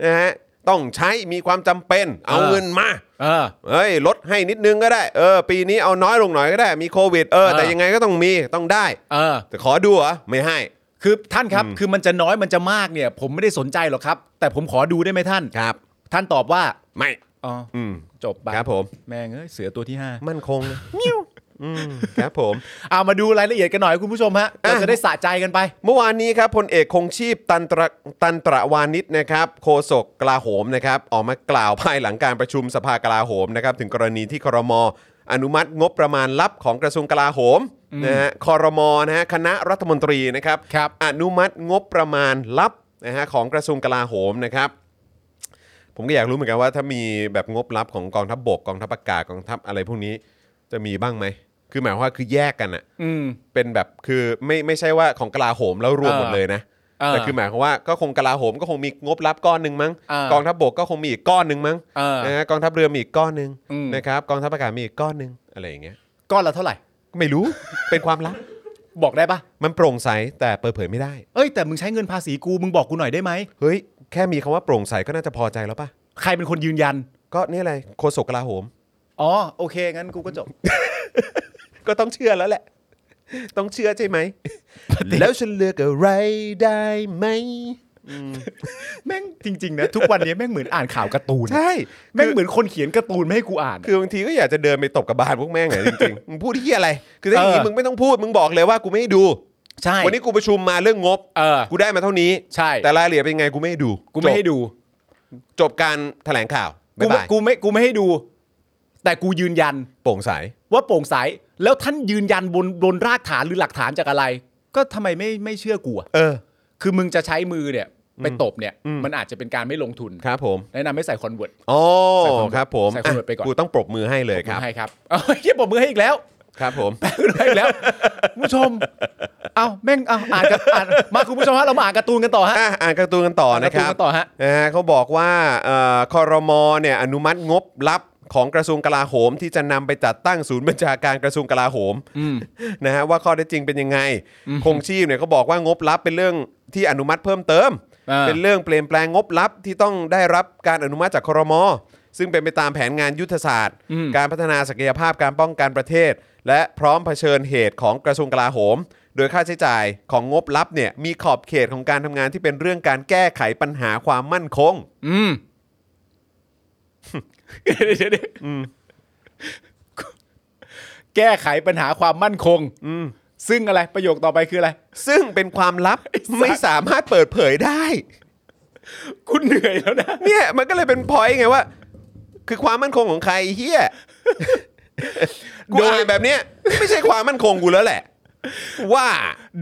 นะฮะต้องใช้มีความจำเป็น เอา
เออ
เงินมา
เออ
เอ้ยลดให้นิดนึงก็ได้เออปีนี้เอาน้อยลงหน่อยก็ได้มีโควิดเออ
เออ
แต่ยังไงก็ต้องมีต้องได้
เออ
แต่ขอดูเหรอไม่ให้
คือท่านครับ
อืม
คือมันจะน้อยมันจะมากเนี่ย ผมไม่ได้สนใจหรอกครับ แต่ผมขอดูได้ไหมท่าน
ครับ
ท่านตอบว่า
ไม่
อ๋อ
อืม
จบไป
ครับผม
แม่งเอ้ยเสือตัวที่ห้า
มั่นคงนะมิ้วอืมครับผม
เอามาดูรายละเอียดกันหน่อยคุณผู้ชมฮะ เราจะได้สะใจกันไป
เมื่อวานนี้ครับพลเอกคงชีพตันตระตันตระวานิชนะครับโฆษกกลาโหมนะครับออกมากล่าวภายหลังการประชุมสภากลาโหมนะครับถึงกรณีที่ครมอนุมัติงบประมาณลับของกระทรวงกลาโหมนะฮะครมนะฮะคณะรัฐมนตรีนะครับ
ครับ
อนุมัติงบประมาณลับนะฮะของกระทรวงกลาโหมนะครับ ผมก็อยากรู้เหมือนกันว่าถ้ามีแบบงบลับของกองทัพบบกกองทัพอากาศกองทัพอะไรพวกนี้จะมีบ้างไหมคือหมายความว่าคือแยกกันอะ
อืม
เป็นแบบคือไม่ไม่ใช่ว่าของกลาโหมแล้วรวม
เออ
หมดเลยนะ
เออ
แต่คือหมายความว่าก็คงกลาโหมก็คงมีงบรับก้อนหนึ่งมั้ง
เออก
องทัพบกก็คงมีอีกก้อนหนึ่งมั้ง
เออ
นะฮะกองทัพเรือมีอีกก้อนหนึ่ง
อืม
นะครับกองทัพอากาศมีอีกก้อนหนึ่งอะไรอย่างเงี้ย
ก้อนละเท่าไหร่
ไม่รู้ เป็นความลับ
บอกได้ปะ
มันโปร่งใสแต่เปิดเผยไม่ได้
เอ้ยแต่มึงใช้เงินภาษีกูมึงบอกกูหน่อยได้ไหม
เฮ้ยแค่มีคำว่าโปร่งใสก็น่าจะพอใจแล้วป่ะ
ใครเป็นคนยืนยัน
ก็นี่อะไรโฆษกกลาโหม
อ๋อโอเคงั้นกูก็จบ
ก็ต้องเชื่อแล้วแหละ ต้องเชื่อใช่ไหมแล้วฉันเลือกอะไรได้ไหม
แม่งจริงๆนะทุกวันนี้แม่งเหมือนอ่านข่าวการ์ตูน
ใช่
แม่ง
คือ
เหมือนคนเขียนการ์ตูนไม่ให้กูอ่าน
คือบางทีก็อยากจะเดินไปตบกระบาลพวกแม่ง [LAUGHS] อ่ะจริงๆ มึงพูดที่อะไร คือถ้าอย่างนี้
เออ
มึงไม่ต้องพูด มึงบอกเลยว่ากูไม่ให้ดู
ใช่
วันนี้กูประชุมมาเรื่องงบ
เออ
กูได้มาเท่านี้
ใช่
แต่รายละเอียดเป็นไงกูไม่ให้ดู
กูไม่ให้
จบ
ดู
จบการแถลงข่าว
กู
บ๊าย
ไม่
บาย
กูไม่กูไม่ให้ดู แต่กูยืนยัน
โปร่งใส
ว่าโปร่งใสแล้วท่านยืนยันบนบนรากฐานหรือหลักฐานจากอะไร ก็ทำไมไม่ไม่เชื่อกูอะ
เออ
คือมึงจะใช้มือเนี่ยไปตบเนี่ย
อืม
มันอาจจะเป็นการไม่ลงทุน
ครับผม
แนะนำไม่ใส่คอนเวิร์ต
อ๋อ
ใส่คอนเวิร์ต
ครับผม
ใส่คอนเวิร์ตไปก่อน
กูต้องปรบมือให้เลยครับ
ให้ครับเอ้ยเหี้ยปรบมือให้อีกแล้ว
ครับผม
ปรบมือให้อีกแล้วคุณผู้ชม เอาแม่งเอาอ่านกับอ่านมาคุณผู้ชมฮะเรามาอ่านการ์ตูนกันต่อฮะ
อ่ะอ่านการ์ตูนกันต่อนะครับ
อ่านการ์ตูนกันต่อฮะ
นะฮะเขาบอกว่าเอ่อคอรมอเนี่ยอนุมัติงบลับของกระทรวงกลาโหม ที่จะนำไปจัดตั้งศูนย์บัญชาการกระทรวงกลาโหมนะฮะว่าข้อเท็จจริงเป็นยังไง คงชีพเนี่ยเขาบอกว่างบลับเป็นเรื่องที่อนุมัติเพิ่มเติม
อ่า
เป็นเรื่องเปลี่ยนแปลงงบลับที่ต้องได้รับการอนุมัติจากคอรมอซึ่งเป็นไปตามแผนงานยุทธศาสตร์ การพัฒนาศักยภาพการป้องกันประเทศ และพร้อมเผชิญเหตุของกระทรวงกลาโหม โดยค่าใช้จ่ายของงบลับเนี่ยมีขอบเขตของการทำงานที่เป็นเรื่องการแก้ไขปัญหาความมั่นคง
อืมเดี๋ยวเดี๋ยวเดี๋ยวแก้ไขปัญหาความมั่นคงซึ่งอะไรประโยคต่อไปคืออะไร
ซึ่งเป็นความลับ [LAUGHS] ไม่สามารถเปิดเผยได้
คุณเหนื่อยแล้วนะ
เนี่ยมันก็เลยเป็นพอยไงว่า คือความมั่นคงของใครเฮีย [LAUGHS] กู
โดย
อ่านแบบเนี้ยไม่ใช่ความมั่นคงกูแล้วแหละ ว่า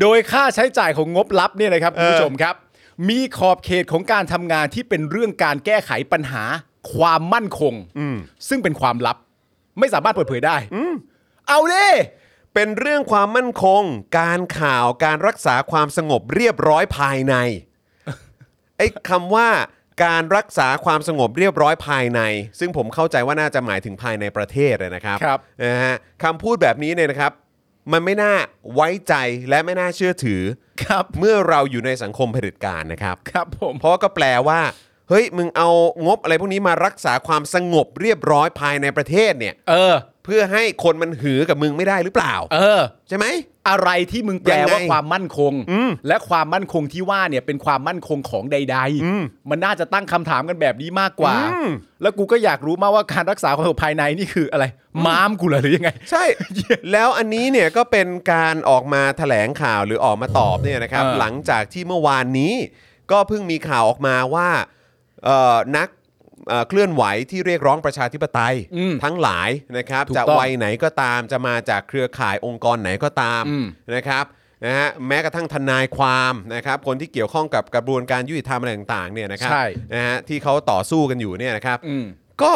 โดยค่าใช้จ่ายของงบลับเนี่ยนะครับ
เอ
คุ
อ
ณผู้ชมครับ มีขอบเขตของการทำงานที่เป็นเรื่องการแก้ไขปัญหาความมั่นคงซึ่งเป็นความลับ ไม่สามารถเปิดเผยได้เอาเด้
เป็นเรื่องความมั่นคง การข่าวการรักษาความสงบเรียบร้อยภายใน ไอ้คำว่าการรักษาความสงบเรียบร้อยภายใน ซึ่งผมเข้าใจว่าน่าจะหมายถึงภายในประเทศอะนะครับ
ครับ
นะฮะคำพูดแบบนี้เนี่ยนะครับ มันไม่น่าไว้ใจและไม่น่าเชื่อถือ
ครับ
เมื่อเราอยู่ในสังคมเผด็จการนะครับ
ครับผม
เพราะว่าก็แปลว่า เฮ้ยมึงเอางบอะไรพวกนี้มารักษาความสงบเรียบร้อยภายในประเทศเนี่ย
เออ
เพื่อให้คนมันหือกับมึงไม่ได้หรือเปล่า
เออ
ใช่ไหม
อะไรที่มึงแปล
ยังไง
ว่าความมั่นคง และความมั่นคงที่ว่าเนี่ยเป็นความมั่นคงของใด ๆ มันน่าจะตั้งคำถามกันแบบนี้มากกว่า
อืม
แล้วกูก็อยากรู้มากว่าการรักษาความสงบภายในนี่คืออะไร ม้ามกูเหรอหรือยังไง
ใช่ แล้วอันนี้เนี่ยก็เป็นการออกมาแถลงข่าวหรือออกมาตอบเนี่ยนะครับ
เออ
หลังจากที่เมื่อวานนี้ ก็เพิ่งมีข่าวออกมาว่าเอ่อนักเอ่อเคลื่อนไหวที่เรียกร้องประชาธิปไตย
อืม
ทั้งหลายนะครับ
ถูก
จะ
ต้อง
วัยไหนก็ตามจะมาจากเครือข่ายองค์กรไหนก็ตาม
อืม
นะครับ นะฮะแม้กระทั่งทนายความนะครับคนที่เกี่ยวข้องกับกระบวนการยุติธรรมอะไรต่างๆเนี่ยนะครับ
ใช่
นะฮะที่เขาต่อสู้กันอยู่เนี่ยนะครับ
อืม
ก็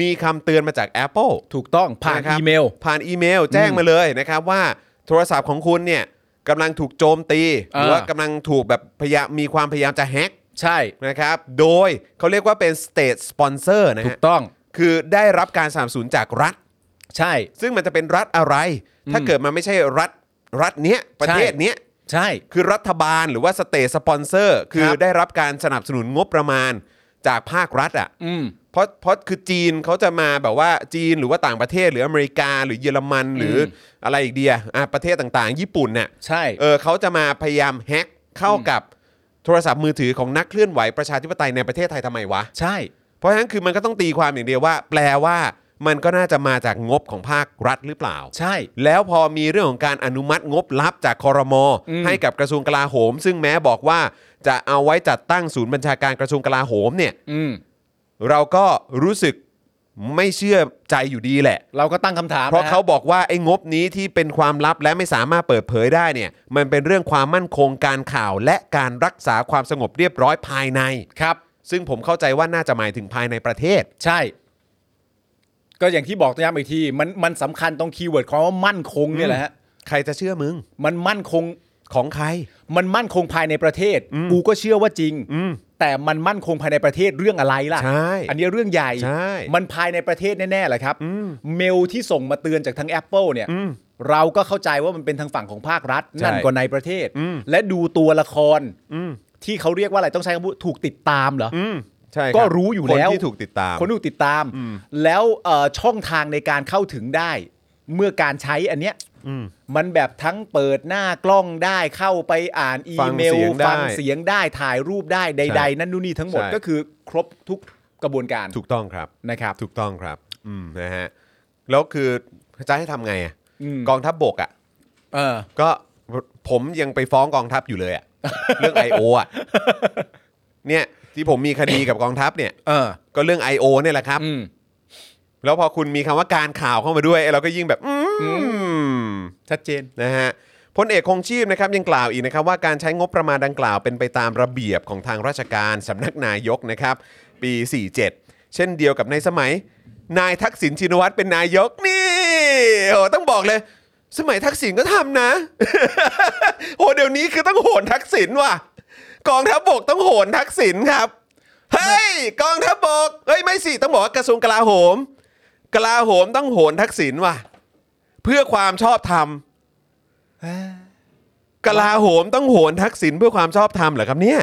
มีคำเตือนมาจาก Apple
ถูกต้องผ่านะครับ อีเมล
ผ่านอีเมลแจ้ง
อืม
มาเลยนะครับว่าโทรศัพท์ของคุณเนี่ยกำลังถูกโจมตีห
อ่า
รือว่ากำลังถูกแบบพยายามมีความพยายามจะแฮ็ก
ใช่
นะครับโดยเขาเรียกว่าเป็น state sponsor นะ
ถู
ฮะ
กต้อง
คือได้รับการสนับสนุนจากรัฐ
ใช่
ซึ่งมันจะเป็นรัฐอะไร ถ้าเกิดมันไม่ใช่รัฐรัฐเนี้ยประเทศเนี้ย
ใช่
คือรัฐบาลหรือว่าสเตทสปอนเซอร์คือ
ครับ
ได้รับการสนับสนุนงบประมาณจากภาครัฐอ่ะ
อืม
เพราะเพราะคือจีนเขาจะมาแบบว่าจีนหรือว่าต่างประเทศหรืออเมริกาหรือเยอรมันหรืออะไรอีกเดียอ่ะประเทศต่างๆ ญี่ปุ่นเนี่ย
ใช่
เออเขาจะมาพยายามแฮ็กเข้ากับโทรศัพท์มือถือของนักเคลื่อนไหวประชาธิปไตยในประเทศไทยทำไมวะ
ใช่
เพราะฉะนั้นคือมันก็ต้องตีความอย่างเดียวว่า แปลว่ามันก็น่าจะมาจากงบของภาครัฐหรือเปล่า
ใช่
แล้วพอมีเรื่องของการอนุมัติงบลับจากคอรมอให้กับกระทรวงกลาโหม ซึ่งแม้บอกว่าจะเอาไว้จัดตั้งศูนย์บัญชาการกระทรวงกลาโหมเนี่ย
อืม
เราก็รู้สึกไม่เชื่อใจอยู่ดีแหละ
เราก็ตั้งคำถาม
เพราะ
น
เขาบอกว่าไอ้งบนี้ที่เป็นความลับและไม่สามารถเปิดเผยได้เนี่ยมันเป็นเรื่องความมั่นคงการข่าว และการรักษาความสงบเรียบร้อยภายใน
ครับ
ซึ่งผมเข้าใจว่าน่าจะหมายถึงภายในประเทศ
ใช่ ก็อย่างที่บอกย้ำอีกที มันมันสำคัญตรงคีย์เวิร์ดของว่ามั่นคงเนี่ยแหละฮะ
ใครจะเชื่อมึง
มันมั่นคง
ของใคร
มันมั่นคงภายในประเทศ กูก็เชื่อว่าจริง แต่มันมั่นคงภายในประเทศเรื่องอะไรล่ะ
ใช่
อันนี้เรื่องใหญ่
ใช่
มันภายในประเทศแน่ๆแหละครับ เมลที่ส่งมาเตือนจากทาง Apple เนี่ย เราก็เข้าใจว่ามันเป็นทางฝั่งของภาครัฐ นั่นก็ในประเทศ และดูตัวละครที่เขาเรียกว่าอะไรต้องใช้คำพูดถูกติดตามเหรอ
ใช่คบ
ก็รู้อยู่แล้ว
คนที่ถูกติดตาม
คนถูกติดตาม แล้วเอ่อช่องทางในการเข้าถึงได้ เมื่อการใช้อันเนี้ยมันแบบทั้งเปิดหน้ากล้องได้เข้าไปอ่านอีเมล
ฟังเสียงได้
ฟังเสียงได้ถ่ายรูปได้ใ
ใช่
ด ๆ นั่นนู่นนี่ทั้งหมด
ใช่
ก็คือครบทุกกระบวนการ
ถูกต้องครับ
นะครับ
ถูกต้องครับ อืมนะฮะ แล้วคือจะให้ทำไงอ่ะ
อืม
กองทัพบบกอ่ะ
เออ
ก็ผมยังไปฟ้องกองทัพอยู่เลยอ่ะ เรื่อง I.O. อ่ะ เนี่ย ที่ผมมีคดีกับกองทัพเนี่ย
เออ
ก็เรื่อง I.O. เนี่ยแหละครับ
อืม
แล้วพอคุณมีคำว่าการข่าวเข้ามาด้วยไอ้เราก็ยิ่งแบบ อืม
ชัดเจน
นะฮะพลเอกคงชีพนะครับยังกล่าวอีกนะครับว่าการใช้งบประมาณดังกล่าวเป็นไปตามระเบียบของทางราชการสำนักนายกนะครับปี 47 เช่นเดียวกับในสมัย นายทักษิณชินวัตรเป็นนายกนี่โอ้ต้องบอกเลย สมัยทักษิณก็ทำนะ [LAUGHS] โอ้เดี๋ยวนี้คือต้องโหนทักษิณว่ะกองทัพบกต้องโหนทักษิณครับเฮ้ยกองทัพบกเฮ้ยไม่สิต้องบอกว่ากระทรวงกลาโหม กลาโหมต้องโหนทักษิณว่ะ เพื่อความชอบธรรม กลาโหมต้องโหนทักษิณเพื่อความชอบธรรมเหรอครับเนี่ย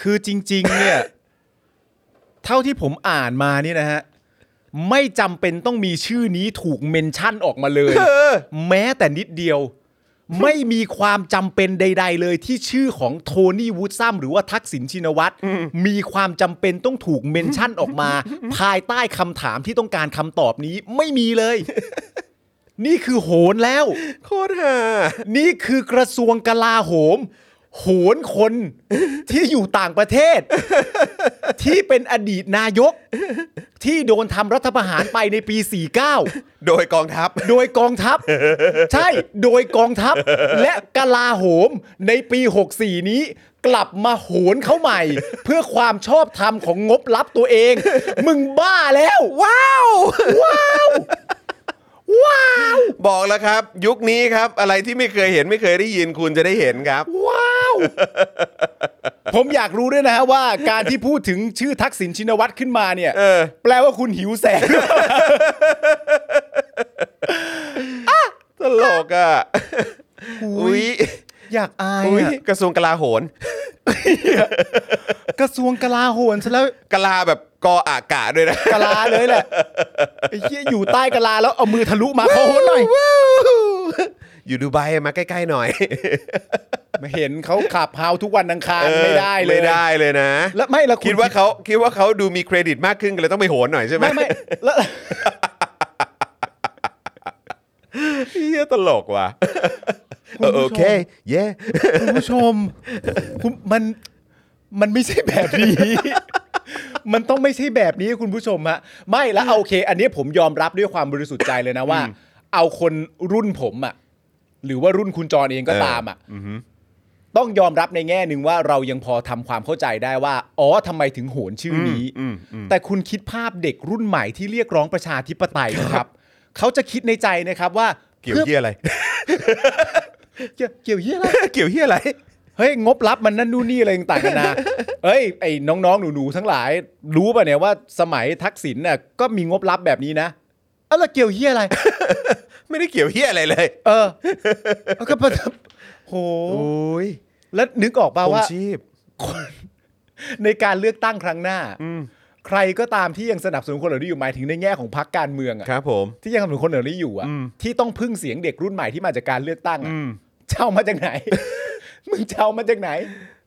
คือจริง ๆ เนี่ย เท่าที่ผมอ่านมาเนี่ยนะฮะ ไม่จำเป็นต้องมีชื่อนี้ถูกเมนชั่นออกมาเลย
เออ
แม้แต่นิดเดียว ไม่มีความจำเป็นใด ๆ เลยที่ชื่อของโทนี่วูดซัมหรือว่าทักษิณชินวัตรมีความจำเป็นต้องถูกเมนชั่นออกมา ภายใต้คำถามที่ต้องการคำตอบนี้ไม่มีเลย นี่คือโหนแล้ว
โคตรห่า
นี่คือกระทรวงกลาโหม โหนคนที่อยู่ต่างประเทศ ที่เป็นอดีตนายก ที่โดนทำรัฐประหารไปในปี 49
โดยกองทัพ
โดยกองทั
[LAUGHS]
พ ใช่โดยกองทัพ และกลาโหมในปี 64 นี้ กลับมาโหนเขาใหม่ เพื่อความชอบธรรมของงบลับตัวเอง มึงบ้าแล้ว
ว้าว
ว้าว ว้าว
บอกแล้วครับ ยุคนี้ครับ อะไรที่ไม่เคยเห็นไม่เคยได้ยินคุณจะได้เห็นครับ
ว้าว ผมอยากรู้ด้วยนะฮะว่าการที่พูดถึงชื่อทักษิณชินวัตรขึ้นมาเนี่ย
เออ
แปลว่าคุณหิวแสง
ตลกอ่ะ อุ้ย
อยากอาย
อุ้ย
อะ
กระทรวงกลาโหน
กระทรวงกลาโหนซะแล้ว
กลาแบบกออากาศด้วยนะ
กลาเลยแหละไอ้เหี้ยอยู่ใต้กลาแล้วเอามือทะลุมาขอโหนหน่อย
อยู่ดูไบมาใกล้ๆหน่อย
ไม่เห็นเขาขับเฮาทุกวันอังคารไม่ได้เลย
ไม่ได้เลยนะ
และไม่ละณ
คิดว่าเขาคิดว่าเขาดูมีเครดิตมากขึ้นก็เลยต้องไปโหนหน่อยใช่ไหม
ไม่ไม่แล้ว
เฮียตลกว่ะเออโอเค เย้
คุณผู้ชมคุณมันมันไม่ใช่แบบนี้ [LAUGHS] มันต้องไม่ใช่แบบนี้คุณผู้ชมฮะไม่แล้วเอาโอเค อันนี้ผมยอมรับด้วยความบริสุทธิ์ใจเลยนะว่า เอาคนรุ่นผมอะ หรือว่ารุ่นคุณจรเองก็ตามอ่ะ ต้องยอมรับในแง่หนึ่งว่าเรายังพอทำความเข้าใจได้ว่า อ๋อทำไมถึงโหนชื่อนี้ แต่คุณคิดภาพเด็กรุ่นใหม่ที่เรียกร้องประชาธิปไตยนะครับ เขาจะคิดในใจนะครับว่า
เกี่ยวเหี้ยอะไร [LAUGHS]
เกี่ยวเกี่ยวเหี้ยอะไร
เกี่ยวเหี้ยอะไร
เฮ้ย งบลับมันนั่นนู่นนี่อะไรต่างกันนะเอ้ยไอ้น้องๆ หนูๆ ทั้งหลาย รู้ป่ะเนี่ยว่าสมัยทักษิณน่ะก็มีงบลับแบบนี้นะเออแล้วเกี่ยวเหี้ยอะไร
ไม่ได้เกี่ยวเหี้ยอะไรเลย
เออเอาก็ประโห
โอ้ย
แล้วนึกออกป่า
ผม
ว่า
ชีพ
ในการเลือกตั้งครั้งหน้าใครก็ตามที่ยังสนับสนุนคนเหล่านี้อยู่หมายถึงในแง่ของพรรคการเมืองอะ
ครับผม
ที่ยังสนับสนุนคนเหล่านี้อยู่อะที่ต้องพึ่งเสียงเด็กรุ่นใหม่ที่มาจากการเลือกตั้งอะเจ้ามาจากไหน [LAUGHS] มึงเจ้ามาจากไหน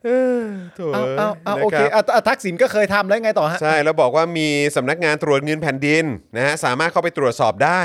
เออโถ่
เอาเอาเอาโอเค
นะครับ
เอาเอาทักษิณก็เคยทำแล้วไงต่อฮะ
ใช่ แล้วบอกว่ามีสำนักงานตรวจเงินแผ่นดินนะฮะสามารถเข้าไปตรวจสอบได้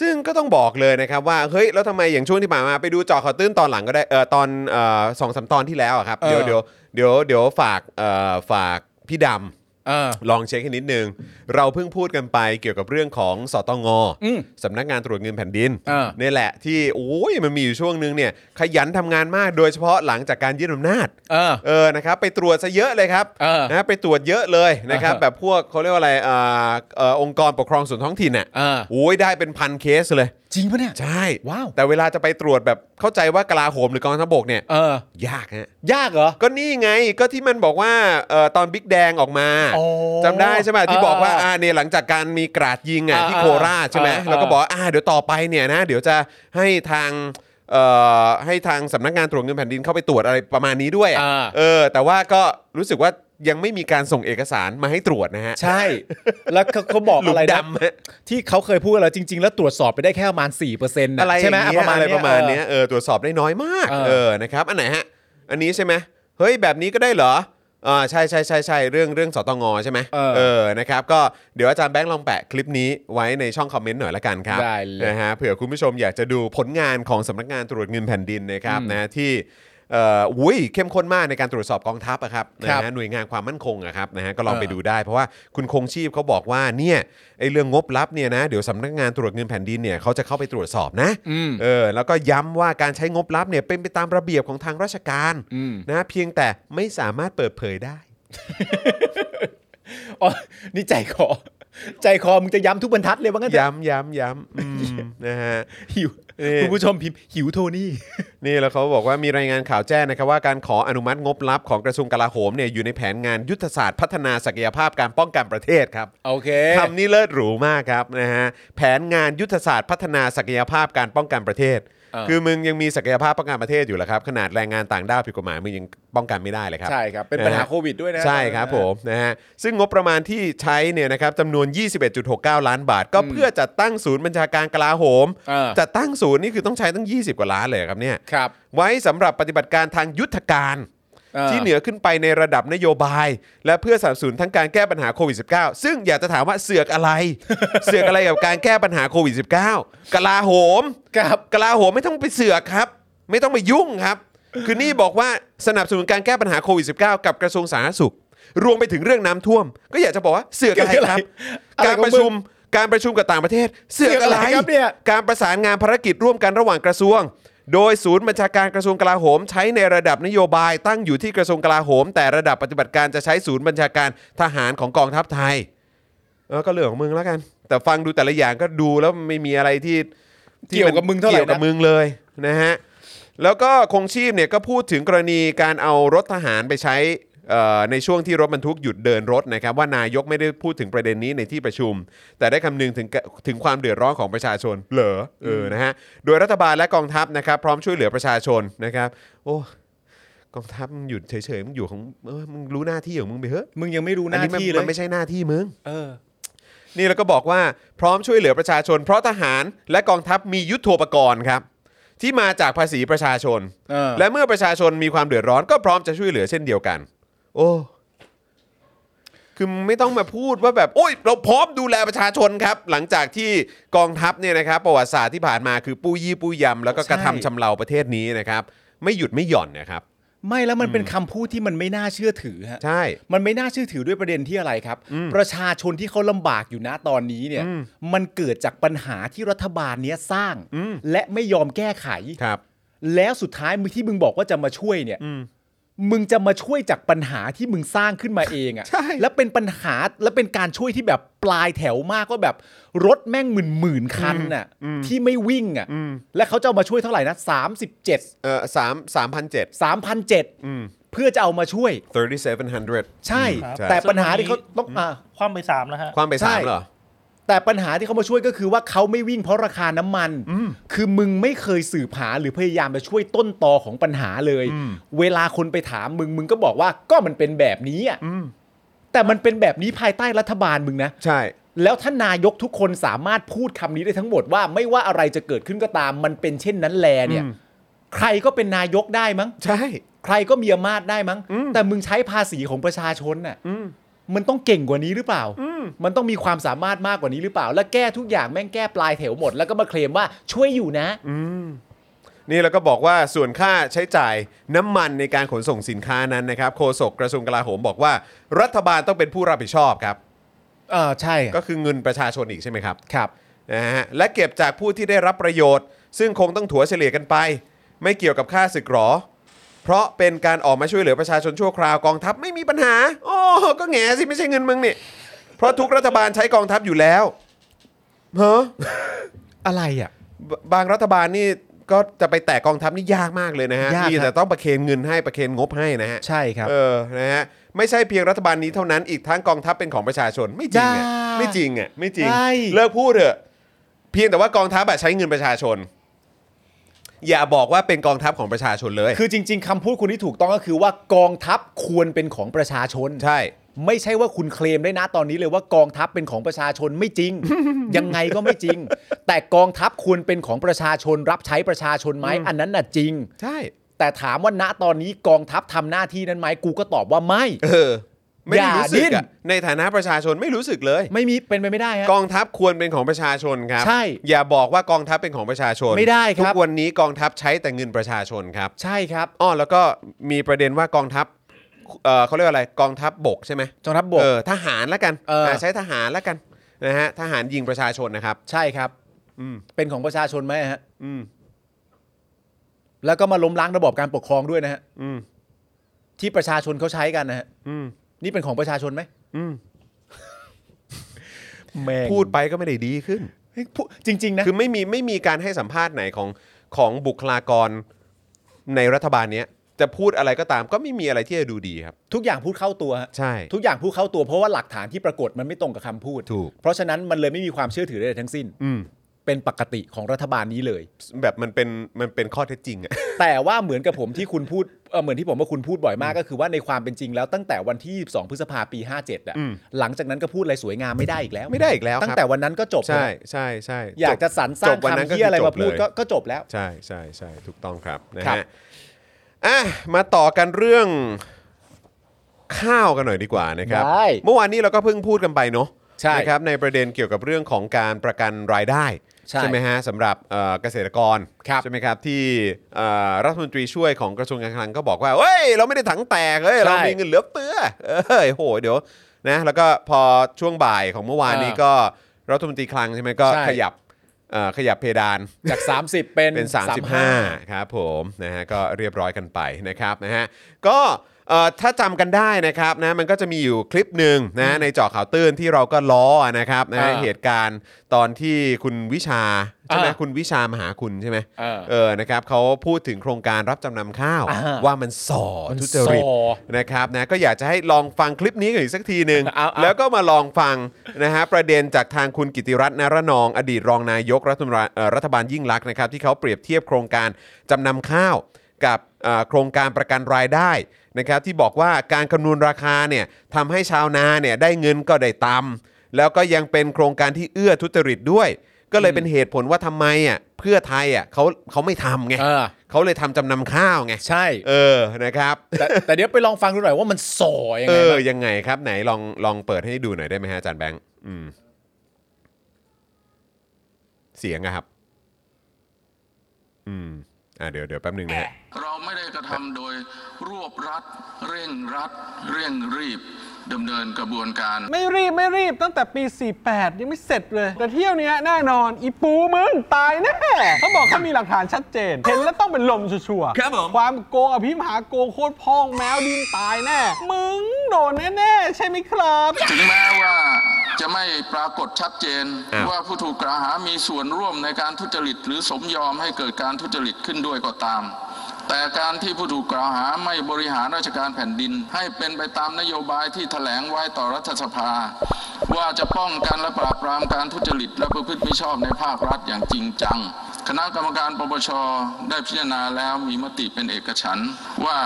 ซึ่งก็ต้องบอกเลยนะครับว่า เฮ้ย แล้วทำไมอย่างช่วงที่ผ่านมาไปดูเจอข่าวตื้นตอนหลังก็ได้เออตอนเออสองสามตอนที่แล้วอะครับ
เออ
เดี๋ยวเดี๋ยวเดี๋ยวเดี๋ยวฝากเอ่อฝากพี่ดำ
เออ
ลองเช็คให้นิดนึง เราเพิ่งพูดกันไปเกี่ยวกับเรื่องของสตง
อืม
สำนักงานตรวจเงินแผ่นดิน
อ่า
เนี่ยแหละที่โอ้ยมันมีอยู่ช่วงนึงเนี่ย ขยันทำงานมากโดยเฉพาะหลังจากการยึดอำนาจ
เออ
เออนะครับไปตรวจซะเยอะเลยครับ
เออ
นะไปตรวจเยอะเลยนะครับ
อ่าฮะ
แบบพวกเขาเรียกว่าอะไรอ่าเอ่อองค์กรปกครองส่วนท้องถิ่นอ่ะ
เออ
โอ้ยได้เป็นพันเคสเลย
จริงปะเนี่ย
ใช่
ว้าว
แต่เวลาจะไปตรวจแบบเข้าใจว่ากลาโหมหรือกองทัพบกเนี่ย
เออ
ยากฮะ
ยากเหรอ
ก็นี่ไงก็ที่มันบอกว่าเอ่อตอนบิ๊กแดงออกมา
อ๋อ
จำได้ใช่ไหมที่บอกว่า
อ่า
อ่าเนี่ยหลังจากการมีกราดยิงอ่ะ
อ่า
ที่โคราชใช่ไหม
อ่าอ่า
แล้วก็บอกว่าอ่าเดี๋ยวต่อไปเนี่ยนะเดี๋ยวจะให้ทางเอ่อให้ทางสำนักงานตรวจเงินแผ่นดินเข้าไปตรวจอะไรประมาณนี้ด้วยอะ
อ่า
เออ แต่ว่าก็รู้สึกว่ายังไม่มีการส่งเอกสารมาให้ตรวจนะฮะ
ใช่ แล้วเขาเขาบอก
หลุ
อะ
ม
ไรนะ
ดำฮะ
ที่เขาเคยพูดแล้วจริง ๆ แล้วตรวจสอบไปได้แค่ประมาณ4%เปอร์เซ็นต์
อะไร
ใช่ไหม
อย่งเงี้ย
ประมาณ
อะไร
เนี้ย
ประมาณเนี้ย
เออ
เออตรวจสอบได้น้อยมาก
เออ
เออนะครับอันไหนฮะอันนี้ใช่ไหมเฮ้ยแบบนี้ก็ได้เหรออ่าใช่ใช่ใช่ใช่เรื่องเรื่องสตงใช่ไหม
เออ
เออ นะครับ ก็เดี๋ยวอาจารย์แบงค์ลองแปะคลิปนี้ไว้ในช่องคอมเมนต์หน่อยละกันครับ
ได้เลย
นะฮะ เผื่อคุณผู้ชมอยากจะดูผลงานของสำนักงานตรวจเงินแผ่นดินนะครับ
อืม
นะที่เอ่ออุ้ยเข้มข้นมากในการตรวจสอบกองทัพอะครับนะครับ ฮะหน่วยงานความมั่นคงอะครับนะฮะก็ลอง
เออ
ไปดูได้เพราะว่าคุณคงชีพเขาบอกว่าเนี่ยไอ้เรื่องงบลับเนี่ยนะเดี๋ยวสำนักงานตรวจเงินแผ่นดินเนี่ยเขาจะเข้าไปตรวจสอบนะ
อืม
เออแล้วก็ย้ำว่าการใช้งบลับเนี่ยเป็นไปตามระเบียบของทางราชการ
อืม
นะเพียงแต่ไม่สามารถเปิดเผยได้
อ๋อนี่ใจคอ ใจคอมึงจะย้ำทุกบรรทัดเลยว่างั้นเถอะ
ย้ำย้ำย้ำอืมนะฮะ
หิว
นี่
คุณผู้ชมพิมพ์หิวโทนี่
นี่แล้วเขาบอกว่ามีรายงานข่าวแจ้งนะครับว่าการขออนุมัติงบลับของกระทรวงกลาโหมเนี่ยอยู่ในแผนงานยุทธศาสตร์พัฒนาศักยภาพการป้องกันประเทศครับ
โอเค
คำนี้เลิศหรูมากครับนะฮะแผนงานยุทธศาสตร์พัฒนาศักยภาพการป้องกันประเทศ
อ่า
คือมึงยังมีศักยภาพป้องกันประเทศอยู่เหรอครับ ขนาดแรงงานต่างด้าวผิดกฎหมายมึงยังป้องกันไม่ได้เลยครับ
ใช่ครับ เป็นปัญหาโควิดด้วยนะ
ใช่ครับ
ต
ผ
อนนั้น
มนะฮะซึ่งงบประมาณที่ใช้เนี่ยนะครับจำนวน 21.69 ล้านบาท ก็เพื่อจัดตั้งศูนย์บัญชาการกลาโหม
เออ
จัดตั้งศูนย์นี่คือต้องใช้ตั้ง 20 กว่าล้านเลยครับเนี่ย
ครับ
ไว้สำหรับปฏิบัติการทางยุทธการ ที่เหนือขึ้นไปในระดับนโยบาย และเพื่อสนับสนุนทั้งการแก้ปัญหาโควิด -19 ซึ่งอยากจะถามว่าเสือกอะไร [LAUGHS] เสือกอะไรกับการแก้ปัญหาโควิด -19 กลาโหม
ครับ
กลาโหมไม่ต้องไปเสือกครับ ไม่ต้องไปยุ่งครับ คือนี่บอกว่าสนับสนุนการแก้ปัญหาโควิด -19 กับกระทรวงสาธารณสุข รวมไปถึงเรื่องน้ำท่วม ก็อยากจะบอกว่าเสือกอะไรครับ
อะไร
การประชุมการประชุมกับต่างประเทศ เสือกอะไร
เสือกอะไรครับเนี่ย
การประสานงานภารกิจร่วมกันระหว่างกระทรวง โดยศูนย์บัญชาการกระทรวงกลาโหม ใช้ในระดับนโยบายตั้งอยู่ที่กระทรวงกลาโหม แต่ระดับปฏิบัติการจะใช้ศูนย์บัญชาการทหารของกองทัพไทยเออก็เรื่องของมึงแล้วกัน แต่ฟังดูแต่ละอย่างก็ดูแล้วไม่มีอะไรที่ ที่
เกี่ยวกับมึงเท่าไหร่นะ
เกี่ยวกับมึงเลยนะฮะ แล้วก็คงชีพเนี่ยก็พูดถึงกรณีการเอารถทหารไปใช้เอ่อในช่วงที่รถบรรทุกหยุดเดินรถนะครับ ว่านายกไม่ได้พูดถึงประเด็นนี้ในที่ประชุม แต่ได้คำนึงถึงกะถึงความเดือดร้อนของประชาชนเหรอเออนะฮะโดยรัฐบาลและกองทัพนะครับ พร้อมช่วยเหลือประชาชนนะครับ โอ้กองทัพมึงหยุดเฉยๆมึงอยู่ของเออมึงรู้หน้าที่ของมึงไปเถอะ
มึงยังไม่รู้ห
อัน
น้า
นี้มัน
ที่เล
มั
ย
นไม่ใช่หน้าที่มึง
เออ
นี่แล้วก็บอกว่าพร้อมช่วยเหลือประชาชน เพราะทหารและกองทัพมียุทโธปกรณ์ครับ ที่มาจากภาษีประชาชน
เออ
และเมื่อประชาชนมีความเดือดร้อนก็พร้อมจะช่วยเหลือเช่นเดียวกัน โอ้คือไม่ต้องมาพูดว่าแบบ โอ้ย เราพร้อมดูแลประชาชนครับ หลังจากที่กองทัพเนี่ยนะครับ ประวัติศาสตร์ที่ผ่านมาคือปู้ยี่ปู้ยำแล้วก็กระทำชำเราประเทศนี้นะครับ ไม่หยุดไม่หย่อนนะครับ
ไม่แล้วมันเป็นคำพูดที่มันไม่น่าเชื่อถือฮะ
ใช่
มันไม่น่าเชื่อถือด้วยประเด็นที่อะไรครับ ประชาชนที่เขาลำบากอยู่นะตอนนี้เนี่ย มันเกิดจากปัญหาที่รัฐบาลเนี้ยสร้าง
อืม
และไม่ยอมแก้ไข
ครับ
แล้วสุดท้ายมึงที่มึงบอกว่าจะมาช่วยเนี่ยมึงจะมาช่วยจากปัญหาที่มึงสร้างขึ้นมาเองอะ
ใช่
และเป็นปัญหาและเป็นการช่วยที่แบบปลายแถวมากว่าแบบรถแม่งหมื่นหมื่นๆคันน่ะที่ไม่วิ่งอะและเขาจะเอามาช่วยเท่าไหร่นะ37
เออสามสามพันเจ็ด
3,007เพื่อจะเอามาช่วย
3700
ใช่
ครับ
แต่
ซึ่ง
ปัญหา
วันนี้
ที่เขาต้องอ่า
คว่ำไปสามแล้วฮะ
ความไป
ใช่
สามเหรอ
แต่ปัญหาที่เขามาช่วยก็คือว่าเขาไม่วิ่งเพราะราคาน้ำมัน คือมึงไม่เคยสืบหาหรือพยายามจะช่วยต้นตอของปัญหาเลย เวลาคนไปถามมึงมึงก็บอกว่าก็มันเป็นแบบนี้อ่ะแต่มันเป็นแบบนี้ภายใต้รัฐบาลมึงนะ
ใช่
แล้วท่านนายกทุกคนสามารถพูดคำนี้ได้ทั้งหมดว่าไม่ว่าอะไรจะเกิดขึ้นก็ตาม มันเป็นเช่นนั้นแลเนี่ย
อืม
ใครก็เป็นนายกได้มั้ง
ใช่
ใครก็มีอำนาจได้มั้ง แต่มึงใช้ภาษีของประชาชนน่ะมันต้องเก่งกว่านี้หรือเปล่า มันต้องมีความสามารถมากกว่านี้หรือเปล่า แล้วแก้ทุกอย่างแม่งแก้ปลายแถวหมด แล้วก็มาเคลมว่าช่วยอยู่นะ
นี่แล้วก็บอกว่าส่วนค่าใช้จ่ายน้ำมันในการขนส่งสินค้านั้นนะครับโฆษกกระทรวงกลาโหมบอกว่า รัฐบาลต้องเป็นผู้รับผิดชอบครับ
เออใช่
ก็คือเงินประชาชนอีกใช่ไหมครับ
ครับ
นะฮะและเก็บจากผู้ที่ได้รับประโยชน์ ซึ่งคงต้องถัวเฉลี่ยกันไป ไม่เกี่ยวกับค่าศึกหรอ เพราะเป็นการออกมาช่วยเหลือประชาชนชั่วคราวกองทัพไม่มีปัญหาโอ้ก็แง่สิไม่ใช่เงินมึงนี่เพราะทุกรัฐบาลใช้กองทัพอยู่แล้วเฮ้
อะไรอ่ะ
บางรัฐบาลนี่ก็จะไปแตะกองทัพนี่ยากมากเลยนะฮะ
ยากครับ
มีแต่ต้องประเคนเงินให้ประเคนงบให้นะฮะ
ใช่ครับ
เออนะฮะไม่ใช่เพียงรัฐบาลนี้เท่านั้นอีกทั้งกองทัพเป็นของประชาชนไม่จริงอ่ะ
จ้า
ไม่จริงอ่ะไม่จริง
ใช่
เลิกพูดเถอะ เพียงแต่ว่ากองทัพอะใช้เงินประชาชน อย่าบอกว่าเป็นกองทัพของประชาชนเลย
คือจริง ๆคำพูดคุณที่ถูกต้องก็คือว่ากองทัพควรเป็นของประชาชน
ใช่
ไม่ใช่ว่าคุณเคลมได้นะตอนนี้เลยว่ากองทัพเป็นของประชาชนไม่จ [LAUGHS] ริง ยังไงก็ไม่จริง แต่กองทัพควรเป็นของประชาชน รับใช้ประชาชนไหมอันนั้นน่ะจริง
ใช่
แต่ถามว่าณตอนนี้กองทัพทำหน้าที่นั้นไหมกูก็ตอบว่าไม่
เออ ไม่ได้รู้สึก
อย่าดิ้
อะ
น
ในฐานะประชาชนไม่รู้สึกเลย
ไม่มีเป็นไปไม่ได้ฮะ
กองทัพควรเป็นของประชาชนครับ
ใช่
อย่าบอกว่ากองทัพเป็นของประชาชน
ไม่ได้ครับ
ทุกวันนี้กองทัพใช้แต่เงินประชาชนครับ
ใช่ครับ
อ้อแล้วก็มีประเด็นว่ากองทัพเอ่อเขาเรียกว่าอะไรกองทัพบกใช่ไหม
จองทัพบก
เออทหารละกัน
เอออ่
าใช้ทหารละกันนะฮะทหารยิงประชาชนนะครับ
ใช่ครับ
อืม
เป็นของประชาชนไหมฮะ
อืม
แล้วก็มาล้มล้างระบอบการปกครองด้วยนะฮะ
อืม
ที่ประชาชนเขาใช้กันนะฮะ
อืม
นี่เป็นของประชาชนไหม
อืม
[LAUGHS] แม่ง
พูดไปก็ไม่ได้ดีขึ้น
เฮ้ยพูดจริง ๆ นะ
คือไม่มีไม่มีการให้สัมภาษณ์ไหนของของบุคลากรในรัฐบาลเนี้ย จะพูดอะไรก็ตามก็ไม่มีอะไรที่จะดูดีครับ
ทุกอย่างพูดเข้าตัวฮะ
ใช่
ทุกอย่างพูดเข้าตัวเพราะว่าหลักฐานที่ปรากฏมันไม่ตรงกับคำพูด
ถูก
เพราะฉะนั้นมันเลยไม่มีความเชื่อถือใดๆทั้งสิ้น
อืม
เป็นปกติของรัฐบาลนี้เลย
แบบมันเป็นมันเป็นข้อเท็จจริงอะ
แต่ว่าเหมือนกับผมที่คุณพูดเอ่อเหมือนที่ผมว่าคุณพูดบ่อยมากก็คือว่าในความเป็นจริงแล้วตั้งแต่วันที่ 2 พฤษภาปี 57อ่ะ
อืม
หลังจากนั้นก็พูดอะไรสวยงามไม่ได้อีกแล้ว
ไม่ได้อีกแล้ว
ตั้ง
ครับ
แต่วันนั้นก็จบ
ใช่
แล้วนะ
ใช่ใช่
อยากจะสรรสร้าง
บวันนั้น
คำที่อะไร
คืจ
มา
บ
พูด
เลย
ก็ก็จบแล้ว
ใช่ใช่ใช่ถูกต้องครับนะ
ครับ
ฮะอ่ะมาต่อกันเรื่องข้าวกันหน่อยดีกว่านะครับ
ได้
เมื่อวานนี้เราก็เพิ่งพูดกันไปเนาะ
ใช่
นะครับในประเด็นเกี่ยวกับเรื่องของการประกันรายได้
ใช่
ไหมฮะสำหรับเอ่อเกษตรกร
ครับ
ใช่ไหมครับที่เอ่อรัฐมนตรีช่วยของกระทรวงการคลังก็บอกว่าเฮ้ยเราไม่ได้ถังแตกเฮ้ยเรามีเงินเหลือเฟือเอ้ยโหเดี๋ยวนะแล้วก็พอช่วงบ่ายของเมื่อวานนี้ก็รัฐมนตรีคลังใช่ไหมก็
ใช่
ขยับเอ่อขยับเพดาน
จาก 30 เป็น
เป็น
35
35 ครับผมนะฮะก็เรียบร้อยกันไปนะครับนะฮะก็เอ่อถ้าจำกันได้นะครับนะมันก็จะมีอยู่คลิปหนึ่งนะในเจอข่าวตื้นที่เราก็ล้อนะครับนะฮะ
อ่า
เหตุการณ์ตอนที่คุณวิชาใช่ไหม
อ่า
คุณวิชามหาคุณใช่ไหม
เออ
เออนะครับเขาพูดถึงโครงการรับจำนำข้าว
อ่า
ว่ามันส่อ
มัน
ทุจริต
ส่อ
นะครับนะก็อยากจะให้ลองฟังคลิปนี้กันอีกสักทีหนึ่ง
เอาเอา
แล้วก็มาลองฟังนะฮะประเด็นจากทางคุณกิติรัตน์นรนอง อดีตรองนายกรัฐมนตรีเอ่อรัฐบาลยิ่งลักษณ์นะครับที่เขาเปรียบเทียบโครงการจำนำข้าว กับเอ่อโครงการประกันรายได้นะครับที่บอกว่าการคำนวณราคาเนี่ยทำให้ชาวนาเนี่ยได้เงินก็ได้ตำแล้วก็ยังเป็นโครงการที่เอื้อทุจริตด้วย ก็เลยเป็นเหตุผลว่าทำไมอ่ะเพื่อไทยอ่ะเขาเขาไม่ทำไง
เออ
เขาเลยทำจำนำข้าวไง
ใช่
เออนะครับ
แต่แต่เดี๋ยวไปลองฟังดูหน่อยว่ามันส่อยัง
เอ
ไง
อ
บ้าง
ยังไงครับไหนลองลองเปิดให้ดูหน่อยได้ไหมฮะอาจารย์แบงค์อืมเสียงอะครับ อืม อ่ะเดี๋ยวเดี๋ยวแป๊บหนึ่งนะฮะ
เราไม่ได้กระทำโดยรวบรัด เร่งรัด เร่งรีบดำเนินกระบวนการ
ไม่รีบ ไม่รีบตั้งแต่ปี 48 ยังไม่เสร็จเลย แต่เที่ยวเนี้ยแน่นอน อีปูมึง ตายแน่เขาบอกเขามีหลักฐานชัดเจน เห็นแล้วต้องเป็นลมชัวร์ๆ
ครับผม
ความโกงอภิมหาโกงโคตรพองแมวดินตายแน่ มึงโดนแน่ ๆ ใช่ไหมครับ
ถึงแม้ว่าจะไม่ปรากฏชัดเจน
อ้าว
ว่าผู้ถูกกล่าวหามีส่วนร่วมในการทุจริต หรือสมยอมให้เกิดการทุจริตขึ้นด้วยก็ตาม แต่การที่ผู้ถูกกล่าวหาไม่บริหารราชการแผ่นดิน ให้เป็นไปตามนโยบายที่แถลงไว้ต่อรัฐสภา ว่าจะป้องกันและปราบปรามการทุจริต และประพฤติมิชอบในภาครัฐอย่างจริงจัง คณะกรรมการปปชได้พิจารณาแล้วมีมติเป็นเอกฉันท์ว่า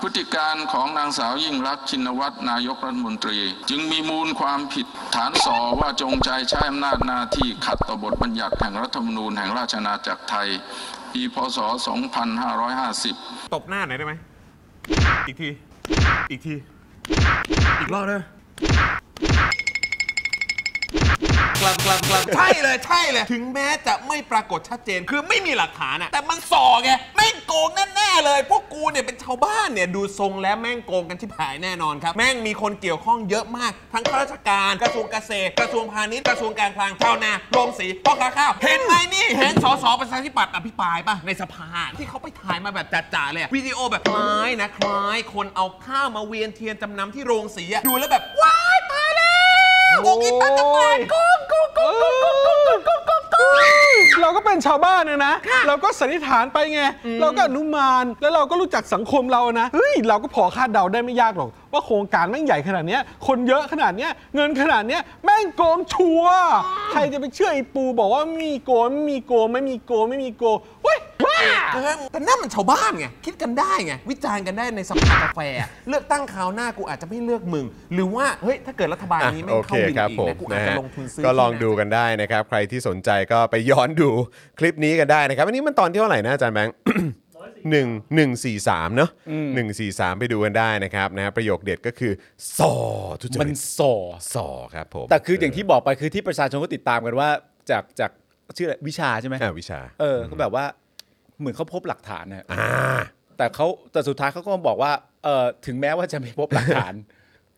พฤติการของนางสาวยิ่งรักษณ์ชินวัตรนายกรัฐมนตรี จึงมีมูลความผิดฐานส่อว่าจงใจใช้อำนาจหน้าที่ขัดต่อบทบัญญัติแห่งรัฐธรรมนูญแห่งราชอาณาจักรไทย ปีพศ 2550
ตบหน้าหน่อยได้ไหม อีกที อีกที อีกรอบได้ไหมกลับกลับกลับใช่เลย ใช่เลย ถึงแม้จะไม่ปรากฏชัดเจน คือไม่มีหลักฐานอะแต่มันส่อไง แม่งโกงแน่ๆเลย พวกกูเนี่ยเป็นชาวบ้านเนี่ย ดูทรงแล้วแม่งโกงกันชิบหายแน่นอนครับ แม่งมีคนเกี่ยวข้องเยอะมาก ทั้งข้าราชการ กระทรวงเกษตร กระทรวงพาณิชย์ กระทรวงการคลังชาวนาโรงสีพ่อค้าข้าว เห็นไหมนี่ เห็นสสประชาธิปัตย์อภิปรายป่ะ ในสภา ที่เขาไปถ่ายมาแบบจ่าๆเลยอะวิดีโอแบบคล้ายนะคล้ายคนเอาข้าวมาเวียนเทียนจำนำที่โรงสีอะดูแล้วแบบว้ายตายแล้ว โกงอีตาจังเลยโกงโกงโกงโกงโกงโกงโกงโกงโกงโกง
เราก็เป็นชาวบ้านนะนะ เราก็สันนิษฐานไปไง เราก็อนุมานแล้วเราก็รู้จักสังคมเรานะ เฮ้ย เราก็พอคาดเดาได้ไม่ยากหรอก ว่าโครงการแม่งใหญ่ขนาดเนี้ยคนเยอะขนาดเนี้ยเงินขนาดเนี้ยแม่งโกงชัวร์ใครจะไปเชื่อไอ้ปูบอกว่ามีโกงไม่มีโกงไม่มีโกงไม่มีโกงเว้ยบ้า
เออแต่นั่นมันชาวบ้านไง คิดกันได้ไง วิจารณ์กันได้ในสภากาแฟ เลือกตั้งคราวหน้ากูอาจจะไม่เลือกมึง หรือว่า เฮ้ย ถ้าเกิดรัฐบาล
อ่ะ
นี้ไม่
โอ
เข้า
เค
วิน
ครับ
อีก
ผม
นะกูอาจจะ
นะฮะ
ลงทุนซื้อ
ก็ลองดู
ที่
กันได้นะครับ ใครที่สนใจก็ไปย้อนดูคลิปนี้กันได้นะครับ อันนี้มันตอนที่เท่าไหร่นะอาจารย์แบงค์ หนึ่งหนึ่งสี่สามเนอะหนึ่งสี่สามไปดูกันได้นะครับนะฮะประโยคเด็ดก็คือสอทุจ
มั
ริ
น
ต
ส่อ
สอครับผม
แต่คืออย่างที่บอกไปคือที่ประชาชนก็ติดตามกันว่าจากจากชื่ออะไรวิชาใช่ไหม
อ่ะวิชา
เออก็แบบว่าเหมือนเขาพบหลักฐานนะ
อ่า
แต่เขาแต่สุดท้ายเขาก็มาบอกว่าเออถึงแม้ว่าจะไม่พบหลัก
[LAUGHS]
ฐาน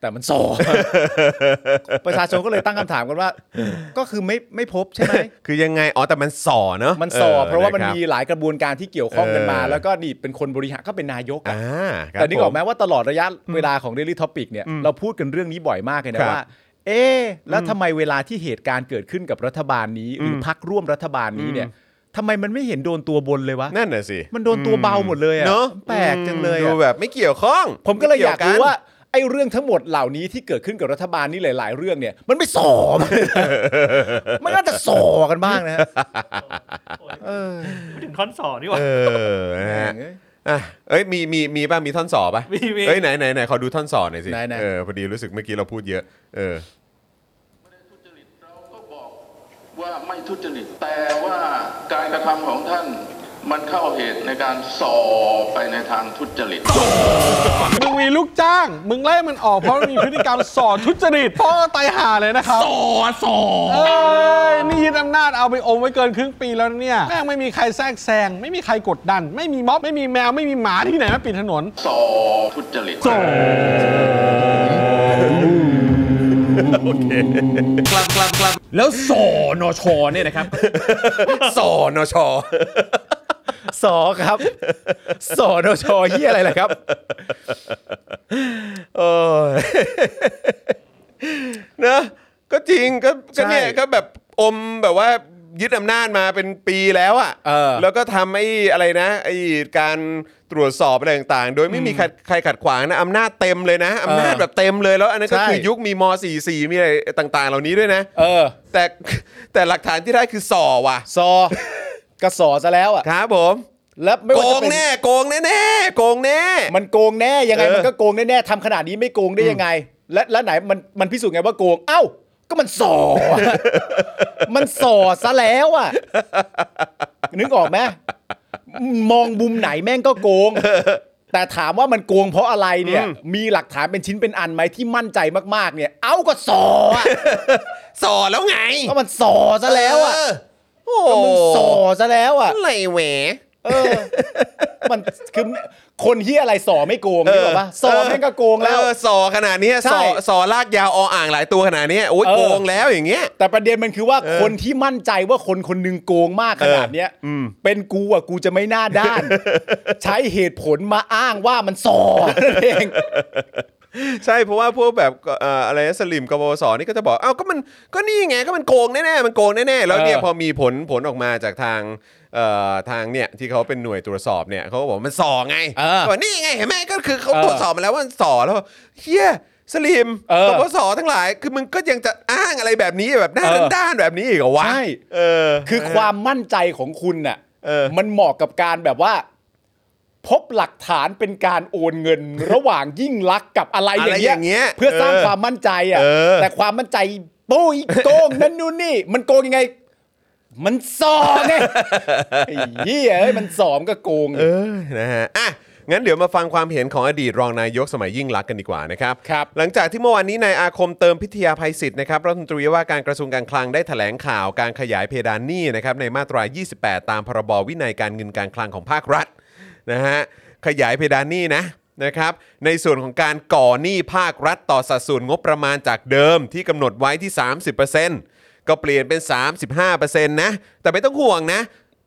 แต่มัน [LAUGHS] ส่อ ประชาชนก็เลยตั้งคำถามกันว่า [LAUGHS] ก็คือไม่ไม่พบใช่
[LAUGHS]
ไหม
คือยังไงอ๋อแต่มันสอเนอะ
มันส่อเพราะว่ามัน
คบ
มีหลายกระบวนการที่เกี่ยวข้องกันมา
เออ
แล้วก็นี่เป็นคนบริหารก็เป็นนายกอะ
อ่าครับ
แต่นี่บอก
ผ
แม้ว่าตลอดระยะเวลาของ Daily Topic เนี่ยเราพูดกันเรื่องนี้บ่อยมากเลย
ครั
นะ
บ
ว่า เอ๊ะแล้วทำไมเวลาที่เหตุการณ์เกิดขึ้นกับรัฐบาลนี้ หรือพักร่วมรัฐบาลนี้เนี่ยทำไมมันไม่เห็นโดนตัวบนเลยวะ
นั่นน่ะสิ
มันโดนตัวเบาหมดเลยอะ
เนอะ
แปลกจังเลย
ดู
อะ
แบบไม่เกี่ยวข้อง
ผมก็เลยอยาก
ไ
รู้ว่าไอ้เรื่องทั้งหมดเหล่านี้ที่เกิดขึ้นกับรัฐบาลนี่หลาย ๆ เรื่องเนี่ย มันไม่ส่อมัน [LAUGHS] มันน่าจะส่อกันบ้างนะ
พูดถึงคอนสอนี่หว่า
เออนะฮะอ่ะเอ้ยมีมีมีป่ะมีท่อนสอป่ะ
มีมี
เอ้ยไหนไหนไหนขอดูท่อนสอหน่อยสิ
ไหนไหน
เออพอดีรู้สึกเมื่อกี้เราพูดเยอะเออ
เราก็บอกว่าไม่ทุจริต แต่ว่าการกระทำของท่านมันเข้าเหตุในการส่อไปในทางทุจริต
มึงมีลูกจ้าง มึงไล่มันออกเพราะมันมีพฤติกรรมส่อทุจริตพ่อตายห่าเลยนะครับ
โอ้สอ
เอ้ยนี่ยึดอำนาจเอาไปอมไว้เกินครึ่งปีแล้วนะเนี่ย แม่งไม่มีใครแทรกแซง ไม่มีใครกดดัน ไม่มีม็อบ ไม่มีแมว ไม่มีหมาที่ไหนมาปิดถนน
ส่อทุจริต
กลับกลับกลับแล้วสอนชเนี่ยนะครับ
สอนช
[LAUGHS] สอครับ [LAUGHS] สอนชเฮียอะไรล่ะครับ
โอ้ย นะก็จริงก็ก็เนี่ย
ใช่
ก็แบบอมแบบว่ายึดอำนาจมาเป็นปีแล้วอะ
เออ
แล้วก็ทำไอ้อะไรนะไอ้การตรวจสอบอะไรต่างๆ โดยไม่มีใครใครขัดขวางนะอำนาจเต็มเลยนะอำนาจแบบเต็มเลยแล้วอันนั้นก็
ใช่
คือยุคมีม .44 มีอะไรต่าง ๆ เหล่านี้ด้วยนะ
เออ
แต่ [LAUGHS] แต่หลักฐานที่ได้คือสอว่ะ
ซอกระสอซะแล้วอ่ะ
ครับผม
แล้วไม่
โกง
ว่าจะเป็น
แน่โกงแน่แน่ๆโกงแน่
มันโกงแน่ยังไง
เออ
มันก็โกงแน่ๆทำขนาดนี้ไม่โกงได้ยังไง และและไหนมันมันพิสูจน์ไงว่าโกง เอ้า ก็มันสอ [LAUGHS] อะมันสอซะแล้วอ่ะ นึกออกไหมมองมุมไหนแม่งก็โกง แต่ถามว่ามันโกงเพราะอะไรเนี่ย มีหลักฐานเป็นชิ้นเป็นอันไหมที่มั่นใจมากๆ เนี่ย เอ้าก็สออะ
สอแล้วไง
ก็มันสอซะแล้วอ่ะ
เ
ก็มันสอซะแล้วอ่ะ
อะไรแหว
เออ มันคือคนเฮียอะไรสอไม่โกงนี่หรอกปะสอแม่งก็โกงแล้ว
เออสอขนาดเนี้ย
ใช่
สอสอลากยาวออ่างหลายตัวขนาดเนี้ยโอ้ย
เออ
โกงแล้วอย่างเงี้ย
แต่ประเด็นมันคือว่าคนที่มั่นใจว่าคนคนหนึงโกงมากขนาดเนี้ยเป็นกูอ่ะกูจะไม่หน้าด้าน
[LAUGHS]
ใช้เหตุผลมาอ้างว่ามันสอนั่นเอง
[LAUGHS] ใช่เพราะว่าพวกแบบเอ่ออะไรนะสลิมกบวสนี่ก็จะบอกเอ้าก็มันก็นี่ไงก็มันโกงแน่ๆมันโกงแน่ๆแล้วเนี่ย
เออ
พอมีผลผลออกมาจากทางเอ่อทางเนี่ยที่เขาเป็นหน่วยตรวจสอบเนี่ยเขาก็บอกมันสอไง
เออ
บอกนี่ไงเห็นไหมก็คือเขา
เออ
ตรวจสอบมาแล้วว่ามันสอแล้วเฮียสลิม
เออก
บวสทั้งหลาย คือมึงก็ยังจะอ้างอะไรแบบนี้แบบหน้า
เออ
ด้านๆแบบนี้อีกเหรอวะ
ใช่
เออ
คือความมั่นใจของคุณน่ะ
เออ
มันเหมาะกับการแบบว่า พบหลักฐานเป็นการโอนเงิน ระหว่างยิ่งลักษณ์กับอะไร
อะไรอย่
อา
ย่าง ง
เงี้ย
เงี้ย
เพื่อสร้างความมั่นใจอ่ะ
เออ
แต่ความมั่นใจปุ้ยโกงนั่นนู่นนี่ มันโกงยังไง มันสอ
[LAUGHS]
ไงไอ้เหี้ยเอ้ยมันสอมนก็โกง
เออ นะฮะ อ่ะ งั้นเดี๋ยวมาฟังความเห็นของอดีตรองนายกสมัยยิ่งลักษณ์กันดีกว่านะครับ
ครับ
หลังจากที่เมื่อวานนี้นายอาคมเติมพิทยาภัยศิษย์นะครับรัฐมนตรีว่าการกระทรวงการคลังได้แถลงข่าวการขยายเพดานหนี้นะครับในมาตรา 28 ตามพรบวินัยการเงินการคลังของภาครัฐนะฮะ ขยายเพดานหนี้นะนะครับ ในส่วนของการก่อหนี้ภาครัฐต่อสัดส่วนงบประมาณจากเดิมที่กำหนดไว้ที่ 30%ก็เปลี่ยนเป็น 35%นะ แต่ไม่ต้องห่วงนะ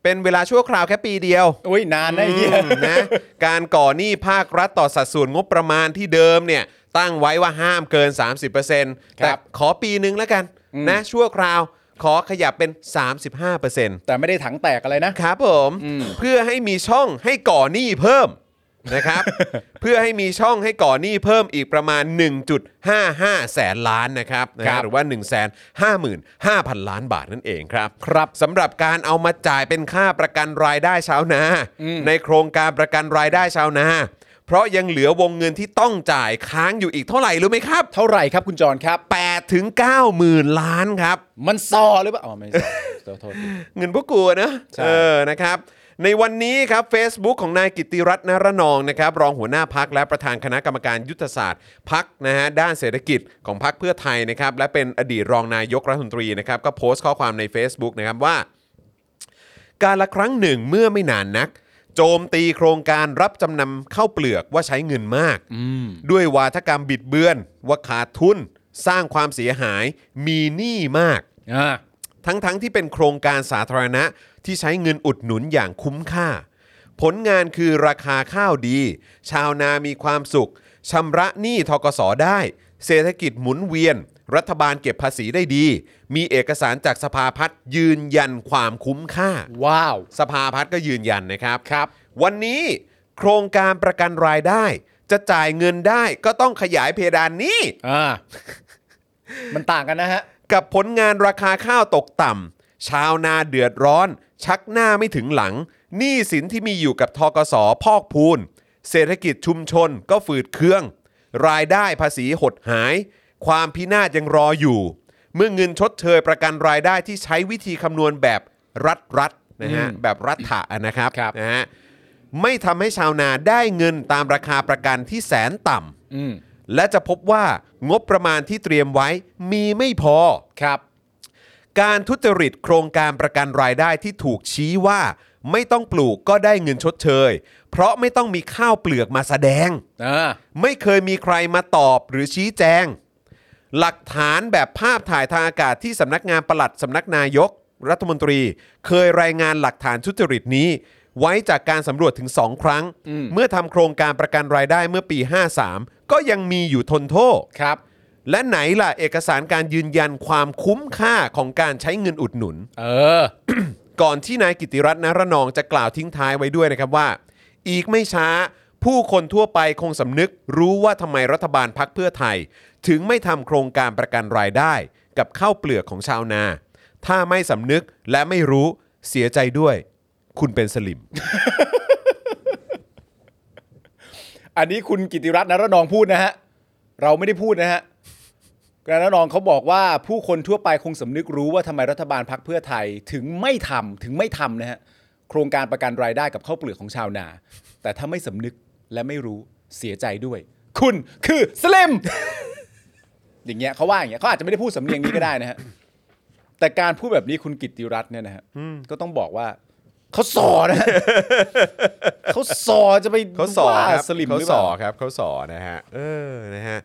เป็นเวลาชั่วคราวแค่ปีเดียว
อุ้ยนานนะไอ้เหี้ย
อืมนะการก่อหนี้ภาครัฐต่อสัดส่วนงบประมาณที่เดิมเนี่ยตั้งไว้ว่าห้ามเกิน 30%แต่ขอปีนึงแล้วกันนะชั่วคราวขอขยับเป็น 35%
แต่ไม่ได้ถังแตกอะไรนะ
ครับผมเพื่อให้มีช่องให้ก่อหนี้เพิ่มนะครับ [LAUGHS] เพื่อให้มีช่องให้ก่อหนี้เพิ่มอีกประมาณ 1.55 แสนล้านนะครับนะฮะ
ครับ
หรือว่า 1 5 5 0 0 0 ล้านบาทนั่นเองครับ
ครับ
สำหรับการเอามาจ่ายเป็นค่าประกันรายได้ชาวนา ในโครงการประกันรายได้ชาวนา เพราะยังเหลือวงเงินที่ต้องจ่ายค้างอยู่อีกเท่าไหร่รู้ไหมครับ
เท่าไหร่ครับคุณจรครับ
8ถึง9หมื่นล้านครับ
มันซอหรือเปล่าอ๋อไม่ซอขอโทษ
เงินพวกกูอะนะ
ใช่
เออนะครับ ในวันนี้ครับ Facebook ของนายกิตติรัตน์นรนองนะครับ รองหัวหน้าพักและประธานคณะกรรมการยุทธศาสตร์พักนะฮะด้านเศรษฐกิจของพักเพื่อไทยนะครับ และเป็นอดีตรองนายกรัฐมนตรีนะครับ ก็โพสต์ข้อความใน Facebook นะครับว่า การละครั้งหนึ่งเมื่อไม่นานนัก โจมตีโครงการรับจำนำข้าวเปลือกว่าใช้เงินมาก ด้วยวาทกรรมบิดเบือนว่าขาดทุน สร้างความเสียหายมีหนี้มาก
อ่า
ทั้งๆทที่เป็นโครงการสาธารณะที่ใช้เงินอุดหนุนอย่างคุ้มค่า ผลงานคือราคาข้าวดี ชาวนามีความสุขชำระหนี้ทกสได้ เศรษฐกิจหมุนเวียน รัฐบาลเก็บภาษีได้ดี มีเอกสารจากสภาพัฒน์ยืนยันความคุ้มค่า
ว้าว
สภาพัฒน์ก็ยืนยันนะครับ
ครับ
วันนี้โครงการประกันรายได้ จะจ่ายเงินได้ก็ต้องขยายเพดานหนี้
อ่า มันต่างกันนะฮะ
กับผลงานราคาข้าวตกต่ำ ชาวนาเดือดร้อน ชักหน้าไม่ถึงหลังหนี้สินที่มีอยู่กับทกสพอกพูน เศรษฐกิจชุมชนก็ฝืดเคือง รายได้ภาษีหดหาย ความพินาศยังรออยู่ เมื่อเงินชดเชยประกันรายได้ที่ใช้วิธีคำนวณแบบรัฐรัฐๆนะฮะแบบรัฐะนะครับ
ครับ
นะฮะไม่ทำให้ชาวนาได้เงินตามราคาประกันที่แสนต่ำ
อืม
และจะพบว่างบประมาณที่เตรียมไว้มีไม่พอ
ครับ
การทุจริตโครงการประกันรายได้ที่ถูกชี้ว่า ไม่ต้องปลูกก็ได้เงินชดเชย เพราะไม่ต้องมีข้าวเปลือกมาแสดง
อ่า
ไม่เคยมีใครมาตอบหรือชี้แจง หลักฐานแบบภาพถ่ายทางอากาศที่สำนักงานปลัดสำนักนายก รัฐมนตรี เคยรายงานหลักฐานทุจริตนี้ ไว้จากการสำรวจถึง 2 ครั้ง เมื่อทำโครงการประกันรายได้เมื่อปี 53 ก็ยังมีอยู่ทนโทษ
ครับ
และไหนล่ะเอกสารการยืนยันความคุ้มค่าของการใช้เงินอุดหนุน
เออ
ก่อนที่นายกิติรัตน์นรนองจะกล่าวทิ้งท้ายไว้ด้วยนะครับว่า อีกไม่ช้า ผู้คนทั่วไปคงสำนึกรู้ว่าทำไมรัฐบาลพักเพื่อไทย ถึงไม่ทำโครงการประกันรายได้ กับข้าวเปลือกของชาวนา ถ้าไม่สำนึกและไม่รู้เสียใจด้วย คุณเป็นสลิม
อันนี้คุณกิติรัตน์นรนองพูดนะฮะ เราไม่ได้พูดนะฮะนรนองเขาบอกว่าผู้คนทั่วไปคงสำนึกรู้ว่าทำไมรัฐบาลพักเพื่อไทยถึงไม่ทำถึงไม่ทำนะฮะ โครงการประกันรายได้กับข้าวเปลือกของชาวนา แต่ถ้าไม่สำนึกและไม่รู้เสียใจด้วย คุณคือสลิม อย่างเงี้ยเขาว่าอย่างเงี้ยเขาอาจจะไม่ได้พูดสำเนียงนี้ก็ได้นะฮะ แต่การพูดแบบนี้คุณกิตติรัตน์เนี่ยนะฮะก็ต้องบอกว่า เขาสอนะ
[LAUGHS]
เขาสอจะไป
เขาสอ
ว่
ครับ
สลิม
เขา
หรือ
ส
เป
อ
ล่า
ครับเขาสอนะฮะเออนะฮะ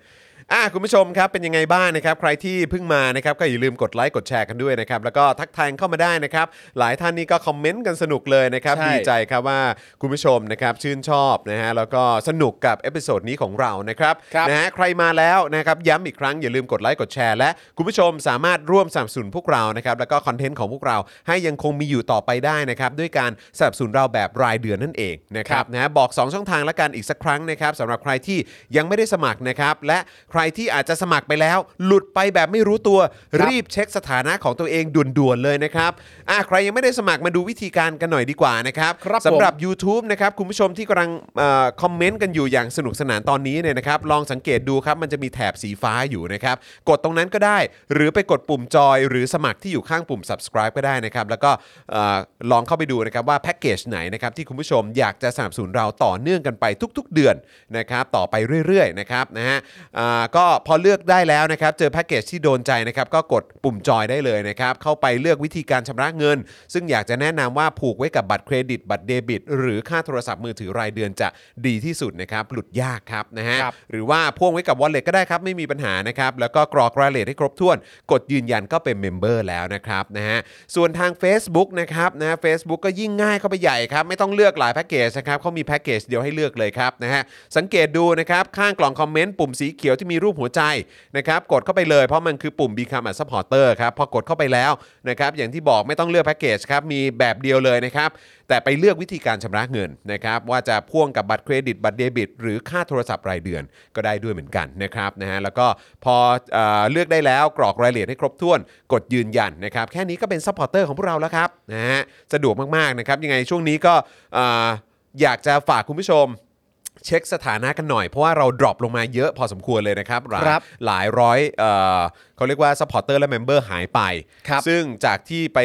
อ่ะคุณผู้ชมครับเป็นยังไงบ้างนะครับ ใครที่เพิ่งมานะครับก็อย่าลืมกดไลค์กดแชร์กันด้วยนะครับแล้วก็ทักทายเข้ามาได้นะครับ หลายท่านนี่ก็คอมเมนต์กันสนุกเลยนะครับ
ใช่
ดีใจครับว่าคุณผู้ชมนะครับชื่นชอบนะฮะแล้วก็สนุกกับเอพิโซดนี้ของเรานะครับ
ครับ
นะฮะใครมาแล้วนะครับย้ำอีกครั้งอย่าลืมกดไลค์กดแชร์และคุณผู้ชมสามารถร่วมสนับสนุนพวกเรานะครับแล้วก็คอนเทนต์ของพวกเราให้ยังคงมีอยู่ต่อไปได้นะครับด้วยการสนับสนุนเราแบบรายเดือนนั่นเองนะครั
ครับ บ
นะฮะบอก 2 ช่องทางละกันอีกสักครั้งนะครับสำหรับใครที่ยังไม่ได้สมัครนะครับและใครที่อาจจะสมัครไปแล้ว หลุดไปแบบไม่รู้ตัวรีบเช็คสถานะของตัวเองด่วนๆเลยนะครับอ่ะใครยังไม่ได้สมัครมาดูวิธีการกันหน่อยดีกว่านะครับ
ครับผม
สำหรับ YouTube นะครับ คุณผู้ชมที่กำลังเอ่อคอมเมนต์กันอยู่อย่างสนุกสนานตอนนี้เนี่ยนะครับ ลองสังเกตดูครับ มันจะมีแถบสีฟ้าอยู่นะครับ กดตรงนั้นก็ได้ หรือไปกดปุ่มจอย หรือสมัครที่อยู่ข้างปุ่ม subscribe ก็ได้นะครับ แล้วก็เอ่อลองเข้าไปดูนะครับ ว่าแพ็กเกจไหนนะครับ ที่คุณผู้ชมอยากจะสนับสนุนเราต่อเนื่องกันไปทุก ๆ เดือนนะครับ ต่อไปเรื่อยๆนะครับนะฮะอ่าก็พอเลือกได้แล้วนะครับ เจอแพ็กเกจที่โดนใจนะครับ ก็กดปุ่มจอยได้เลยนะครับ เข้าไปเลือกวิธีการชำระเงิน ซึ่งอยากจะแนะนำว่าผูกไว้กับบัตรเครดิต บัตรเดบิต หรือค่าโทรศัพท์มือถือรายเดือนจะดีที่สุดนะครับ หลุดยากครับนะฮะ
ครับ
หรือว่าพ่วงไว้กับ wallet ก็ได้ครับ ไม่มีปัญหานะครับ แล้วก็กรอกรายละเอียดให้ครบถ้วน กดยืนยันก็เป็นเมมเบอร์แล้วนะครับนะฮะส่วนทาง Facebook นะครับนะ Facebook ก็ยิ่งง่ายเข้าไปใหญ่ครับ ไม่ต้องเลือกหลายแพ็กเกจนะครับเขามีแพ็กเกจเดียวให้เลือกเลยครับนะฮะสังเกตดูนะครับ ข้างกล่องคอมเมนต์ปุ่มสีเขียวที่มีรูปหัวใจนะครับกดเข้าไปเลยเพราะมันคือปุ่ม Become a supporter ครับพอกดเข้าไปแล้วนะครับอย่างที่บอกไม่ต้องเลือกแพ็กเกจครับมีแบบเดียวเลยนะครับ แต่ไปเลือกวิธีการชำระเงินนะครับว่าจะพ่วงกับบัตรเครดิต บัตรเดบิต หรือค่าโทรศัพท์รายเดือนก็ได้ด้วยเหมือนกันนะครับนะฮะแล้วก็พอเออเลือกได้แล้วกรอกรายละเอียดให้ครบถ้วน กดยืนยันนะครับแค่นี้ก็เป็นซัพพอร์เตอร์ของพวกเราแล้วครับนะฮะสะดวกมากๆนะครับยังไงช่วงนี้ก็เอ่ออยากจะฝากคุณผู้ชม เช็คสถานะกันหน่อย เพราะว่าเราดรอปลงมาเยอะพอสมควรเลยนะครับหลาย
ครับ
หลายร้อยเอ่อเขาเรียกว่าซัพพอร์เตอร์และเมมเบอร์หายไป
ครับ
ซึ่งจากที่ไป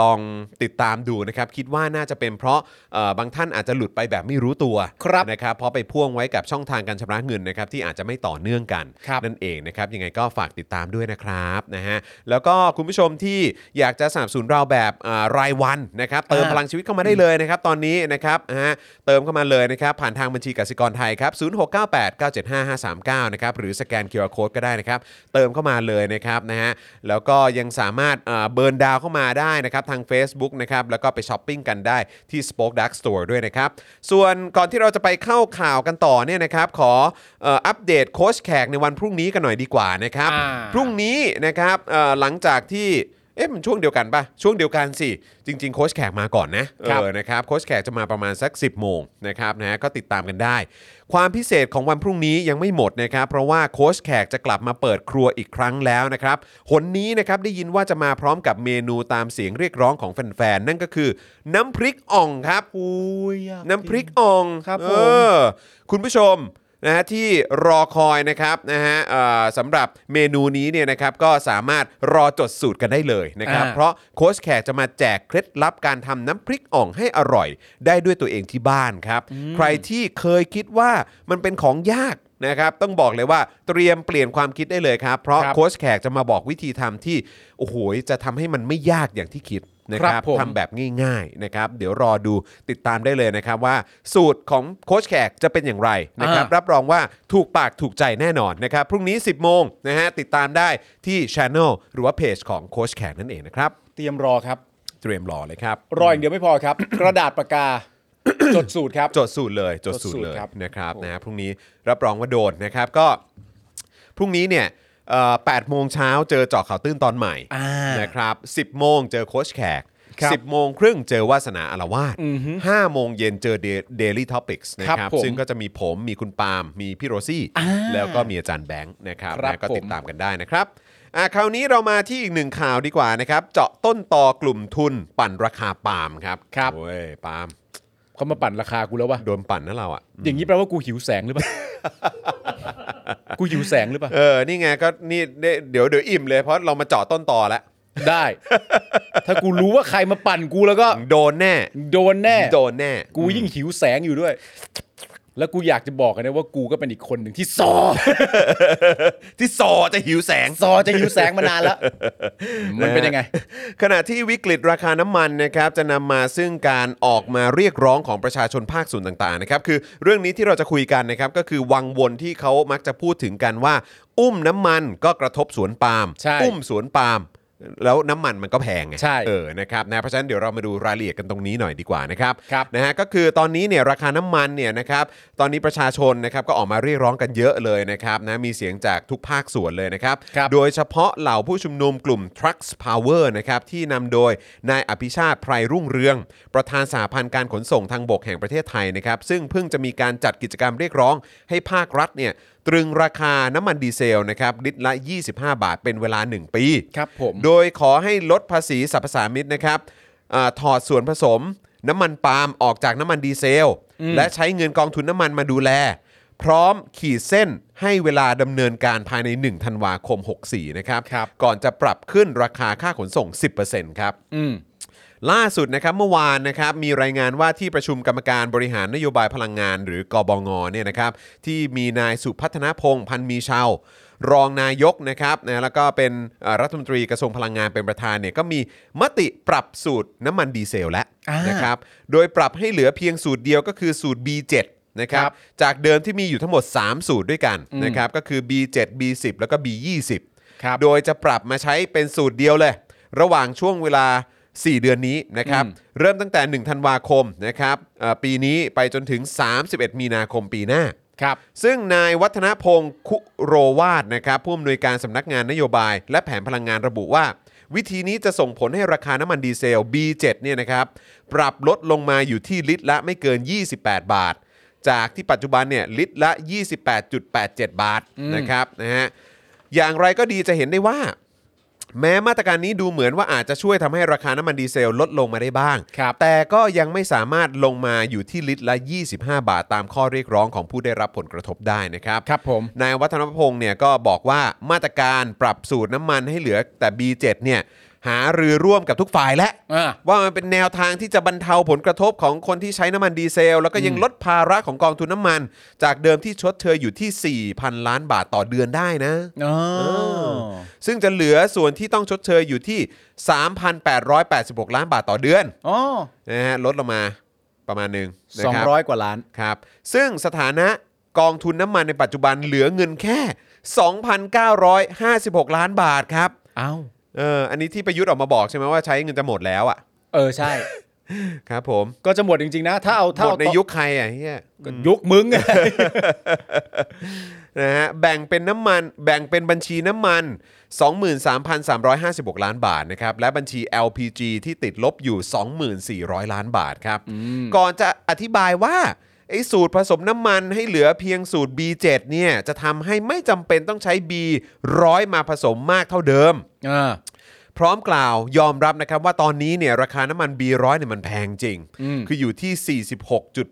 ลองติดตามดูนะครับ คิดว่าน่าจะเป็นเพราะเอ่อบางท่านอาจจะหลุดไปแบบไม่รู้ตัว
ครับ
นะครับเพราะไปพ่วงไว้กับช่องทางการชำระเงินนะครับ ที่อาจจะไม่ต่อเนื่องกัน
ครับ
นั่นเองนะครับ ยังไงก็ฝากติดตามด้วยนะครับนะฮะแล้วก็คุณผู้ชมที่อยากจะสนับสนุนเราแบบอ่ารายวันนะครับ เติมพลังชีวิตเข้ามาได้เลยนะครับ ตอนนี้นะครับนะฮะเติมเข้ามาเลยนะครับ ผ่านทางบัญชีกสิกรไทยครับ 0698 975 539 นะครับ หรือสแกน QR Code ก็ได้นะครับ เติมเข้ามาเลยนะครับนะฮะแล้วก็ยังสามารถอ่าเบิร์นดาวเข้ามาได้นะครับ ทาง Facebook นะครับ แล้วก็ไปช้อปปิ้งกันได้ที่ Spoke Dark Store ด้วยนะครับ ส่วนก่อนที่เราจะไปเข้าข่าวกันต่อเนี่ยนะครับ ขอเอ่ออัปเดตโค้ชแขกในวันพรุ่งนี้กันหน่อยดีกว่านะครับ
อ่า
พรุ่งนี้นะครับเอ่อหลังจากที่เอ๊ะมันช่วงเดียวกันปะช่วงเดียวกันสิ จริง ๆ โค้ชแขกมาก่อนนะเอ
ครับ
อนะครับโค้ชแขกจะมาประมาณสัก 10 โมงนะครับนะฮะก็ติดตามกันได้ ความพิเศษของวันพรุ่งนี้ยังไม่หมดนะครับ เพราะว่าโค้ชแขกจะกลับมาเปิดครัวอีกครั้งแล้วนะครับหนนี้นะครับได้ยินว่าจะมาพร้อมกับเมนูตามเสียงเรียกร้องของแฟนๆนั่นก็คือน้ำพริกอ่องครับ
อุ้ยอยา
น้ำพริกอ่อง
ครับผม
เออคุณผู้ชมนะฮะที่รอคอยนะครับนะฮะเอ่อสำหรับเมนูนี้เนี่ยนะครับก็สามารถรอจดสูตรกันได้เลยนะครับ
อ่า
เพราะโค้ชแขกจะมาแจกเคล็ดลับการทำน้ำพริกอ่องให้อร่อย ได้ด้วยตัวเองที่บ้านครับ ใครที่เคยคิดว่ามันเป็นของยากนะครับ ต้องบอกเลยว่าเตรียมเปลี่ยนความคิดได้เลยครับ เพราะ
ครับ
โค้ชแขกจะมาบอกวิธีทำที่โอ้โหจะทำให้มันไม่ยากอย่างที่คิดนะค
ครั
รับบ
ผม
ทำ แบบง่ายๆนะครับเดี๋ยวรอดูติดตามได้เลยนะครับว่าสูตรของโค้ชแขกจะเป็นอย่างไรนะครับ
อ่ารั
รับรองว่าถูกปากถูกใจแน่นอนนะครับพรุ่งนี้ 10 โมงนะฮะติดตามได้ที่ Channel หรือว่าเพจของโค้ชแขกนั่นเองนะครับ
เตรียมรอครับ
เตรียมรอเลยครับ
รออย่างเดียวไม่พอครับ [COUGHS] กระดาษปากกา จดสูตรครับ
จดสูตรเลยจดสูตร
จดสูตร
เลย
ครับ
นะครับ
โอ้
นะฮะพรุ่งนี้รับรองว่าโดนนะครับก็พรุ่งนี้เนี่ยเอ่อ8โมงเช้าเจอเจาะข่าวตื้นตอนใหม่
อ่า
นะครับ10 โมงเจอโค้ชแขก
ครับ
10 โมงครึ่งเจอวาสนาอารวาส5โมงเย็นเจอ Da- Daily Topics นะค
ครั
รับบ
ผม
ซึ่งก็จะมีผมมีคุณปาล์มมีพี่โรซี่
อ่า
แล้วก็มีอาจารย์แบงค์นะครับ
ครับ
นะก็ติด
ผม
ตามกันได้นะครับอ่ะคราวนี้เรามาที่อีกหนึ่งข่าวดีกว่านะครับเจาะต้นต่อกลุ่มทุนปั่นราคาปาล์มครับครับโอ้ยปาล์ม
เขามาปั่นราคากูแล้ววะ
โดนปั่นนะเราอ่ะ
อย่างนี้แปลว่ากูหิวแสงหรือเปล่า กูหิวแสงหรือเปล่า
เออ นี่ไงก็นี่ได้เดี๋ยวเดี๋ยวอิ่มเลยเพราะเรามาเจาะต้นตอแล้ว
ได้ [LAUGHS] ถ้ากูรู้ว่าใครมาปั่นกูแล้วก็
โดนแน่
โดนแน่
โดนแน่
กูยิ่งหิวแสงอยู่ด้วย แล้วกูอยากจะบอกกันนะว่ากูก็เป็นอีกคนหนึ่งที่ [COUGHS] ซอ
ที่สอจะหิวแสง
ซอจะอยู่แสงมานานแล้ว มันเป็นยังไง
ขณะที่วิกฤตราคาน้ำมันนะครับจะนำมาซึ่งการออกมาเรียกร้องของประชาชนภาคส่วนต่างๆนะครับคือเรื่องนี้ที่เราจะคุยกันนะครับก็คือวังวนที่เขามักจะพูดถึงกันว่า อุ้มน้ำมันก็กระทบสวนปาล์ม
ใช่
อุ้มสวนปาล์มแล้วน้ำมันมันก็แพงไง
ใช่
เออนะครับนะเพราะฉะนั้นเดี๋ยวเรามาดูรายละเอียดกันตรงนี้หน่อยดีกว่านะครับ
ครับ
นะฮะก็คือตอนนี้เนี่ยราคาน้ำมันเนี่ยนะครับตอนนี้ประชาชนนะครับก็ออกมาเรียกร้องกันเยอะเลยนะครับนะมีเสียงจากทุกภาคส่วนเลยนะครับ
ครับ
โดยเฉพาะเหล่าผู้ชุมนุมกลุ่ม Trucks Power นะครับที่นำโดยนายอภิชาติไพรรุ่งเรือง ประธานสาพันธ์การขนส่งทางบกแห่งประเทศไทยนะครับซึ่งเพิ่งจะมีการจัดกิจกรรมเรียกร้อง ให้ภาครัฐเนี่ยตรึงราคาน้ำมันดีเซลนะครับลิตรละ 25 บาทเป็นเวลา 1 ปี
ครับผม
โดยขอให้ลดภาษีสรรพสามิตนะครับอาถอดส่วนผสม น้ำมันปาล์มออกจากน้ำมันดีเซล และใช้เงินกองทุนน้ำมันมาดูแล พร้อมขีดเส้นให้เวลาดำเนินการภายใน 1 ธันวาคม 64 นะครับ
ครับ
ก่อนจะปรับขึ้นราคาค่าขนส่ง 10%ครับ
อืม
ล่าสุดนะครับเมื่อวานนะครับมีรายงานว่าที่ประชุมกรรมการบริหารนโยบายพลังงาน หรือกบงเนี่ยนะครับที่มีนายสุพัฒนพงษ์พันธ์มีเชาวรองนายกนะครับนะแล้วก็เป็นเอ่อรัฐมนตรีกระทรวงพลังงานเป็นประธานเนี่ยก็มีมติปรับสูตรน้ำมันดีเซลแล้ว
อ่าน
นะครับ โดยปรับให้เหลือเพียงสูตรเดียวก็คือสูตร B7 นะครับ
ครับ
จากเดิมที่มีอยู่ทั้งหมด 3 สูตรด้วยกันนะครับก็คือ B7 B10 แล้วก็ B20
ครับ
โดยจะปรับมาใช้เป็นสูตรเดียวเลย ระหว่างช่วงเวลา 4 เดือนนี้นะครับ
อืม
เริ่มตั้งแต่ 1 ธันวาคมนะครับเอ่อปีนี้ไปจนถึง 31 มีนาคมปีหน้า
ครับ
ซึ่งนายวัฒนพงศ์คุโรวาดนะครับผู้อำนวยการสำนักงานนโยบาย และแผนพลังงานระบุว่า วิธีนี้จะส่งผลให้ราคาน้ำมันดีเซล B7 เนี่ยนะครับปรับลดลงมาอยู่ที่ลิตรละไม่เกิน 28 บาท จากที่ปัจจุบันเนี่ยลิตรละ 28.87 บาทนะครับนะฮะอย่างไรก็ดีจะเห็นได้ว่า แม้มาตรการนี้ดูเหมือนว่าอาจจะช่วยทำให้ราคาน้ำมันดีเซลลดลงมาได้บ้าง
ครับ
แต่ก็ยังไม่สามารถลงมาอยู่ที่ลิตรละ 25 บาทตามข้อเรียกร้องของผู้ได้รับผลกระทบได้นะครับ
ครับผม
นายวัฒนพงศ์เนี่ยก็บอกว่ามาตรการปรับสูตรน้ำมันให้เหลือแต่ B7 เนี่ยหารือร่วมกับทุกฝ่ายและ
อ่า
ว่ามันเป็นแนวทางที่จะบรรเทาผลกระทบของคนที่ใช้น้ำมันดีเซล แล้วก็ยังลดภาระของกองทุนน้ำมัน จากเดิมที่ชดเชยอยู่ที่ 4,000 ล้านบาทต่อเดือนได้นะ
อ๋อ
ซึ่งจะเหลือส่วนที่ต้องชดเชยอยู่ที่ 3,886 ล้านบาทต่อเดือน
อ๋อ
นะฮะลดลงมาประมาณหนึ่งนะ
สอง
คบ
ร้อยกว่าล้าน
ครับ ซึ่งสถานะกองทุนน้ำมันในปัจจุบันเหลือเงินแค่ 2,956 ล้านบาทครับ
เอ้า
เอออันนี้ที่ประยุทธ์ออกมาบอกใช่ไหมว่าใช้เงินจะหมดแล้วอ่ะ
เออ ใช่
ครับผม
ก็จะหมดจริง ๆ นะ ถ้าเอาถ้า
หม
เอา
ดในยุคใครอ่ะเฮีย
ก็ยุค
[LAUGHS]
มึง
นะฮะแบ่งเป็นน้ำมันแบ่งเป็นบัญชีน้ำมัน 23,356 ล้านบาทนะครับและบัญชี LPG ที่ติดลบอยู่ 24,000 ล้านบาทครับก่อนจะอธิบายว่าไอ้สูตรผสมน้ำมันให้เหลือเพียงสูตร B7 เนี่ยจะทำให้ไม่จำเป็นต้องใช้ B100 มาผสมมากเท่าเดิม
อ่า
พร้อมกล่าวยอมรับนะครับว่าตอนนี้เนี่ยราคาน้ำมัน B100 เนี่ยมันแพงจริง คืออยู่ที่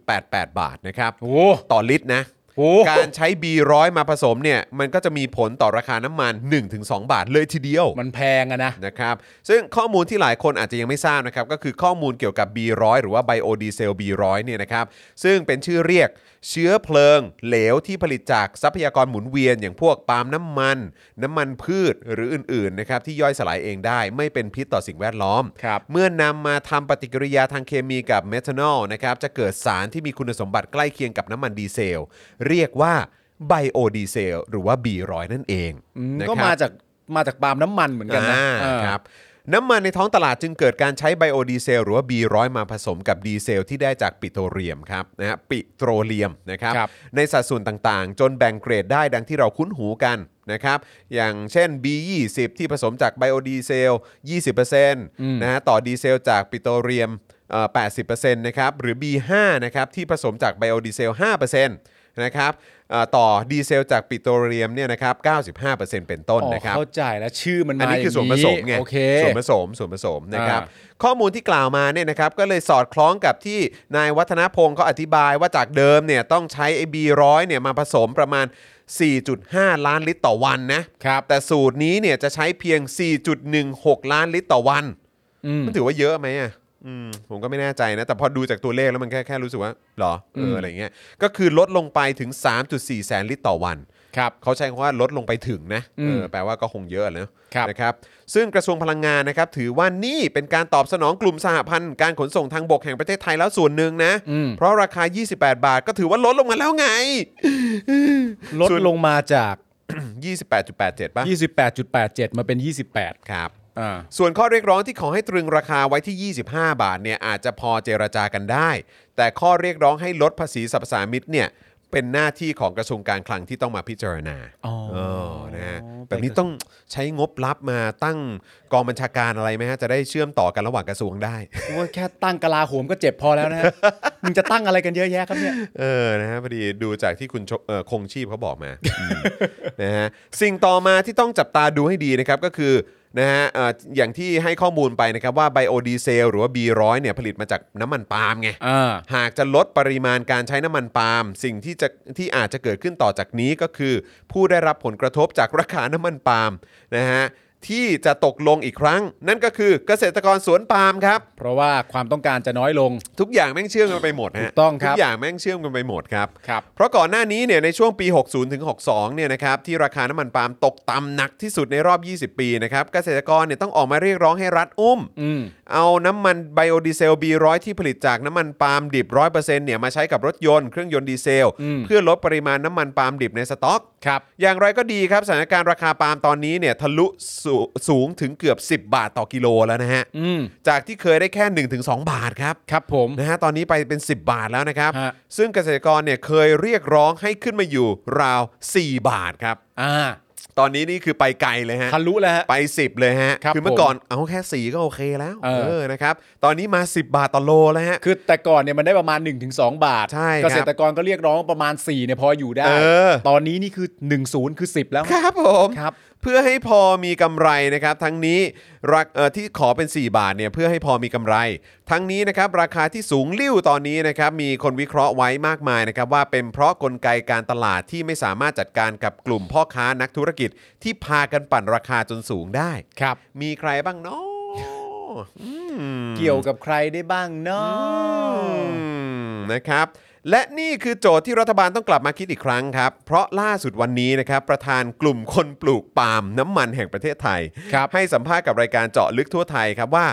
46.88 บาทนะครับ
โอ้
ต่อลิตรนะ
โอ้
การใช้ B100 มาผสมเนี่ยมันก็จะมีผลต่อราคาน้ำมัน 1-2 บาทเลยทีเดียว
มันแพงอะนะ
นะครับซึ่งข้อมูลที่หลายคนอาจจะยังไม่ทราบนะครับก็คือข้อมูลเกี่ยวกับ B100 หรือว่า Biodiesel B100 เนี่ยนะครับซึ่งเป็นชื่อเรียกเชื้อเพลิง เหลวที่ผลิตจากทรัพยากรหมุนเวียน อย่างพวกปาล์มน้ำมัน น้ำมันพืชหรืออื่นๆนะครับที่ย่อยสลายเองได้ไม่เป็นพิษต่อสิ่งแวดล้อม
ครับ
เมื่อนำมาทำปฏิกิริยาทางเคมีกับเมทานอลนะครับจะเกิดสารที่มีคุณสมบัติใกล้เคียงกับน้ำมันดีเซล เรียกว่าไบโอดีเซลหรือว่า B100 นั่นเอง
อืม
นะครับ
ก็มาจากมาจากปาล์มน้ำมันเหมือนกันนะ
อ่า
เออ
ครับน้ำมันในท้องตลาดจึงเกิดการใช้ไบโอดีเซลหรือว่า B100 มาผสมกับดีเซลที่ได้จากปิโตรเลียมครับนะฮะปิโตรเลียมนะครับ
ครับ
ในสัดส่วนต่างๆ จนแบ่งเกรดได้ดังที่เราคุ้นหูกันนะครับอย่างเช่น B20 ที่ผสมจากไบโอดีเซล 20%นะฮะต่อดีเซลจากปิโตรเลียมเอ่อ80%นะครับหรือ B5 นะครับที่ผสมจากไบโอดีเซล 5%นะครับเอ่อต่อดีเซลจากปิโตรเลียมเนี่ยนะครับ95%เป็นต้น
อ๋อ
นะครับ
เข้าใจแล้วชื่อมัน
อัน
มา
นี้คือส่วนผสมไง
โอเค
ส่วนผสมส่วนผสมนะครับ
อ่
ข้อมูลที่กล่าวมาเนี่ยนะครับก็เลยสอดคล้องกับที่นายวัฒนพงศ์เขาอธิบายว่าจากเดิมเนี่ยต้องใช้ไอบีร้อยเนี่ยมาผสมประมาณ 4.5 ล้านลิตรต่อวันนะครับ แต่สูตรนี้เนี่ยจะใช้เพียง 4.16 ล้านลิตรต่อวัน
อืม
มันถือว่าเยอะไหมอ่ะ อืมผมก็ไม่แน่ใจนะ แต่พอดูจากตัวเลขแล้วมันแค่แค่รู้สึกว่าหรอเอออะไรเงี้ยก็คือลดลงไปถึง 3.4 แสนลิตรต่อวัน
ครับ
เขาใช้คำว่าลดลงไปถึงนะ
อื
เอ
ม
อแปลว่าก็คงเยอะนะครับ นะครับ ซึ่งกระทรวงพลังงานนะครับ ถือว่านี่เป็นการตอบสนองกลุ่มสหพันธ์การขนส่งทางบกแห่งประเทศไทยแล้วส่วนหนึ่งนะ เพราะราคา 28 บาทก็ถือว่าลดลงมาแล้วไง [COUGHS]
ลดลงมาจาก
28.87ป่ะ
28.87 มาเป็น
ค
28
รับ
อ่า
ส่วนข้อเรียกร้องที่ขอให้ตรึงราคาไว้ที่ 25 บาทเนี่ยอาจจะพอเจรจากันได้ แต่ข้อเรียกร้องให้ลดภาษีสรรพสามิตเนี่ยเป็นหน้าที่ของกระทรวงการคลังที่ต้องมาพิจารณา
อ๋อ
เออนะฮะแบบนี้ต้องใช้งบลับมาตั้งกองบัญชาการอะไรไหมฮะ จะได้เชื่อมต่อกันระหว่างกระทรวงได้
กูว่าแค่ตั้งกลาโหมก็เจ็บพอแล้ว
[LAUGHS]
นะฮะ มึงจะตั้งอะไรกันเยอะแยะครับเนี่ย
เออ นะฮะพอดีดูจากที่คุณชเอ่อคงชีพเขาบอกมา อืม [LAUGHS] นะฮะสิ่งต่อมาที่ต้องจับตาดูให้ดีนะครับก็คือนะฮะเอ่ออย่างที่ให้ข้อมูลไปนะครับว่าไบโอดีเซลหรือว่า B100 เนี่ยผลิตมาจากน้ำมันปาล์มไง
อ่า
หากจะลดปริมาณการใช้น้ำมันปาล์มสิ่งที่จะที่อาจจะเกิดขึ้นต่อจากนี้ก็คือ ผู้ได้รับผลกระทบจากราคาน้ำมันปาล์มนะฮะที่จะตกลงอีกครั้ง นั่นก็คือเกษตรกรสวนปาล์มครับ
เพราะว่าความต้องการจะน้อยลง
ทุกอย่างแม่งเชื่อมกันไปหมดฮะ
ถูกต้องครับ
ทุกอย่างแม่งเชื่อมกันไปหมดครับ
ครับ
เพราะก่อนหน้านี้เนี่ยในช่วงปี 60ถึง62เนี่ยนะครับที่ราคาน้ำมันปาล์มตกต่ำหนักที่สุดในรอบ 20 ปีนะครับเกษตรกรเนี่ยต้องออกมาเรียกร้องให้รัฐอุ้ม
อืม
เอาน้ำมันไบโอดีเซล B100 ที่ผลิตจากน้ำมันปาล์มดิบ 100%เนี่ยมาใช้กับรถยนต์เครื่องยนต์ดีเซล
อืม
เพื่อลดปริมาณน้ำมันปาล์มดิบในสต็อก
ครับ
อย่างไรก็ดีครับสถานการณ์ราคาปาล์มตอนนี้เนี่ยทะลุสูสูงถึงเกือบ 10 บาทต่อกิโลแล้วนะฮะ
อืม
จากที่เคยได้แค่ 1-2 บาทครับ
ครับผม
[LAUGHS] นะฮะตอนนี้ไปเป็น 10 บาทแล้วนะครับ
ฮะ
ซึ่งเกษตรกรเนี่ยเคยเรียกร้องให้ขึ้นมาอยู่ราว 4 บาทครับ
อ่า
ตอนนี้นี่คือไปไกลเลยฮะ
ทะลุแล้วฮะ
ไป 10 เลยฮะ
ครับ
อเมื่อก่อนเอาแค่ 4 ก็โอเคแล้ว
เออ
นะครับตอนนี้มา 10 บาทต่อโลแล้วฮะ
คือแต่ก่อนเนี่ยมันได้ประมาณ 1-2 บาท
ใช่ครับ
เกษตรกรก็เรียกร้องประมาณ4เนี่ยพออยู่ได้
เออ
ตอนนี้นี่คือ 10 คือ 10 แล้ว
ค
ฮะ
รับผม
ครับ
เพื่อให้พอมีกำไรนะครับ ทั้งนี้รักเอ่อที่ขอเป็น 4 บาทเนี่ยเพื่อให้พอมีกำไร ทั้งนี้นะครับราคาที่สูงลิ่วตอนนี้นะครับมีคนวิเคราะห์ไว้มากมายนะครับว่าเป็นเพราะกลไกการตลาดที่ไม่สามารถจัดการกับกลุ่มพ่อค้านักธุรกิจที่พากันปั่นราคาจนสูงได้
ครับ
มีใครบ้างเนาะอืม
เกี่ยวกับใครได้บ้างเนาะ
อืมนะครับและนี่คือโจทย์ที่รัฐบาลต้องกลับมาคิดอีกครั้งครับ เพราะล่าสุดวันนี้นะครับ ประธานกลุ่มคนปลูกปาล์มน้ำมันแห่งประเทศไทย
ครับ
ให้สัมภาษณ์กับรายการเจาะลึกทั่วไทยครับว่า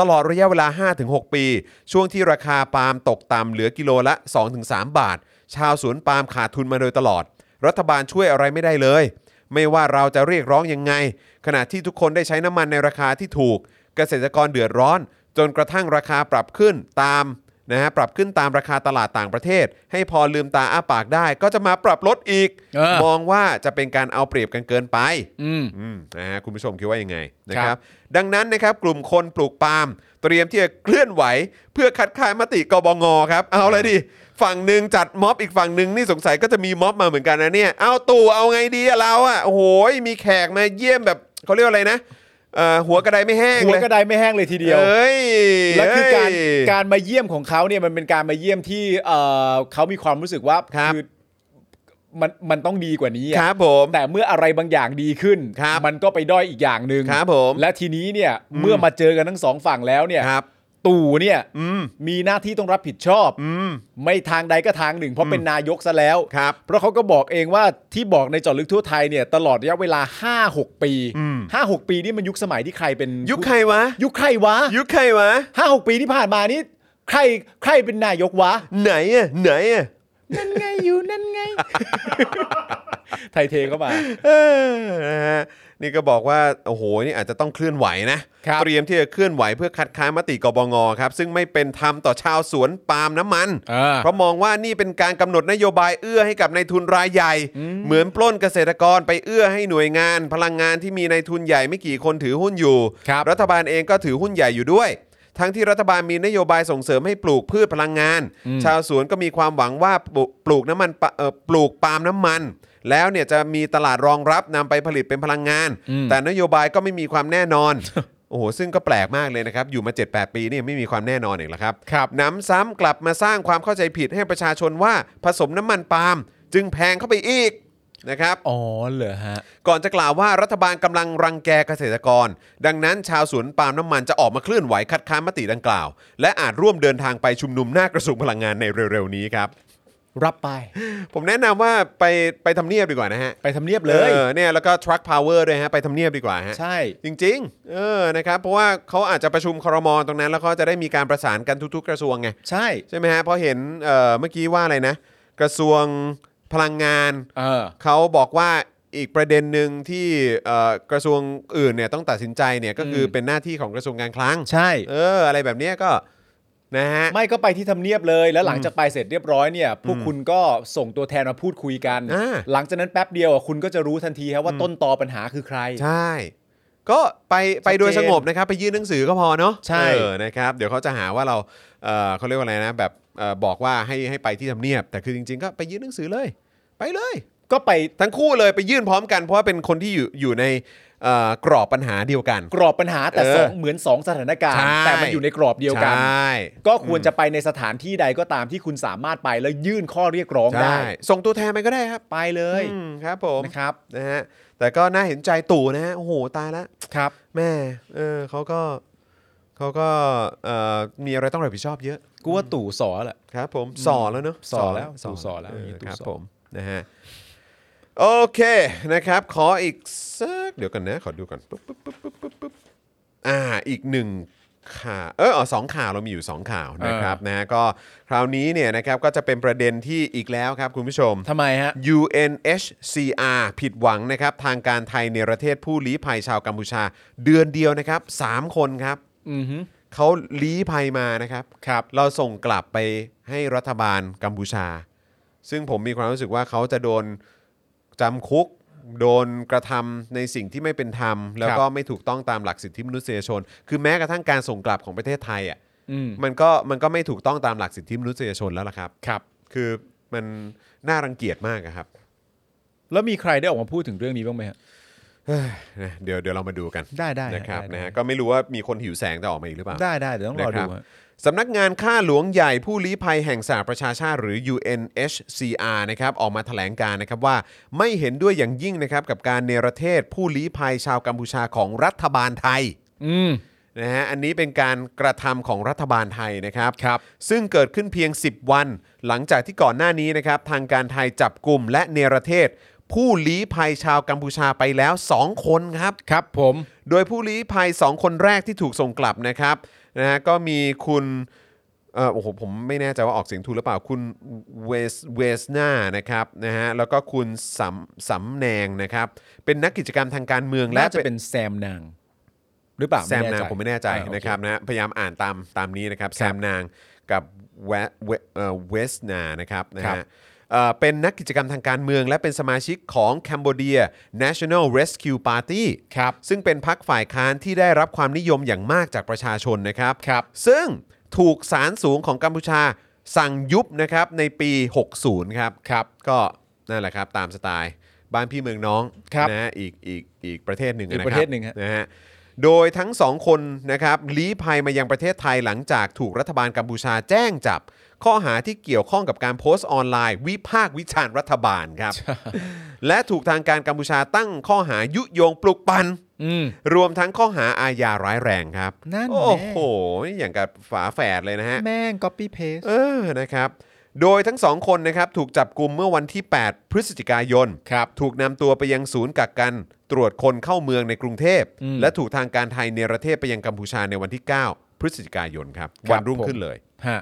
ตลอดระยะเวลา 5-6 ปี ช่วงที่ราคาปาล์มตกต่ำเหลือกิโลละ 2-3 บาท ชาวสวนปาล์มขาดทุนมาโดยตลอด รัฐบาลช่วยอะไรไม่ได้เลย ไม่ว่าเราจะเรียกร้องยังไง ขณะที่ทุกคนได้ใช้น้ำมันในราคาที่ถูก เกษตรกรเดือดร้อน จนกระทั่งราคาปรับขึ้นตามนะฮะปรับขึ้นตามราคาตลาดต่างประเทศ ให้พอลืมตาอ้าปากได้ ก็จะมาปรับลดอีก
เออ
มองว่าจะเป็นการเอาเปรียบกันเกินไป
อืม
อืมนะฮะคุณผู้ชมคิดว่ายังไงนะค
ครั
รับ
บ
ดังนั้นนะครับกลุ่มคนปลูกปาล์มเตรียมที่จะเคลื่อนไหว เพื่อคัดค้านมติกบงครับ เอาเลยดิ ฝั่งหนึ่งจัดม็อบอีกฝั่งหนึ่งนี่สงสัยก็จะมีม็อบมาเหมือนกันนะเนี่ย เอาตู่เอาไงดีอะเราอะโอ้โหมีแขกมาเยี่ยมแบบเขาเรียกว่าอะไรนะเอ่อหัวกระไดไม่แห้ง
หัว
เลย
ก็ได้ไม่แห้งเลยทีเดียว
เอ้ย
และคือการ
เอ้ย
การมาเยี่ยมของเขาเนี่ยมันเป็นการมาเยี่ยมที่เอ่อเขามีความรู้สึกว่า
ครับ
มันมันต้องดีกว่านี้อะ
ครับผม
แต่เมื่ออะไรบางอย่างดีขึ้น
ครับ
มันก็ไปด้อยอีกอย่างหนึ่ง
ครับผม
และทีนี้เนี่ยเมื่อมาเจอกันทั้งสองฝั่งแล้วเนี่ย
ครับ
ตู่เนี่ย
อืม
[LAUGHS] มีหน้าที่ต้องรับผิดชอบ
อืม
ไม่ทางใดก็ทางหนึ่ง เพราะเป็นนายกซะแล้ว
ครับ
เพราะเขาก็บอกเองว่าที่บอกในเจอดลึกทั่วไทยเนี่ยตลอดระยะเวลา 5-6 ปี
อืม
ห้าหกปีนี่มันยุคสมัยที่ใครเป็น
ยุคใครวะ
ยุคใครวะ
ยุคใครวะ
ห้าหกปีที่ผ่านมานี่ใครใครเป็นนายกวะ
ไหนอะไหนอะ
นั่นไงอยู่นั่นไง ไทยเทเข้ามา
เออนะฮะนี่ก็บอกว่าโอ้โหนี่อาจจะต้องเคลื่อนไหวนะ
ครับ
เตรียมที่จะเคลื่อนไหวเพื่อคัดค้านมติกบงครับ ซึ่งไม่เป็นธรรมต่อชาวสวนปาล์มน้ำมัน เพราะมองว่านี่เป็นการกำหนดนโยบายเอื้อให้กับนายทุนรายใหญ่ เหมือนปล้นเกษตรกรไปเอื้อให้หน่วยงาน พลังงานที่มีนายทุนใหญ่ไม่กี่คนถือหุ้นอยู่
ครับ
รัฐบาลเองก็ถือหุ้นใหญ่อยู่ด้วย ทั้งที่รัฐบาลมีนโยบายส่งเสริมให้ปลูกพืชพลังงาน ชาวสวนก็มีความหวังว่าปลูกปลูกน้ำมันปะเอ่อปลูกปาล์มน้ำมัน แล้วเนี่ยจะมีตลาดรองรับนำไปผลิตเป็นพลังงาน
อืม
แต่นโยบายก็ไม่มีความแน่นอน [LAUGHS] โอ้โหซึ่งก็แปลกมากเลยนะครับ อยู่มา 7-8 ปีนี่ยังไม่มีความแน่นอนอีกแล้วครับ
ครับ
หนำซ้ำกลับมาสร้างความเข้าใจผิดให้ประชาชนว่าผสมน้ำมันปาล์มจึงแพงเข้าไปอีก นะครับ
อ๋อเหรอฮะ
ก่อนจะกล่าวว่ารัฐบาลกำลังรังแกเกษตรกร ดังนั้นชาวสวนปาล์มน้ำมันจะออกมาเคลื่อนไหวคัดค้านมติดังกล่าว และอาจร่วมเดินทางไปชุมนุมหน้ากระทรวงพลังงานในเร็วๆนี้ครับ
รับไป
ผมแนะนำว่าไปไปทำเนียบดีกว่านะฮะ
ไปทำเนียบเลย
ออเนี่ยแล้วก็ truck power ด้วยฮะไปทำเนียบดีกว่าฮะ
ใช่
จริงๆเออนะครับเพราะว่าเขาอาจจะประชุมครมตรงนั้น แล้วเขาจะได้มีการประสานกันทุกๆ กระทรวงไง
ใช่
ใช่ไหมฮะเพราะเห็นเอ่อเมื่อกี้ว่าอะไรนะ กระทรวงพลังงาน
เออ
เขาบอกว่าอีกประเด็นหนึ่งที่เอ่อกระทรวงอื่นเนี่ยต้องตัดสินใจเนี่ยก็คืออ
ม
เป็นหน้าที่ของกระทรวงการคลัง
ใช่
เออ อะไรแบบเนี้ยก็นะฮะ
ไม่ก็ไปที่ทำเนียบเลยแล้วหลังจากไปเสร็จเรียบร้อยเนี่ย พวกคุณก็ส่งตัวแทนมาพูดคุยกัน
อ่า
หลังจากนั้นแป๊บเดียวอ่ะคุณก็จะรู้ทันทีครับว่าต้นตอปัญหาคือใคร
ใช่ ก็ไปไปโดยสงบ
ชัดเจน
นะครับ ไปยื่นหนังสือก็พอเนาะ
ใช่
เออนะครับ เดี๋ยวเขาจะหาว่าเราเออเขาเรียกว่าอะไรนะ แบบเอ่อบอกว่าให้ให้ไปที่ทำเนียบ แต่คือจริง ๆ ก็ไปยื่นหนังสือเลย ไปเลย
ก็ไป
ทั้งคู่เลยไปยื่นพร้อมกันเพราะว่าเป็นคนที่อยู่อยู่ในเอ่อกรอบปัญหาเดียวกัน
กรอบปัญหาแต่
เออ
สองเหมือนสองสถานการณ์
ใช่
แต่มันอยู่ในกรอบเดียวกัน
ใช่
ก็ควรจะไปในสถานที่ใดก็ตามที่คุณสามารถไปแล้วยื่นข้อเรียกร้องได้
ใช่ส่งตัวแทนไปก็ได้ครับ
ไปเลย
อืมครับผม
นะครับ
นะฮะแต่ก็น่าเห็นใจตู่นะฮะโอ้โหตายละ
ครับ
แม่เออเขาก็เขาก็เอ่อมีอะไรต้องรับผิดชอบเยอะ
กูว่าตู่สอแหละ
ครับ ผมสอแล้วเนอะ
สอแล้วตู่สอแล้ว
เ
อย่างนี้ตู่
ครับ
สอ
ผมนะฮะโอเคนะครับ ขออีกสักเดี๋ยวกันนะขอดูก่อนปุ๊บปุ๊บปุ๊บปุ๊บปุ๊บปุ๊บอ่าอีกหนึ่งข่าวเอออ๋อสองข่าวเรามีอยู่สองข่าวนะครับนะฮะก็คราวนี้เนี่ยนะครับก็จะเป็นประเด็นที่อีกแล้วครับคุณผู้ชม
ทำไมฮะ
UNHCR ผิดหวังนะครับ ทางการไทยในประเทศผู้ลี้ภัยชาวกัมพูชา เดือนเดียวนะครับ 3 คนครับ
อือฮึ
เขาลี้ภัยมานะครับครับ เราส่งกลับไปให้รัฐบาลกัมพูชา ซึ่งผมมีความรู้สึกว่าเขาจะโดนจำคุก โดนกระทำในสิ่งที่ไม่เป็นธรรม แล้วก็ไม่ถูกต้องตามหลักสิทธิมนุษยชน คือแม้กระทั่งการส่งกลับของประเทศไทยอ่ะ
อืม
มันก็มันก็ไม่ถูกต้องตามหลักสิทธิมนุษยชนแล้วล่ะครับ
ครับ
คือมันน่ารังเกียจมากอะครับ
แล้วมีใครได้ออกมาพูดถึงเรื่องนี้บ้างไหมฮะ
นะเดี๋ยวเดี๋ยวเรามาดูกัน
ได้ได้
นะครับ
ได้ได้
นะฮะก็ไม่รู้ว่ามีคนหิวแสงจะออกมาอีกหรือเปล่า
ได้ได้เดี๋ยวต้องรอดู
นะค
ฮะ
บสำนักงานข้าหลวงใหญ่ผู้ลี้ภัยแห่งสหประชาชาติหรือ UNHCR นะครับออกมาแถลงการณ์นะครับว่าไม่เห็นด้วยอย่างยิ่งนะครับกับการเนรเทศผู้ลี้ภัยชาวกัมพูชาของรัฐบาลไทย
อืม
นะฮะอันนี้เป็นการกระทำของรัฐบาลไทยนะครับ
ครับ
ซึ่งเกิดขึ้นเพียง 10 วัน หลังจากที่ก่อนหน้านี้นะครับ ทางการไทยจับกลุ่มและเนรเทศ ผู้ลี้ภัยชาวกัมพูชาไปแล้ว 2 คนครับ
ครับผม
โดยผู้ลี้ภัย 2 คนแรกที่ถูกส่งกลับนะครับนะฮะก็มีคุณเออโอ้โหผมไม่แน่ใจว่าออกเสียงถูกหรือเปล่าคุณเวสเวสนานะครับนะฮะแล้วก็คุณสำสำแนงนะครับ เป็นนักกิจกรรมทางการเมืองและ
น่าจะ
เป็น
เป็นแซมนาง หรือเปล่า
แซมนาง
ใจ
ผมไม่แน่ใจ
อ่าโอเ
นะครับนะฮะพยายามอ่านตามตามนี้นะครับแซมนางกับเวเวเอ่อเวสนานะครับนะ
ครั
ฮะ
บ
เอ่อเป็นนักกิจกรรมทางการเมือง และเป็นสมาชิกของ Cambodia National Rescue Party
ครับ
ซึ่งเป็นพักฝ่ายค้านที่ได้รับความนิยมอย่างมากจากประชาชนนะครับ
ครับ
ซึ่งถูกศาลสูงของกัมพูชาสั่งยุบนะครับในปี 60 ครับ
ครับ
ก็นั่นแหละครับตามสไตล์บ้านพี่เมืองน้อง
ครับ
นะฮะอีกอีกอีกประเทศหนึ่ง
อีก
นะคบ
ประเทศหนึ่งฮะ
นะฮะโดยทั้งสองคนนะครับลี้ภัยมายังประเทศไทยหลังจากถูกรัฐบาลกัมพูชาแจ้งจับ ข้อหาที่เกี่ยวข้องกับการโพสต์ออนไลน์ วิพากษ์วิจารณ์รัฐบาลครับ และถูกทางการกัมพูชาตั้งข้อหายุโยงปลุกปั่น
อืม
รวมทั้งข้อหาอาญาร้ายแรงครับ
นั่นแน่
โอ้โหอย่างกับฝาแฝดเลยนะฮะ
แม่ง copy paste
เออ นะครับ โดยทั้งสองคนนะครับถูกจับกลุ่มเมื่อวันที่ 8 พฤศจิกายน
ครับ
ถูกนำตัวไปยังศูนย์กักกันตรวจคนเข้าเมืองในกรุงเทพ
อืม
และถูกทางการไทยเนรเทศไปยังกัมพูชาในวันที่ 9 พฤศจิกายนครับ
ครับ
วันรุ่ง
ผม
ขึ้นเลย
ฮะ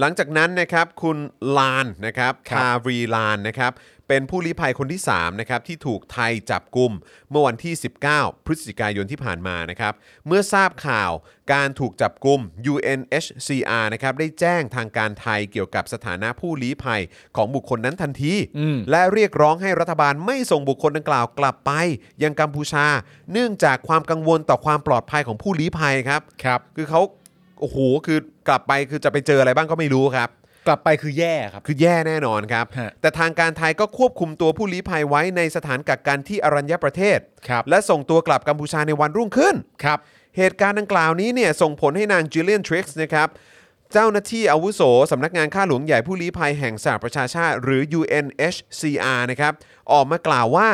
หลังจากนั้นนะครับคุณลานนะครับ
ครับ
คารีลานนะครับเป็นผู้ลี้ภัยคนที่3นะครับที่ถูกไทยจับกลุ่มเมื่อวันที่ 19 พฤศจิกายนที่ผ่านมานะครับเมื่อทราบข่าวการถูกจับกลุ่ม UNHCR นะครับได้แจ้งทางการไทยเกี่ยวกับสถานะผู้ลี้ภัยของบุคคลนั้นทันที และเรียกร้องให้รัฐบาลไม่ส่งบุคคลดังกล่าวกลับไป ยังกัมพูชา เนื่องจากความกังวลต่อความปลอดภัยของผู้ลี้ภัยครับ
ครับ
คือเขาโอ้โหคือกลับไปคือจะไปเจออะไรบ้างก็ไม่รู้ครับ
กลับไปคือแย่ครับ
คือแย่แน่นอนครับ
ฮะ
แต่ทางการไทยก็ควบคุมตัวผู้ลี้ภัยไว้ในสถานกักกันที่อรัญญประเทศ
ครับ
และส่งตัวกลับกัมพูชาในวันรุ่งขึ้น
ครับ
เหตุการณ์ดังกล่าวนี้เนี่ยส่งผลให้นางจิลเลียนทริกส์นะครับ เจ้าหน้าที่อาวุโสสำนักงานข้าหลวงใหญ่ผู้ลี้ภัยแห่งสหประชาชาติ หรือ UNHCR นะครับออกมากล่าวว่า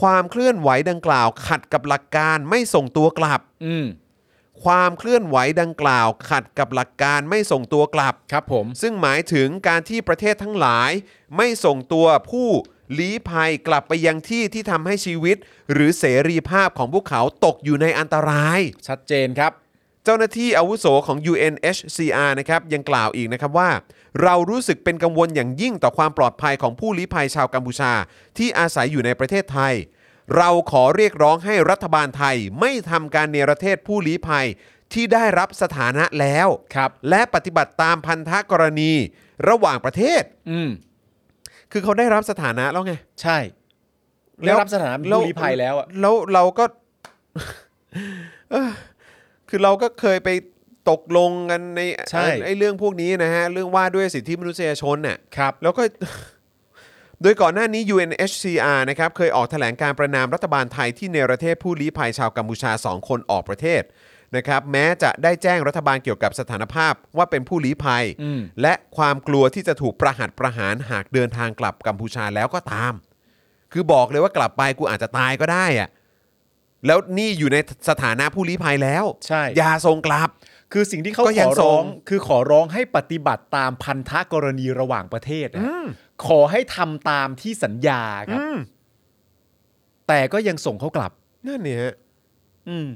ความเคลื่อนไหวดังกล่าวขัดกับหลักการไม่ส่งตัวกลับ
อืม
ความเคลื่อนไหวดังกล่าว ขัดกับหลักการไม่ส่งตัวกลับ
ครับผม
ซึ่งหมายถึงการที่ประเทศทั้งหลาย ไม่ส่งตัวผู้ลี้ภัยกลับไปยังที่ที่ทำให้ชีวิต หรือเสรีภาพของพวกเขาตกอยู่ในอันตราย
ชัดเจนครับ
เจ้าหน้าที่อาวุโสของ UNHCR นะครับยังกล่าวอีกนะครับว่า เรารู้สึกเป็นกังวลอย่างยิ่งต่อความปลอดภัยของผู้ลี้ภัยชาวกัมพูชา ที่อาศัยอยู่ในประเทศไทย เราขอเรียกร้องให้รัฐบาลไทยไม่ทำการเนรเทศผู้ลี้ภัยที่ได้รับสถานะแล้ว
ครับ
และปฏิบัติตามพันธกรณีระหว่างประเทศ
อืม
คือเขาได้รับสถานะแล้วไง
ใช่ได้รับสถานะผู้ลี้ภัยแล้วอ่ะ
แล้วเราก็ เอ้อคือเราก็เคยไปตกลงกันใน
ใช่
ไอ้เรื่องพวกนี้นะฮะ เรื่องว่าด้วยสิทธิมนุษยชนน่ะ
ครับ
แล้วก็ [LAUGHS] โดยก่อนหน้านี้ UNHCR นะครับเคยออกแถลงการประนามรัฐบาลไทยที่ในประเทศผู้ลี้ภัยชาวกัมพูชา 2 คนออกประเทศนะครับแม้จะได้แจ้งรัฐบาลเกี่ยวกับสถานภาพว่าเป็นผู้ลี้ภัย
อืม
และความกลัวที่จะถูกประหัตประหารหากเดินทางกลับกัมพูชาแล้วก็ตาม คือบอกเลยว่ากลับไปกูอาจจะตายก็ได้อะแล้วนี่อยู่ในสถานะผู้ลี้ภัยแล้ว
ใช่
อย่าส่งกลับ
คือสิ่งที่เขา
ก็
ข
ยัง
อ
ทร
ร้อง งคือขอร้องให้ปฏิบัติตามพันธกรณีระหว่างประเทศนะขอให้ทำตามที่สัญญาครับ แต่ก็ยังส่งเขากลับ
นั่นเนี่ยฮะ
อืม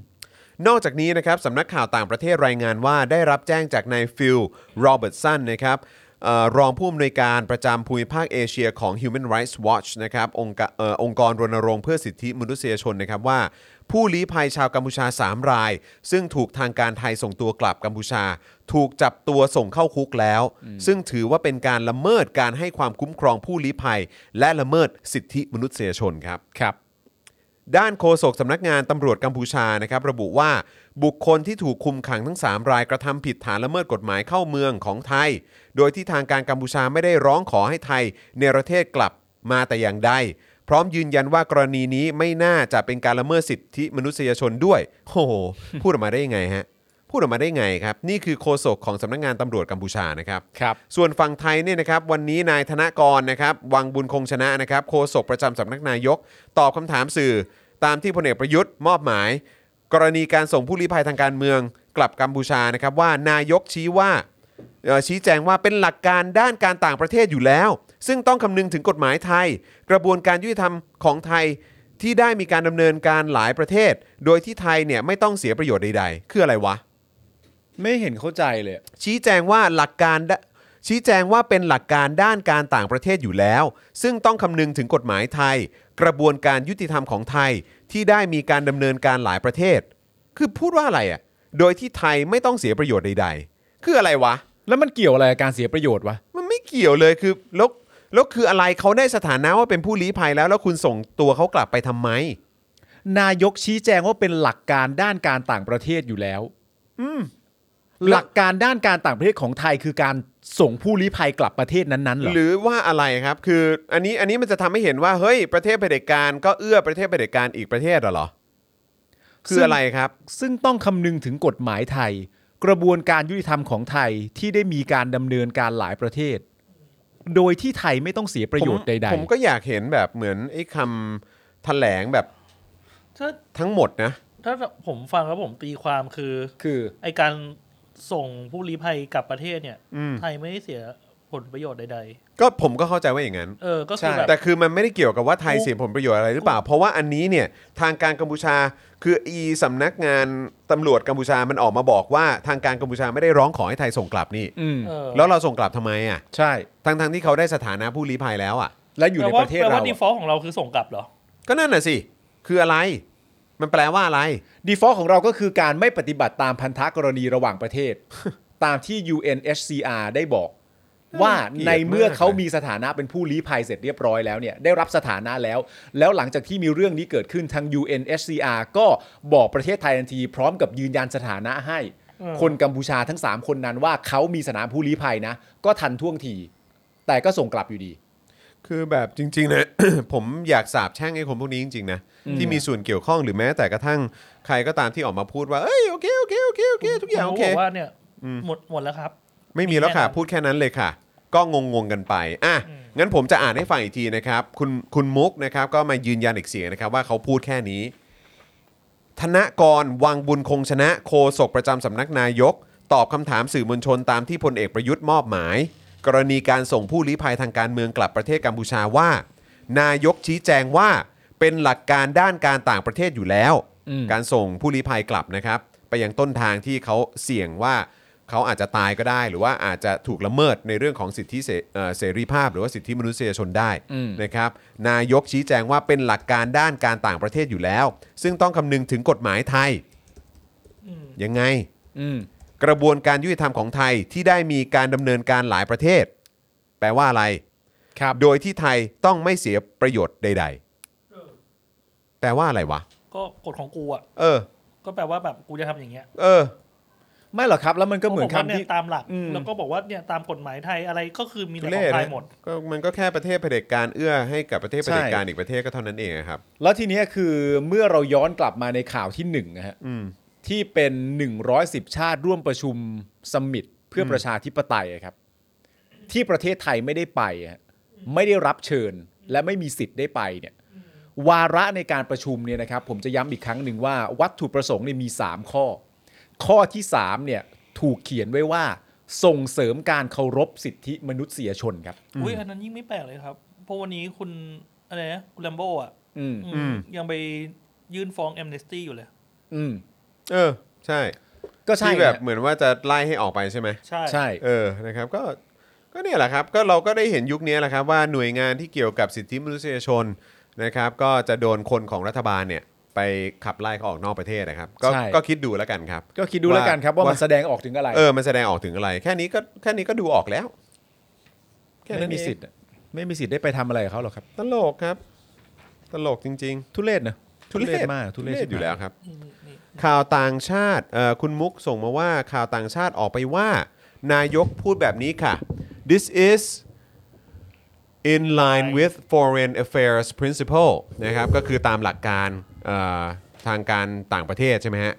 นอกจากนี้นะครับสำนักข่าวต่างประเทศรายงานว่าได้รับแจ้งจากนายฟิลโรเบิร์ตสันนะครับเอ่อรองผู้อำนวยการประจำภูมิภาคเอเชียของ Human Rights Watch นะครับองค์กะเอ่อองค์กรรณรงค์เพื่อสิทธิมนุษยชนนะครับว่า ผู้ลี้ภัยชาวกัมพูชา 3 ราย ซึ่งถูกทางการไทยส่งตัวกลับกัมพูชา ถูกจับตัวส่งเข้าคุกแล้ว ซึ่งถือว่าเป็นการละเมิดการให้ความคุ้มครองผู้ลี้ภัย และละเมิดสิทธิมนุษยชนครับ
ครับ
ด้านโฆษกสำนักงานตำรวจกัมพูชานะครับระบุว่าบุคคลที่ถูกคุมขังทั้ง 3 รายกระทำผิดฐานละเมิดกฎหมายเข้าเมืองของไทย โดยที่ทางการกัมพูชาไม่ได้ร้องขอให้ไทยเนรเทศกลับมาแต่อย่างใด พร้อมยืนยันว่ากรณีนี้ไม่น่าจะเป็นการละเมิดสิทธิมนุษยชนด้วยโอ้โห พูดออกมาได้ยังไงฮะพูดออกมาได้ไงครับ นี่คือโฆษกของสำนักงานตำรวจกัมพูชานะครับ
ครับ
ส่วนฝั่งไทยเนี่ยนะครับวันนี้นายธนกรนะครับวังบุญคงชนะนะครับโฆษกประจำสำนักนายก ตอบคำถามสื่อ ตามที่พลเอกประยุทธ์มอบหมาย กรณีการส่งผู้ลี้ภัยทางการเมืองกลับกัมพูชานะครับว่านายกชี้ว่าเอ่อชี้แจงว่าเป็นหลักการด้านการต่างประเทศอยู่แล้ว ซึ่งต้องคำนึงถึงกฎหมายไทย กระบวนการยุติธรรมของไทยที่ได้มีการดำเนินการหลายประเทศ โดยที่ไทยเนี่ยไม่ต้องเสียประโยชน์ใดๆ คืออะไรวะ
ไม่เห็นเข้าใจเลย
ชี้แจงว่าหลักการดชี้แจงว่าเป็นหลักการด้านการต่างประเทศอยู่แล้ว ซึ่งต้องคำนึงถึงกฎหมายไทย กระบวนการยุติธรรมของไทยที่ได้มีการดำเนินการหลายประเทศ คือพูดว่าอะไรอ่ะโดยที่ไทยไม่ต้องเสียประโยชน์ใด ๆ คืออะไรวะ
แล้วมันเกี่ยวอะไรกับการเสียประโยชน์วะ
มันไม่เกี่ยวเลยคือแล้วแล้วคืออะไรเขาได้สถานะว่าเป็นผู้ลี้ภัยแล้ว แล้วคุณส่งตัวเขากลับไปทำไม
นายกชี้แจงว่าเป็นหลักการด้านการต่างประเทศอยู่แล้ว อืม หลักการด้านการต่างประเทศของไทยคือการส่งผู้ลี้ภัยกลับประเทศนั้นๆเหรอ
หรือว่าอะไรครับ คืออันนี้อันนี้มันจะทำให้เห็นว่าเฮ้ยประเทศเผด็จการก็เอื้อประเทศเผด็จการอีกประเทศเหรอคืออะไรครับ
ซึ่งต้องคำนึงถึงกฎหมายไทย กระบวนการยุติธรรมของไทยที่ได้มีการดำเนินการหลายประเทศ โดยที่ไทยไม่ต้องเสียประโยชน์
ผม
ใด
ผมก็อยากเห็นแบบเหมือนไอ้คำแถลงแบบ
ถ้า
ทั้งหมดนะ
ถ้าผมฟังแล้วผมตีความคือ
ๆ คือ
ไอการส่งผู้ลี้ภัยกลับประเทศเนี่ย
อืม
ไทยไม่ได้เสียผลประโยชน์ใด
ก็ผมก็เข้าใจว่าอย่างนั้น
ๆ เออ ก็คือ
ใช่
แบบ
แต่คือมันไม่ได้เกี่ยวกับว่าไทย
กู
เสียผลประโยชน์อะไรหรือเปล่า เพราะว่าอันนี้เนี่ยทางการกัมพูชาคืออีสำนักงานตำรวจกัมพูชามันออกมาบอกว่าทางการกัมพูชาไม่ได้ร้องขอให้ไทยส่งกลับนี่
อืม
เออ
แล้วเราส่งกลับทำไมอ่ะ
ใช่
ทั้งทที่เขาได้สถานะผู้ลี้ภัยแล้วอ่ะ
และอยู่ในประเทศ
แปลว่า
เรา
ดีฟอลต์ของเราคือส่งกลับเหรอ
ก็นั่นน่ะสิคืออะไร มันแปลว่าอะไร
ดีฟอลต์ของเราก็คือการไม่ปฏิบัติตามพันธกรณีระหว่างประเทศ ตามที่ UNHCR ได้บอก ว่า
น่าเกลียด
ในเมื่อ
มาก
เขามีสถานะเป็นผู้ลี้ภัยเสร็จเรียบร้อยแล้วเนี่ยได้รับสถานะแล้ว แล้วหลังจากที่มีเรื่องนี้เกิดขึ้นทาง UNHCR ก็บอกประเทศไทยทันที พร้อมกับยืนยันสถานะให้
เออ
คนกัมพูชาทั้ง 3 คนนั้นว่าเขามีสถานะผู้ลี้ภัยนะ ก็ทันท่วงที แต่ก็ส่งกลับอยู่ดี
คือแบบจริงๆนะ [COUGHS] ผมอยากสาบแช่งไอ้คนพวกนี้จริงๆนะที่มีส่วนเกี่ยวข้องหรือแม้แต่กระทั่งใครก็ตามที่ออกมาพูดว่าเอ้ยโอเคโอเคโอเคโอเคทุกอย่างโอเค
ผมบอกว่าเนี่ยหมดหมดแล้วครับ
ไม่มีแล้วค่ะ
มีแค่
พูดแค่นั้
นั้น
นเลยค่ะ ก็งงงๆกันไปอ่ะงั้นผมจะอ่านให้ฟังอีกทีนะครับ คุณคุณมุกนะครับ ก็มายืนยันอีกเสียงนะครับ ว่าเขาพูดแค่นี้ ธนกรวังบุญคงชนะโฆษกประจำสำนักนายก ตอบคำถามสื่อมวลชนตามที่พลเอกประยุทธ์มอบหมาย กรณีการส่งผู้ลี้ภัยทางการเมืองกลับประเทศกัมพูชาว่า นายกชี้แจงว่าเป็นหลักการด้านการต่างประเทศอยู่แล้ว
อืม
การส่งผู้ลี้ภัยกลับนะครับ ไปยังต้นทางที่เขาเสี่ยงว่าเขาอาจจะตายก็ได้ หรือว่าอาจจะถูกละเมิดในเรื่องของสิทธิเสเอ่อเสรีภาพ หรือว่าสิทธิมนุษยชนได้
อืม
นะครับ นายกชี้แจงว่าเป็นหลักการด้านการต่างประเทศอยู่แล้ว ซึ่งต้องคำนึงถึงกฎหมายไทยยังไง
อืม
กระบวนการยุติธรรมของไทยที่ได้มีการดำเนินการหลายประเทศ แปลว่าอะไร
ครับ
โดยที่ไทยต้องไม่เสียประโยชน์ใด ๆ แปลว่าอะไรวะ
ก็กฎของกูอ่ะ
เออ
ก็แปลว่าแบบกูจะทำอย่างเงี้ย
เออ
ไม่หรอกครับ แล้วมันก็เหมือน
พราะผว่า
คำ
เนี่ย
ที่
ตามหลัก
อืม
แล้วก็บอกว่าเนี่ยตามกฎหมายไทยอะไรก็คือมีห
ทุ
ลัก
เร
ขอ
ศ
งไทย
นะ
หมด
ก็มันก็แค่ประเทศเผด็จการเอื้อให้กับประเทศเผด็จการอีกประเทศก็เท่านั้นเองครับ
แล้วทีเนี้ยคือเมื่อเราย้อนกลับมาในข่าวที่หนึ่งนะฮะ
อืม
ที่เป็น 110 ชาติร่วมประชุมสมมิตเพื่ออประชาธิปไตยอะครับ ที่ประเทศไทยไม่ได้ไปอะฮะไม่ได้รับเชิญและไม่มีสิทธิ์ได้ไปเนี่ยวาระในการประชุมเนี่ยนะครับ ผมจะย้ำอีกครั้งหนึ่งว่า วัตถุประสงค์เนี่ยมี 3 ข้อ ข้อที่3เนี่ยถูกเขียนไว้ว่า ส่งเสริมการเคารพสิทธิมนุษยชนครับ
อุ้ยอันนั้นยิ่งไม่แปลกเลยครับ เพราะวันนี้คุณอะไรนะคุณแลมโบอ่ะ
อืม
อืมยังไปยื่นฟ้องแอมเนสตี้อยู่เลย
อืม
เออ ใช่
ก็ใช่
ที่แบบ
ฮะ
เหมือนว่าจะไล่ให้ออกไปใช่ไหม
ใช่
ใช่
เออนะครับ ก็ก็เนี่ยแหละครับ ก็เราก็ได้เห็นยุคนี้แหละครับ ว่าหน่วยงานที่เกี่ยวกับสิทธิมนุษยชนนะครับ ก็จะโดนคนของรัฐบาลเนี่ย ไปขับไล่เขาออกนอกประเทศนะครับ ก็
ใช่
ก็คิดดูแล้วกันครับ
ก็คิดดูแล้วกันครับว่า
ว่ามั
มันแสดงออกถึงอะไร
เออมันแสดงออกถึงอะไร แค่นี้ก็แค่นี้ก็ดูออกแล้ว แค่
ไม่
นั้น
มี
เอง
สิทธิ์อะไม่มีสิทธิ์ได้ไปทำอะไรกับเขาหรอกครับ
ตลกครับ ตลกจริง ๆ
ทุเรศนะทุเรศมาก
ทุ
ทุ
เร
เร
ศ
ศ
อยู่แล้วครับ
นี่นี่นี่
ข่าวต่างชาติเอ่อคุณมุกส่งมาว่าข่าวต่างชาติออกไปว่า นายกพูดแบบนี้ค่ะ this is in line with foreign affairs principle นะครับ ก็คือตามหลักการเอ่อทางการต่างประเทศใช่ไหมฮะ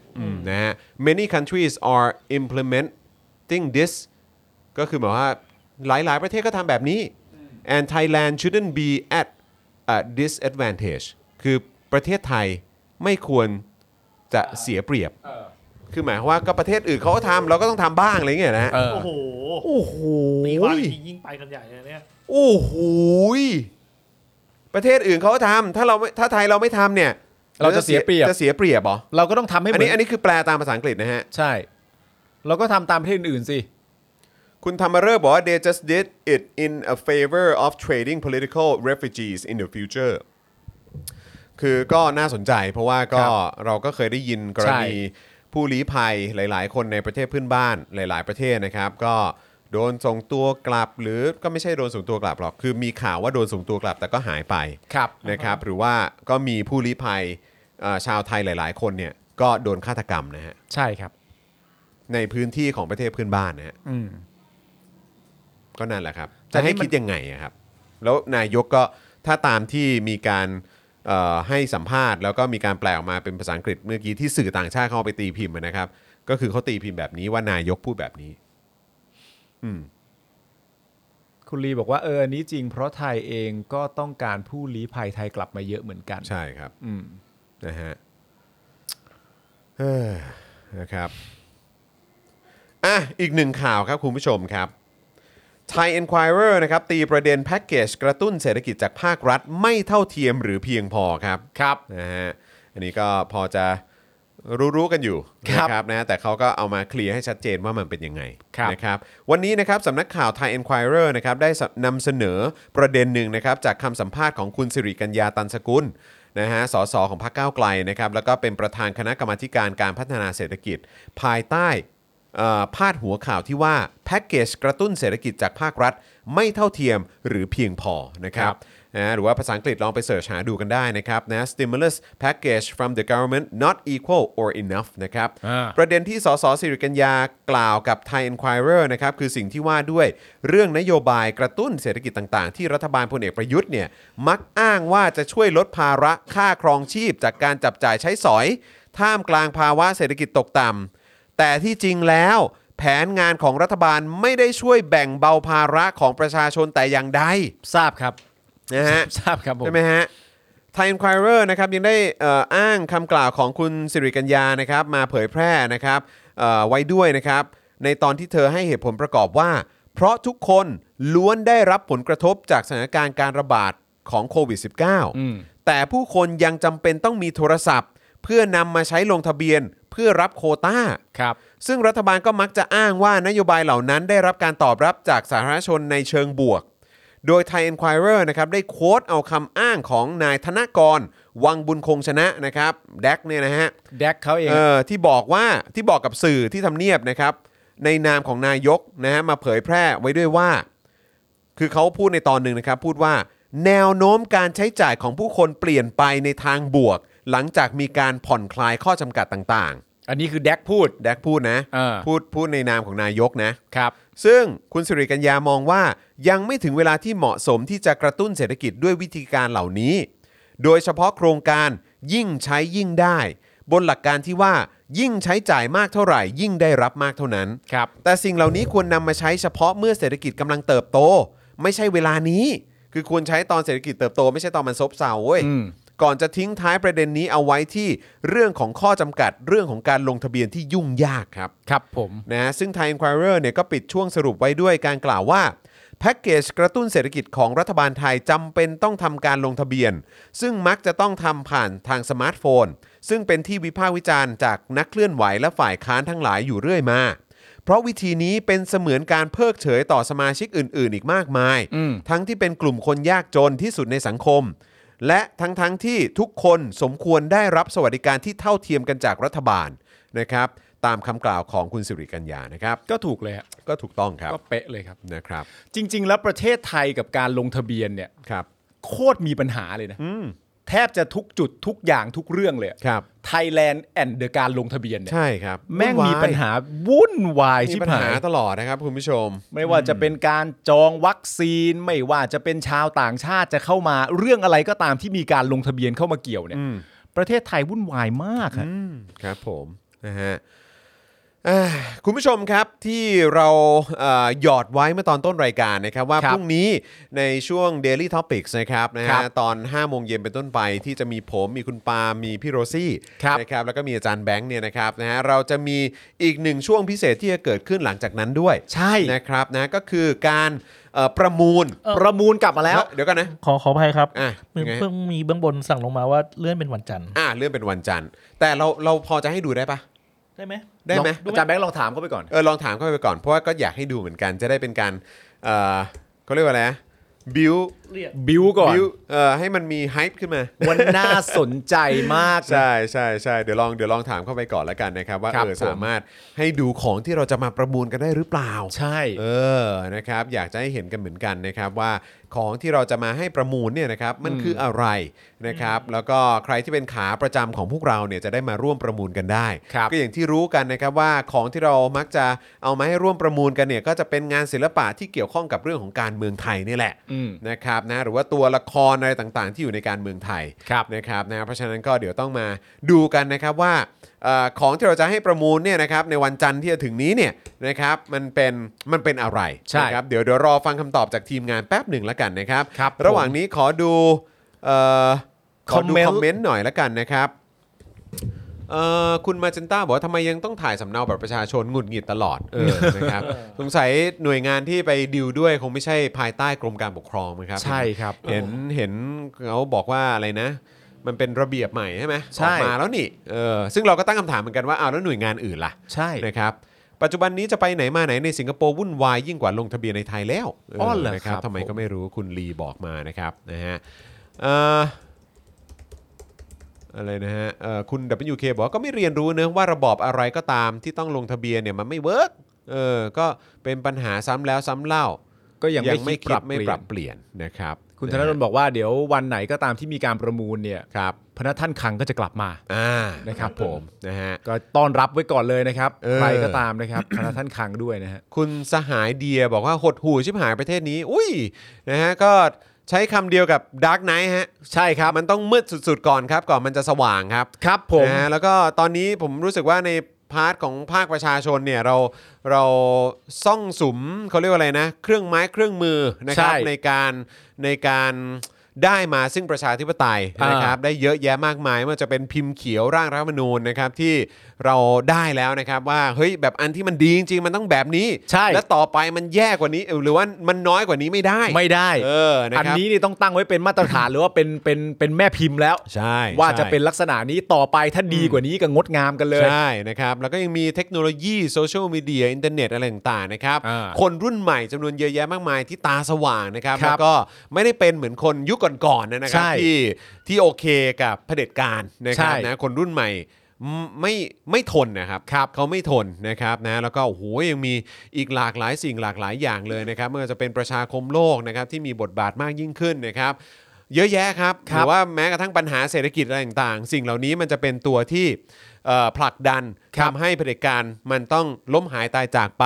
นะฮะ many countries are implementing this ก็คือหมายว่าหลาย ๆ ประเทศก็ทำแบบนี้ and Thailand shouldn't be at a disadvantage คือประเทศไทยไม่ควรจะเสียเปรียบ คือหมายความว่าก็ประเทศอื่นเขาก็ทำเราก็ต้องทำบ้างอะไรเงี้ยนะฮะ
เออ
โอ้โห
โอ้โห
ตีความอีกทียิ่งไปกันใหญ่เลยเนี่ย
โอ้โหยประเทศอื่นเขาก็ทำถ้าเราไม่ถ้าไทยเราไม่ทำเนี่ย
เราจะเสียเปรียบ
จะเสียเปรียบเหรอ
เราก็ต้องทำให้เห
อัน
มือ
นี้อัน
น
นี้คือแปลตามภาษาอังกฤษนะฮะ
ใช่ เราก็ทำตามประเทศอื่นๆสิ
คุณธรรมเริศบอกว่า they just did it in a favor of trading political refugees in the future คือก็น่าสนใจเพราะว่าก็
ครับ
เราก็เคยได้ยินกรณี
ใช่
ผู้ลี้ภัยหลาย ๆ คนในประเทศเพื่อนบ้านหลาย ๆ ประเทศนะครับ ก็โดนส่งตัวกลับ หรือก็ไม่ใช่โดนส่งตัวกลับหรอก คือมีข่าวว่าโดนส่งตัวกลับแต่ก็หายไป
ครับ
นะครับหรือว่าก็มีผู้ลี้ภัยเอ่อชาวไทยหลาย ๆ คนเนี่ยก็โดนฆาตกรรมนะฮะ
ใช่ครับ
ในพื้นที่ของประเทศเพื่อนบ้านนะฮะ
อืม
ก็นั่นแหละครับ
แต่
จะ
นี่
ให้
มัน
คิดยังไงอะครับ แล้วนายกก็ถ้าตามที่มีการเอ่อให้สัมภาษณ์ แล้วก็มีการแปลออกมาเป็นภาษาอังกฤษเมื่อกี้ที่สื่อต่างชาติเข้าเอาไปตีพิมพ์นะครับ ก็คือเขาตีพิมพ์แบบนี้ว่านายกพูดแบบนี้ อืม
คุณลีบอกว่าเอออันนี้จริงเพราะไทยเองก็ต้องการผู้ลี้ภัยไทยกลับมาเยอะเหมือนกัน
ใช่ครับ
อืม
นะฮะเอ้อนะครับ อ่ะ อีกหนึ่งข่าวครับคุณผู้ชมครับ Thai Enquirer นะครับ ตีประเด็นแพ็กเกจกระตุ้นเศรษฐกิจจากภาครัฐไม่เท่าเทียมหรือเพียงพอครับ ครับนะฮะอันนี้ก็พอจะรู้ๆกันอยู่
ครับ
นะครับนะแต่เขาก็เอามาเคลียร์ให้ชัดเจนว่ามันเป็นยังไง
ครับ
นะครับ วันนี้นะครับสำนักข่าว Thai Enquirer นะครับได้นำเสนอประเด็นหนึ่งนะครับ จากคำสัมภาษณ์ของคุณสิริกัญญาตันสกุลนะฮะสสของพรรคก้าวไกลนะครับ แล้วก็เป็นประธานคณะกรรมาธิการการพัฒนาเศรษฐกิจ ภายใต้ เอ่อพาดหัวข่าวที่ว่า แพ็กเกจกระตุ้นเศรษฐกิจจากภาครัฐ ไม่เท่าเทียมหรือเพียงพอนะครับนะหรือว่าภาษาอังกฤษลองไปเสิร์ชหาดูกันได้นะครับนะ stimulus package from the government not equal or enough นะครับ
อ่า
ประเด็นที่สสสิริกัญญากล่าวกับ Thai Enquirer นะครับคือสิ่งที่ว่าด้วยเรื่องนโยบายกระตุ้นเศรษฐกิจต่างๆ ที่รัฐบาลพลเอกประยุทธ์เนี่ยมักอ้างว่าจะช่วยลดภาระค่าครองชีพ จากการจับจ่ายใช้สอย ท่ามกลางภาวะเศรษฐกิจตกต่ำแต่ที่จริงแล้ว แ แผนงานของรัฐบาลไม่ได้ช่วยแบ่งเบาภาระของประชาชนแต่อย่างใด
ทราบครับ
นะฮะ
ทราบครับผม
ใช่ไหมฮะไทม์ควายเรอร์นะครับยังได้เอ่ออ้างคำกล่าวของคุณสิริกัญญานะครับมาเผยแพร่นะครับเอ่อไว้ด้วยนะครับ ในตอนที่เธอให้เหตุผลประกอบว่า เพราะทุกคนล้วนได้รับผลกระทบจากสถานการณ์การระบาดของโควิด
อืม
-19 แต่ผู้คนยังจำเป็นต้องมีโทรศัพท์ เพื่อนำมาใช้ลงทะเบียนเพื่อรับโควต้า
ครับ
ซึ่งรัฐบาลก็มักจะอ้างว่านโยบายเหล่านั้นได้รับการตอบรับจากสาธารณชนในเชิงบวก โดย Thai Enquirer นะครับได้โค้ดเอาคำอ้างของนายธนกร วังบุญคงชนะนะครับแดกเนี่ยนะฮะ
แดกเขาเอง
เออที่บอกว่าที่บอกกับสื่อที่ทำเนียบนะครับ ในนามของนายกนะฮะมาเผยแพร่ไว้ด้วยว่า คือเขาพูดในตอนหนึ่งนะครับ พูดว่า แนวโน้มการใช้จ่ายของผู้คนเปลี่ยนไปในทางบวก หลังจากมีการผ่อนคลายข้อจำกัดต่าง
อันนี้คือแดกพูด
ๆ แดกพูดนะ
เออ
พูดพูดในนามของนายกนะ
ครับ
ซึ่งคุณสิริกัญญามองว่ายังไม่ถึงเวลาที่เหมาะสมที่จะกระตุ้นเศรษฐกิจด้วยวิธีการเหล่านี้ โดยเฉพาะโครงการยิ่งใช้ยิ่งได้ บนหลักการที่ว่ายิ่งใช้จ่ายมากเท่าไหร่ ยิ่งได้รับมากเท่านั้น
ครับ
แต่สิ่งเหล่านี้ควรนำมาใช้เฉพาะเมื่อเศรษฐกิจกำลังเติบโต ไม่ใช่เวลานี้ คือควรใช้ตอนเศรษฐกิจเติบโต ไม่ใช่ตอนมันซบเซาเว้ย
อืม
ก่อนจะทิ้งท้ายประเด็นนี้เอาไว้ที่เรื่องของข้อจำกัดเรื่องของการลงทะเบียนที่ยุ่งยากครับ
ครับผม
นะฮะซึ่ง Thai Enquirer เนี่ยก็ปิดช่วงสรุปไว้ด้วยการกล่าวว่า แพ็กเกจกระตุ้นเศรษฐกิจของรัฐบาลไทยจำเป็นต้องทำการลงทะเบียน ซึ่งมักจะต้องทำผ่านทางสมาร์ทโฟน ซึ่งเป็นที่วิพากษ์วิจารณ์จากนักเคลื่อนไหวและฝ่ายค้านทั้งหลายอยู่เรื่อยมา เพราะวิธีนี้เป็นเสมือนการเพิกเฉยต่อสมาชิกอื่น ๆ อีกมากมาย
อืม
ทั้งที่เป็นกลุ่มคนยากจนที่สุดในสังคม และทั้งๆที่ทุกคนสมควรได้รับสวัสดิการที่เท่าเทียมกันจากรัฐบาลนะครับ ตามคำกล่าวของคุณสิริกัญญานะครับ
ก็ถูกเลยฮะ
ก็ถูกต้องครับ
ก็เป๊ะเลยครับ
นะครับ
จริง ๆ แล้วประเทศไทยกับการลงทะเบียนเนี่ย
ครับ
โคตรมีปัญหาเลยนะ
อืม
แทบจะทุกจุดทุกอย่างทุกเรื่องเลย
ครับ
ไทยแลนด์แอนด์เดอะการลงทะเบียนเนี่ย
ใช่ครับ
แม่ง
วุ่นว
มี
ย
ปัญหาวุ่นวาย
มี
ชิบ
ปัญ
หา
หาย ตลอดนะครับคุณผู้ชม
ไม่ว่าจะเป็นการจองวัคซีน ไม่ว่าจะเป็นชาวต่างชาติจะเข้ามาเรื่องอะไรก็ตามที่มีการลงทะเบียนเข้ามาเกี่ยวเนี่ย
อืม
ประเทศไทยวุ่นวายมากฮะ
อืมครับผมนะฮะอ่าคุณผู้ชมครับที่เราเอ่อหยอดไว้เมื่อตอนต้นรายการนะครับ ว่า
ครั
พ
บ
รุ่งนี้ในช่วง Daily Topics นะครับนะ
ครั
ฮะ
บ
ตอน 5 โมงเย็นเป็นต้นไปที่จะมีผมมีคุณปาล์มมีพี่โรซี่
ครับ
นะครับแล้วก็มีอาจารย์แบงค์เนี่ยนะครับนะฮะเราจะมีอีกหนึ่งช่วงพิเศษที่จะเกิดขึ้นหลังจากนั้นด้วย
ใช่
นะครับนะก็คือการเอ่อประมูล
เออ
ประมูลกลับมาแล้ว
เดี๋ยวกันนะ
ขอขออภัยครับ
อ่ะ
เพิ่ง
ยังไง
เพิ่งมีเบื้องบนสั่งลงมาว่าเลื่อนเป็นวันจันทร์
อ่าเลื่อนเป็นวันจันทร์ แต่เราเราพอจะให้ดูได้ปะ
ได้ไหม
ได้ไหม
ลองอาจารย์แบงค์ลองถามเขาไปก่อน
เออลองถามเข้าไปก่อนเพราะว่าก็อยากให้ดูเหมือนกันจะได้เป็นการเออเขาเรียกว่าอะไรบิว
เรียก
บิวก่อน
บิวเอ่อให้มันมีไฮป์ขึ้นมา
วันน่าสนใจมากนะ
ใช่ใช่ใช่เดี๋ยวลองเดี๋ยวลองถามเข้าไปก่อนแล้วกันนะครับ ว่า
ครับ
เออ
ผม
สามารถให้ดูของที่เราจะมาประมูลกันได้หรือเปล่า
ใช่
เออ นะครับ อยากจะให้เห็นกันเหมือนกันนะครับว่าของที่เราจะมาให้ประมูลเนี่ยนะครับมันคืออะไรนะครับ แล้วก็ใครที่เป็นขาประจำของพวกเราเนี่ยจะได้มาร่วมประมูลกันได้
ครับ
ก็อย่างที่รู้กันนะครับว่าของที่เรามักจะเอามาให้ร่วมประมูลกันเนี่ยก็จะเป็นงานศิลปะที่เกี่ยวข้องกับเรื่องของการเมืองไทยนี่แหละ
อืม
นะครับนะหรือว่าตัวละครอะไรต่างๆ ที่อยู่ในการเมืองไทย
ครับ
นะครับนะเพราะฉะนั้นก็เดี๋ยวต้องมาดูกันนะครับว่าเออของที่เราจะให้ประมูลเนี่ยนะครับในวันจันทร์ที่จะถึงนี้เนี่ยนะครับมันเป็นมันเป็นอะไร
ใช่
นะครับเดี๋ยวเดี๋ยวรอฟังคำตอบจากทีมงานแป๊บหนึ่งแล้วกันนะครับ
ครับ
ระหว่างนี้ขอดูเอ่อขอดู
Comment
คอมเมนต์หน่อยแล้วกันนะครับเอ่อคุณมาเจนต้าบอกว่าทำไมยังต้องถ่ายสำเนาบัตรประชาชนหงุดหงิดตลอดเออ
[LAUGHS]
นะครับสงสัยหน่วยงานที่ไปดิวด้วยคงไม่ใช่ภายใต้กรมการปกครองมั้งครับ
ใช่ครับ
เห็นเห็นเขาบอกว่าอะไรนะ มันเป็นระเบียบใหม่ใช่ไหมออ
ใช่
กมาแล้วนี่เออซึ่งเราก็ตั้งคำถามเหมือนกันว่าอ้าวแล้วหน่วยงานอื่นล่ะ
ใช่
นะครับปัจจุบันนี้จะไปไหนมาไหนในสิงคโปร์วุ่นวายยิ่งกว่าลงทะเบียนในไทยแล้ว
อ๋อเหรอ
นะ
ครับ
ทำไม
ผม
ก็ไม่รู้คุณลีบอกมานะครับนะฮะเอ่ออะไรนะฮะเอ่อคุณ WK บอกว่าก็ไม่เรียนรู้เนอะว่าระบอบอะไรก็ตามที่ต้องลงทะเบียนเนี่ยมันไม่เวิร์กเออก็เป็นปัญหาซ้ำแล้วซ้ำเล่า
ก็ยัง
ยั
ไม่
ไม่
คิ
คิ
ด
ดไม่ปรับ
เปลี่ย
เปลี่ยนนะครับ
นคุณธนดลบอกว่าเดี๋ยววันไหนก็ตามที่มีการประมูลเนี่ย
ครับ
พนักท่านคลังก็จะกลับมา
อ่า
นะครับผม
นะฮะ
ก็ต้อนรับไว้ก่อนเลยนะครับ
เออ
ใครก็ตาม
[COUGHS]
นะครับ พนักท่านคลังด้วยนะฮะ
คุณสหายเดียบอกว่าหดหู่ชิบหายประเทศนี้ อุ้ยนะฮะก็ใช้คำเดียวกับดาร์กไนท์ฮะ ใช่ครับ มันต้องมืดสุดๆก่อนครับ ก่อนมันจะสว่างครับ
ครับผม
นะฮะแล้วก็ตอนนี้ผมรู้สึกว่าใน พาร์ทของภาคประชาชนเนี่ยเราเราซ่องสุมเขาเรียกว่าอะไรนะ เครื่องไม้เครื่องมือนะครับ
ใช่
ในการในการได้มาซึ่งประชาธิปไตย
อ่าน
นะครับได้เยอะแยะมากมายไมันจะเป็นพิมพ์เขียวร่างรัฐธรรมนูญนะครับที่เราได้แล้วนะครับว่าเฮ้ยแบบอันที่มันดีจริงๆมันต้องแบบนี้
ใช่
และต่อไปมันแย่กว่านี้เออหรือว่ามันน้อยกว่านี้ไม่ได้
ไม่ได้
เออนะ
อัน
ครับ
นี้นี่ต้องตั้งไว้เป็นมาตรฐานหรือว่าเป็น [COUGHS] เป็นเป็นแม่พิมพ์แล้ว
ใช่
ว่าจะ
ใช่
เป็นลักษณะนี้ต่อไปถ้าดีกว่านี้ก็งดงามกันเลย
ใช่นะครับ แล้วก็ยังมีเทคโนโลยีโซเชียลมีเดียอินเทอร์เน็ตอะไรต่างๆนะครับ
อ่า
คนรุ่นใหม่จำนวนเยอะแยะมากมายที่ตาสว่างนะครับ
ครับ
แล้วก็ไม่ได้เป็นเหมือนคนยุคก่อนๆนะครั
ใช่
ที่ที่โอเคกับเผด็จการนะครับ
ใช่
นะคนรุ่นใหม่ไม่ไม่ทนนะครับครับเขาไม่ทนนะครับนะแล้วก็โอ้โหยังมีอีกหลากหลายสิ่งหลากหลายอย่างเลยนะครับไม่ว่าจะเป็นประชาคมโลกนะครับที่มีบทบาทมากยิ่งขึ้นนะครับ เยอะแยะครับ
ค
ห
รับ
รือว่าแม้กระทั่งปัญหาเศรษฐกิจอะไรต่างๆ สิ่งเหล่านี้มันจะเป็นตัวที่ เอ่อผลักดันทำให้เผด็จการมันต้องล้มหายตายจากไป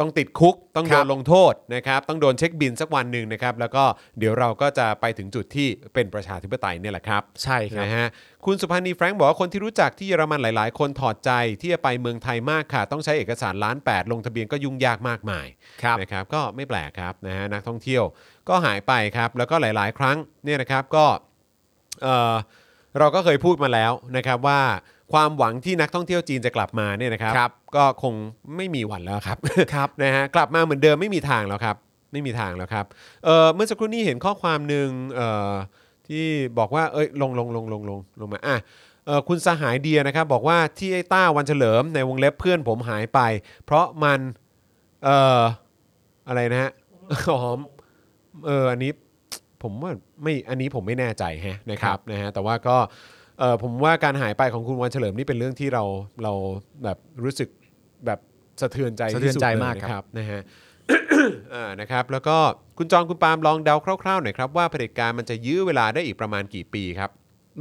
ต้องติดคุก ต้อง
ค
โด
รับ
นลงโทษนะครับต้องโดนเช็คบินสักวันหนึ่งนะครับ แล้วก็เดี๋ยวเราก็จะไปถึงจุดที่เป็นประชาธิปไตยเนี่ยแหละครับ
ใช่ครับ
นะฮะคุณสุพันธ์นีแฟรงค์บอกว่าคนที่รู้จักที่เยอรมันหลาย ๆ คนถอดใจที่จะไปเมืองไทยมากค่ะ ต้องใช้เอกสารล้านแปดลงทะเบียนก็ยุ่งยากมากมาย
ครับ
นะครับก็ไม่แปลกครับนะฮะนักท่องเที่ยวก็หายไปครับแล้วก็หลาย ๆ ครั้งเนี่ยนะครับก็เอ่อเราก็เคยพูดมาแล้วนะครับว่าความหวังที่นักท่องเที่ยวจีนจะกลับมาเนี่ยนะครับ
ครับ
ก็คงไม่มีวันแล้วครับ
ครับ
[LAUGHS] นะฮะกลับมาเหมือนเดิมไม่มีทางแล้วครับไม่มีทางแล้วครับเอ่อเมื่อสักครู่นี้เห็นข้อความหนึ่งเอ่อ ที่บอกว่า เอ้ย ลงลงลงลงลงลงมาอ่ะเอ่อคุณสหายเดียนะครับ บอกว่าที่ไอ้ต้าวันเฉลิมในวงเล็บเพื่อนผมหายไป เพราะมัน เอ่อ อะไรนะฮ [LAUGHS] ะ หอม เออ อันนี้ ผมว่าไม่ อันนี้ผมไม่แน่ใจแฮะนะครับนะฮะ แต่ว่าก็ เออผมว่าการหายไปของคุณวันเฉลิมนี่เป็นเรื่องที่เรา เราแบบรู้สึกแบบสะเทือนใจ
สะเทือนใจ
ที่สุดล
มากค
นะครั
รับ
บนะฮะ [COUGHS] เอ่อนะครับแล้วก็คุณจองคุณปาล์มลองเดาคร่าวๆหน่อยครับว่าเผด็จการมันจะยื้อเวลาได้อีกประมาณกี่ปีครับ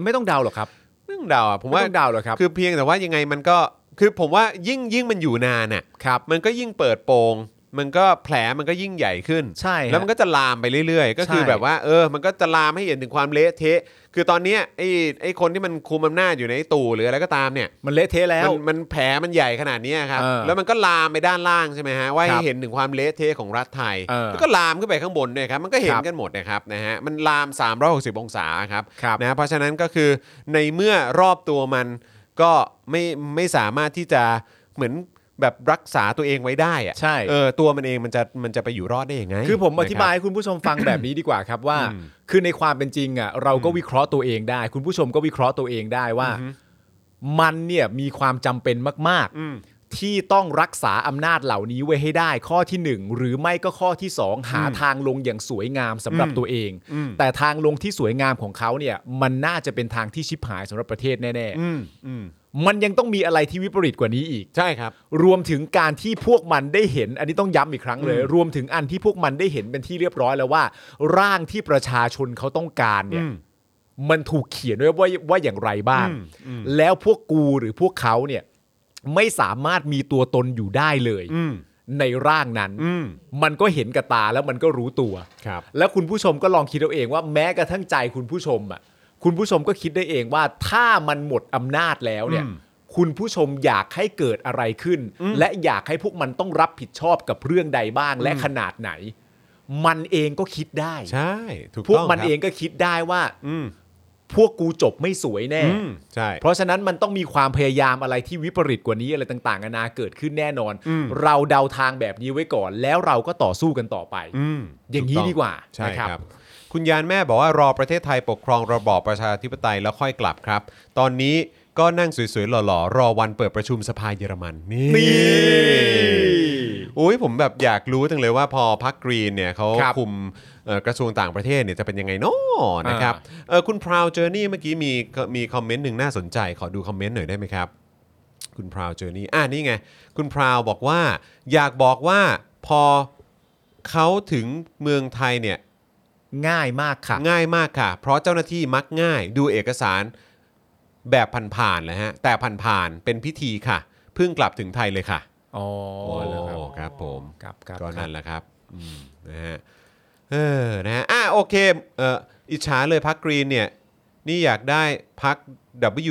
ไม่ต้องเดาหรอกครับ
ไม่ต้องเดาอ่ะผม
ไม่
ว่า
ต้องเดาหรอกครับ
คือเพียงแต่ว่ายังไงมันก็คือผมว่ายิ่งยิ่งมันอยู่นานน่ะ
ครับ
มันก็ยิ่งเปิดโปง มันก็แผลมันก็ยิ่งใหญ่ขึ้น
ใช่ฮะ
แล้วมันก็จะลามไปเรื่อยๆ ก็คือ
ใช่
แบบว่าเออมันก็จะลามให้เห็นถึงความเละเทะ คือตอนเนี้ยไอ้ไอ้คนที่มันคุมอำนาจอยู่ในไอ้ตู่หรืออะไรก็ตามเนี่ย
มันเละเทะแล้ว
มันมันแผลมันใหญ่ขนาดเนี้ยครับ
เออ
แล้วมันก็ลามไปด้านล่างใช่ไหมฮะ ว่า
ครั
ให้
บ
เห็นถึงความเละเทะของรัฐไทย
เออ
แล้วก็ลามขึ้นไปข้างบนด้วยครับ มันก็เห็น
ครับ
กันหมดนะครับนะฮะ มันลาม 360 องศาครับ
ครับ
นะ เพราะฉะนั้นก็คือในเมื่อรอบตัวมันก็ไม่ไม่สามารถที่จะเหมือนแบบรักษาตัวเองไว้ได้อะ
ใช่
เออตัวมันเองมันจะมันจะไปอยู่รอดได้ยังไง
คือผมอ
นะรับ
ธิบายให้คุณผู้ชมฟัง แบบนี้ดีกว่าครับว่า
อืม
คือในความเป็นจริงอ่ะเราก็วิเคราะห์ตัวเองได้ คุณผู้ชมก็วิเคราะห์ตัวเองได้ว่า มันเนี่ยมีความจำเป็นมาก
อืม
ๆ ที่ต้องรักษาอำนาจเหล่านี้ไว้ให้ได้ข้อที่หนึ่งหรือไม่ก็ข้อที่สองหาทางลงอย่างสวยงามสำหรับตัวเอง แต่ทางลงที่สวยงามของเขาเนี่ยมันน่าจะเป็นทางที่ชิบหายสำหรับประเทศแน่
อืมอืม
ๆ มันยังต้องมีอะไรที่วิปริตกว่านี้อีก
ใช่ครับ
รวมถึงการที่พวกมันได้เห็น อันนี้ต้องย้ำอีกครั้งเลย รวมถึงอันที่พวกมันได้เห็นเป็นที่เรียบร้อยแล้วว่า ร่างที่ประชาชนเขาต้องการเนี่ย
อืม
มันถูกเขียนไว้ว่าว่าอย่างไรบ้าง แล้วพวกกูหรือพวกเขาเนี่ยไม่สามารถมีตัวตนอยู่ได้เลย
อืม
ในร่างนั้น
อืม
มันก็เห็นกับตาแล้วมันก็รู้ตัว
ครับ
แล้วคุณผู้ชมก็ลองคิดเอาเองว่าแม้กระทั่งใจคุณผู้ชมอ่ะคุณผู้ชมก็คิดได้เองว่าถ้ามันหมดอำนาจแล้วเนี่ย
อืม
คุณผู้ชมอยากให้เกิดอะไรขึ้น และอยากให้พวกมันต้องรับผิดชอบกับเรื่องใดบ้างและขนาดไหน มันเองก็คิดได้
ใช่ถูก
พวก
ต้อง
มัน
ครับ
เองก็คิดได้ว่า
อืม
พวกกูจบไม่สวยแน่
อืมใช่
เพราะฉะนั้นมันต้องมีความพยายามอะไรที่วิปริตกว่านี้อะไรต่างๆนานาเกิดขึ้นแน่นอน
อืม
เราเดาทางแบบนี้ไว้ก่อน แล้วเราก็ต่อสู้กันต่อไป
อืม
อย่างนี้
ถูต้
ดีกว่า
ใช่
นะ
ค
ครั
รับบ คุณยานแม่บอกว่ารอประเทศไทยปกครองระบอบประชาธิปไตยแล้วค่อยกลับครับ ตอนนี้ก็นั่งสวยๆหล่อๆ รอวันเปิดประชุมสภาเยอรมันนี่
นี่
อุ้ยผมแบบอยากรู้จังเลยว่าพอพักกรีนเนี่ยเขา
ครับ
คุมเอ่อกระทรวงต่างประเทศเนี่ยจะเป็นยังไงเนาะนะครับ
อ่
เออคุณพราวเจอร์นี่เมื่อกี้มีมีคอมเมนต์หนึ่งน่าสนใจ ขอดูคอมเมนต์หน่อยได้ไหมครับ คุณพราวเจอนี่อ่านี่ไง คุณพราวบอกว่า อยากบอกว่าพอเขาถึงเมืองไทยเนี่ย
ง่ายมากค่ะ
ง่ายมากค่ะ เพราะเจ้าหน้าที่มักง่ายดูเอกสารแบบผ่านๆนะฮะ แต่ผ่านๆเป็นพิธีค่ะ เพิ่งกลับถึงไทยเลยค่ะ
อ๋อ
โอ้โหครับผม
ครับครับ
ก็นั่น
ครับ
แหละครับอืมนะฮะเออนะฮะอ่ะโอเคเอออิจฉาเลยพักกรีนเนี่ย นี่อยากได้พัก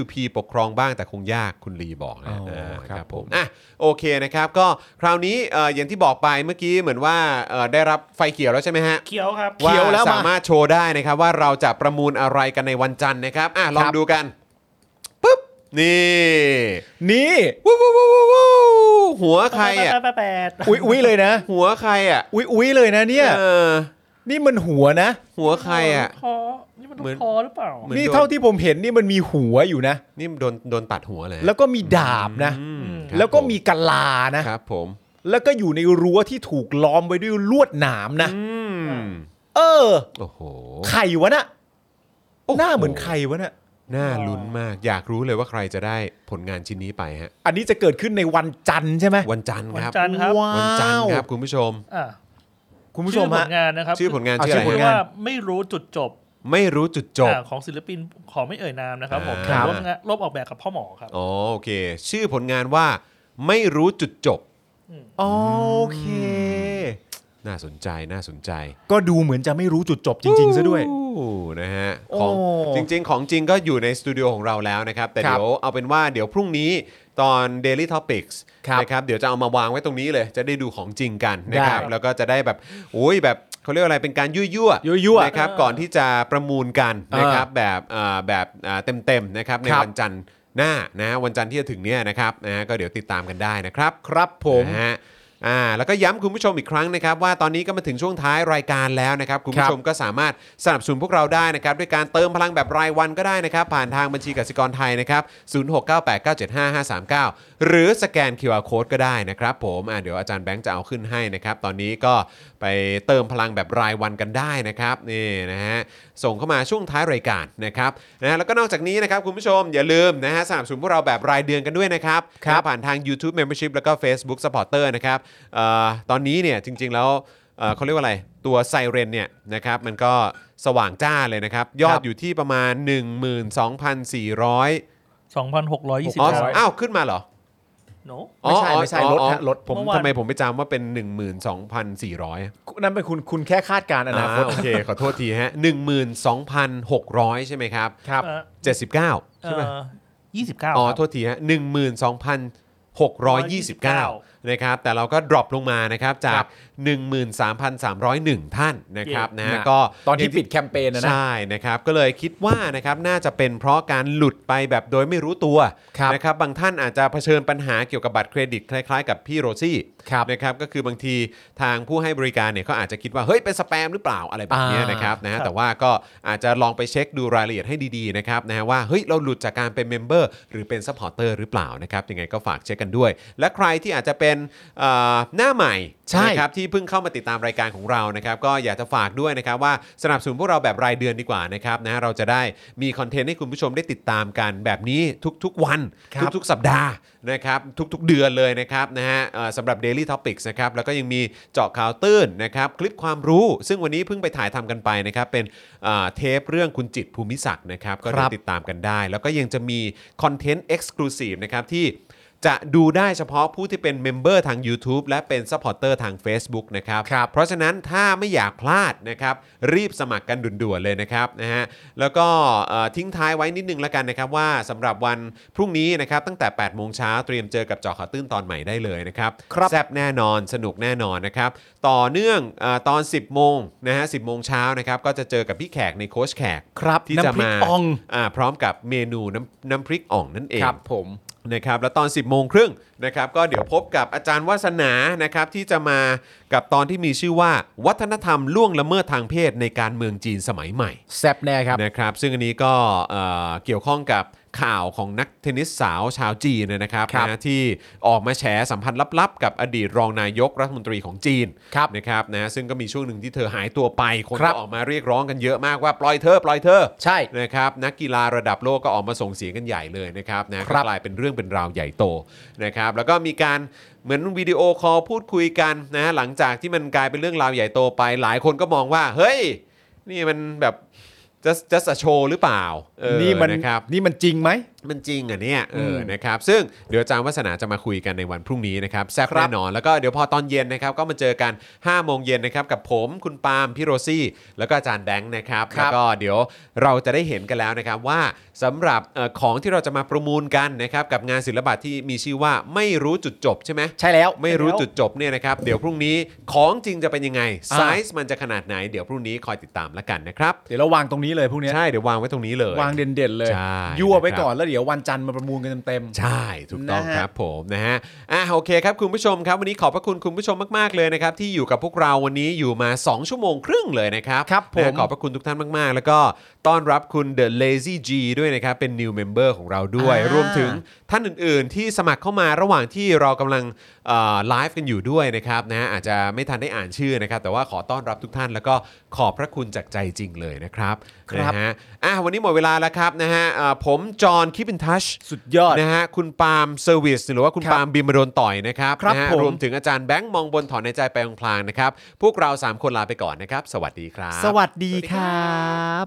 WP ปกครองบ้างแต่คงยากคุณลีบอกนะ
อ๋อ
เออค
ครั
รับบผ
ผม ม
อ่ะโอเคนะครับ ก็คราวนี้เอ่ออย่างที่บอกไปเมื่อกี้เหมือนว่าเอ่อได้รับไฟเขียวแล้วใช่ไหมฮะ
เขียวครับ
เขียวแล้วมา
สามารถโชว์ได้นะครับ ว่าเราจะประมูลอะไรกันในวันจันทร์นะครับอ่ะลอง
ครับ
ดูกันปุ๊บนี่
นี่
วู้วู้วู้วู้วู้หัวใครอ่ะ
แปดแปด
อุ้ยอุ้ยเลยนะ
หัวใครอ่ะ
อุ้ยอุ้ยเลยนะเนี่ย
เออ
นี่มันหัวนะ
หัวใครอ่ะ
คอนี่มันลู
เหมือก น
คอหรือเปล่า
เหมือน
นี่
โดน
เท่าที่ผมเห็นนี่มันมีหัวอยู่นะ
นี่โดนโดนตัดหัวเลย
แล้วก็มีดาบนะ
อืมครับ
แล้วก็
ผ
มีกะลานะ
ครับผม
แล้วก็อยู่ในรั้วที่ถูกล้อมไว้ด้วยลวดหนามนะ
อืม
เออ
โอ้โห
ไข่วะน่ะ
โอ้โห
หน้าเหมือนไข่วะน่ะ
น่าลุ้นมาก อยากรู้เลยว่าใครจะได้ผลงานชิ้นนี้ไปฮะ
อันนี้จะเกิดขึ้นในวันจันทร์ใช่ไหม
วันจันทร์
วัน
ครับ
จันทร์ครับ
ว้าว
วันจันทร์ครับคุณผู้ชม
อ่ะ
คุณผู้ชม
อผ
ฮะ
ลงานนะครับ
ชื่อผลงาน
เอา
ชื่ออะไร
ชื่อผล
ฮะ
งน
ว่าไม่รู้จุดจบ
ไม่รู้จุดจบ
อ่ะของศิลปินขอไม่เอ่ยนามนะครับผม
ครับ
วมงานร่วมออกแบบกับพ่อหมอครับ
อ๋อโอเค ชื่อผลงานว่าไม่รู้จุดจบ
โอเค
น่าสนใจน่าสนใจ
ก็ดูเหมือนจะไม่รู้จุดจบจริง ๆ ซะด้วย
อู้นะฮะของ
โอ้
จริง ๆ ของจริงก็อยู่ในสตูดิโอของเราแล้วนะครับ แต่
ครั
เดี๋
บ
ยวเอาเป็นว่าเดี๋ยวพรุ่งนี้ตอน Daily Topics
ครับ
นะครับเดี๋ยวจะเอามาวางไว้ตรงนี้เลย จะได้ดูของจริงกันนะครับ
ได้
แล้วก็จะได้แบบโอ้ยแบบเขาเรียกว่าอะไรเป็นการยั่วยั่ว
ยั่วๆ
นะครับก่อนที่จะประมูลกันนะ
อ่าน
ครับแบบอ่าแบบอ่าเต็มๆนะครับใน
ครับ
วันจันทร์หน้านะวันจันทร์ที่จะถึงเนี้ยนะครับนะฮะก็เดี๋ยวติดตามกันได้นะครับ
ครับผม
นะฮะอ่าแล้วก็ย้ำคุณผู้ชมอีกครั้งนะครับว่าตอนนี้ก็มาถึงช่วงท้ายรายการแล้วนะครับ คุณผู้ชมก็สามารถสนับสนุนพวกเราได้นะครับ ด้วยการเติมพลังแบบรายวันก็ได้นะครับ ผ่านทางบัญชีกสิกรไทยนะครับ 0698975539 หรือสแกน QR Code ก็ได้นะครับผมอ่าเดี๋ยวอาจารย์แบงค์จะเอาขึ้นให้นะครับ ตอนนี้ก็ไปเติมพลังแบบรายวันกันได้นะครับนี่นะฮะส่งเข้ามาช่วงท้ายรายการนะครับนะฮะแล้วก็นอกจากนี้นะครับคุณผู้ชมอย่าลืมนะฮะสนับสนุนพวกเราแบบรายเดือนกันด้วยนะครับ
ครับ
ผ่านทาง YouTube Membership แล้วก็ Facebook Supporter นะครับเออตอนนี้เนี่ยจริง ๆ แล้วเอ่อเขาเรียกว่าอะไร ตัวไซเรนเนี่ยนะครับมันก็สว่างจ้าเลยนะครับ ยอดอยู่ที่ประมาณ 12,400อ๋
2,620
อ
ครั้ง
อ้าว ขึ้นมาเหรอ
โน
อ๋อ
ไม่ใช่
อ๋อ
ไม่ใช่
อ๋อ
ลด
อ๋อ
ฮะลดผม
เมื่อวาน
ทำไมผมไปจำว่าเป็น 12,400อะ
นั่นเป็นคุณคุณแค่คาดการณ์อนา
อ่า
คต
โอเค ขอโทษทีฮะ 12,600 ใช่ไหมครับ
ครับ
เอ่อ
79
เอ
ใช่ไหม
อยี่สิบเก้า
อ๋อ โทษทีฮะ12,629 นะครับ แต่เราก็ดรอปลงมานะครับ จา
ค
ก
รับ
13,301 ท่านนะครับนะ
นะ
ก็
ตอนที่ปิดแคมเปญนะนะ
ใช่นะครับก็เลยคิดว่านะครับน่าจะเป็นเพราะการหลุดไปแบบโดยไม่รู้ตัว
ครับ
นะครับบางท่านอาจจะเผชิญปัญหาเกี่ยวกับบัตรเครดิตคล้ายๆ กับพี่โรซี่
ครับ
นะครับก็คือบางทีทางผู้ให้บริการเนี่ยเขาอาจจะคิดว่าเฮ้ยเป็นสแปมหรือเปล่าอะไรแบบเนี้ย
อ่าน
นะครับนะฮะ
ครับ
แต่ว่าก็อาจจะลองไปเช็คดูรายละเอียดให้ดีๆนะครับนะฮะว่าเฮ้ยเราหลุดจากการเป็นเมมเบอร์หรือเป็นซัพพอร์เตอร์หรือเปล่านะครับยังไงก็ฝากเช็คกันด้วย และใครที่อาจจะเป็นเอ่อหน้าใหม่
ใช่
นะครับที่เพิ่งเข้ามาติดตามรายการของเรานะครับก็อยากจะฝากด้วยนะครับว่าสนับสนุนพวกเราแบบรายเดือนดีกว่านะครับนะเราจะได้มีคอนเทนต์ให้คุณผู้ชมได้ติดตามกันแบบนี้ทุกๆวัน
ครับ
ทุกๆ สัปดาห์นะครับทุกๆ เดือนเลยนะครับนะฮะเอ่อสำหรับ Daily Topics นะครับแล้วก็ยังมีเจาะข่าวตื้นนะครับคลิปความรู้ ซึ่งวันนี้เพิ่งไปถ่ายทำกันไปนะครับเป็นเอ่อเทปเรื่องคุณจิตรภูมิศักดิ์นะครับก็
ค
เดี๋ย
รั
ว
บ
ติด ติดตามกันได้ แล้วก็ยังจะมีคอนเทนต์ Exclusive นะครับ ที่จะดูได้เฉพาะผู้ที่เป็นเมมเบอร์ทาง YouTube และเป็นซัพพอร์เตอร์ทาง Facebook นะครับ
ครับ
เพราะฉะนั้นถ้าไม่อยากพลาดนะครับ รีบสมัครกันด่วนๆเลยนะครับนะฮะแล้วก็เอ่อทิ้งท้ายไว้นิดนึงแล้วกันนะครับ ว่าสำหรับวันพรุ่งนี้นะครับ ตั้งแต่ 8 โมงเช้าเตรียมเจอกับเจอข่าวตื้นตอนใหม่ได้เลยนะครับ
ครับ
แซ่บแน่นอนสนุกแน่นอนนะครับ ต่อเนื่องเออตอน 10 โมงนะฮะ 10 โมงเช้านะครับก็จะเจอกับพี่แขกในโค้ชแขก
ครับ
ที่จะ
น้ำพริก
มา
อ่อง
าพร้อมกับเมนูน้ำน้ำพริกอ่องนั่นเอง
ครับผม
นะครับแล้วตอน 10 โมงครึ่งนะครับก็เดี๋ยวพบกับอาจารย์วาสนานะครับที่จะมากับตอนที่มีชื่อว่าวัฒนธรรมล่วงละเมิดทางเพศในการเมืองจีนสมัยใหม่
แซบแน่ครับ
นะครับซึ่งอันนี้ก็เอ่อเกี่ยวข้องกับข่าวของนักเทนนิสสาวชาวจีนนะครับ
ครับ
นะที่ออกมาแฉสัมพันธ์ลับๆ กับอดีตรองนายกรัฐมนตรีของจีน
ครับ
นะครับนะซึ่งก็มีช่วงหนึ่งที่เธอหายตัวไปคน
ครั
ก็
บ
ออกมาเรียกร้องกันเยอะมากว่าปล่อยเธอปล่อยเธอ
ใช่
นะครับนักกีฬาระดับโลกก็ออกมาส่งเสียงกันใหญ่เลยนะครับนะ
ค
ก็
รับ
กลายเป็นเรื่องเป็นราวใหญ่โตนะครับแล้วก็มีการเหมือนวิดีโอคอลพูดคุยกันนะหลังจากที่มันกลายเป็นเรื่องราวใหญ่โตไป หลายคนก็มองว่า เฮ้ย นี่มันแบบจะจะโชว์หรือเปล่าเออ
นี่มัน
นะครับ
นี่มันจริงไหม
มันจริงเหรอ่ะเนี่ยเออนะครับซึ่งเดี๋ยวอาจารย์วัฒนาจะมาคุยกันในวันพรุ่งนี้นะครับแซ่บแน่นอนแล้วก็เดี๋ยวพอตอนเย็นนะครับก็มาเจอกัน5้าโมงเย็นนะครับกับผมคุณปาล์มพี่โรซี่ แล้วก็อาจารย์แดงค์นะครับ
ครั
แล้
บ
วก็เดี๋ยวเราจะได้เห็นกันแล้วนะครับว่าสำหรับเอ่อของที่เราจะมาประมูลกันนะครับกับงานศิลปะที่มีชื่อว่าไม่รู้จุดจบใช่ไหม
ใช่แล้ว
ไม่รู้จุดจบเนี่ยนะครับ เดี๋ยวพรุ่งนี้ของจริงจะเป็นยังไง
อ่า
ไซส์มันจะขนาดไหน เดี๋ยวพรุ่งนี้คอยติดตามแล้วกันนะครับ
เดี๋ยวเราวางตรงนี้เลยพวกเนี้ย
ใช่ เดี๋ยววางไว้ตรงนี้เลย
วางเด่นๆเลย
ใช่
ยั่วไป
นะครับ
ก่อนแล้วเดี๋ยววันจันทร์มาประมูลกันเต็มๆ
ใช่ถูกต้อง
นะฮะ
ครับผมนะฮะอ่ะโอเคครับคุณผู้ชมครับ วันนี้ขอบพระคุณคุณผู้ชมมาก ๆ เลยนะครับ ที่อยู่กับพวกเราวันนี้อยู่มา 2 ชั่วโมงครึ่งเลยนะครับ
ครับผม
นะขอบพระคุณทุกท่านมาก ๆ แล้วก็ต้อนรับคุณ The Lazy G ด้วยนะครับ เป็น new member ของเราด้วย รวมถึงท่านอื่น ๆ ที่สมัครเข้ามาระหว่างที่เรากำลังเอ่อไลฟ์กันอยู่ด้วยนะครับนะฮะอาจจะไม่ทันได้อ่านชื่อนะครับ แต่ว่าขอต้อนรับทุกท่านแล้วก็ขอบพระคุณจากใจจริงเลยนะครับ
ครับ
นะฮะอ่ะวันนี้หมดเวลาแล้วครับนะฮะอ่าผมจอห์นคิปินทัช
สุดยอด
นะฮะคุณปาล์มเซอร์วิสหรือว่าคุณ
ครับ
ปาล์มบิมมาโดนต่อยนะครับ
ครับ
นะฮะ
ผม
รวมถึงอาจารย์แบงค์มองบนถอนในใจไปพลางๆนะครับ พวกเรา 3 คนลาไปก่อนนะครับ สวัสดีครับ
สวัสดีครับ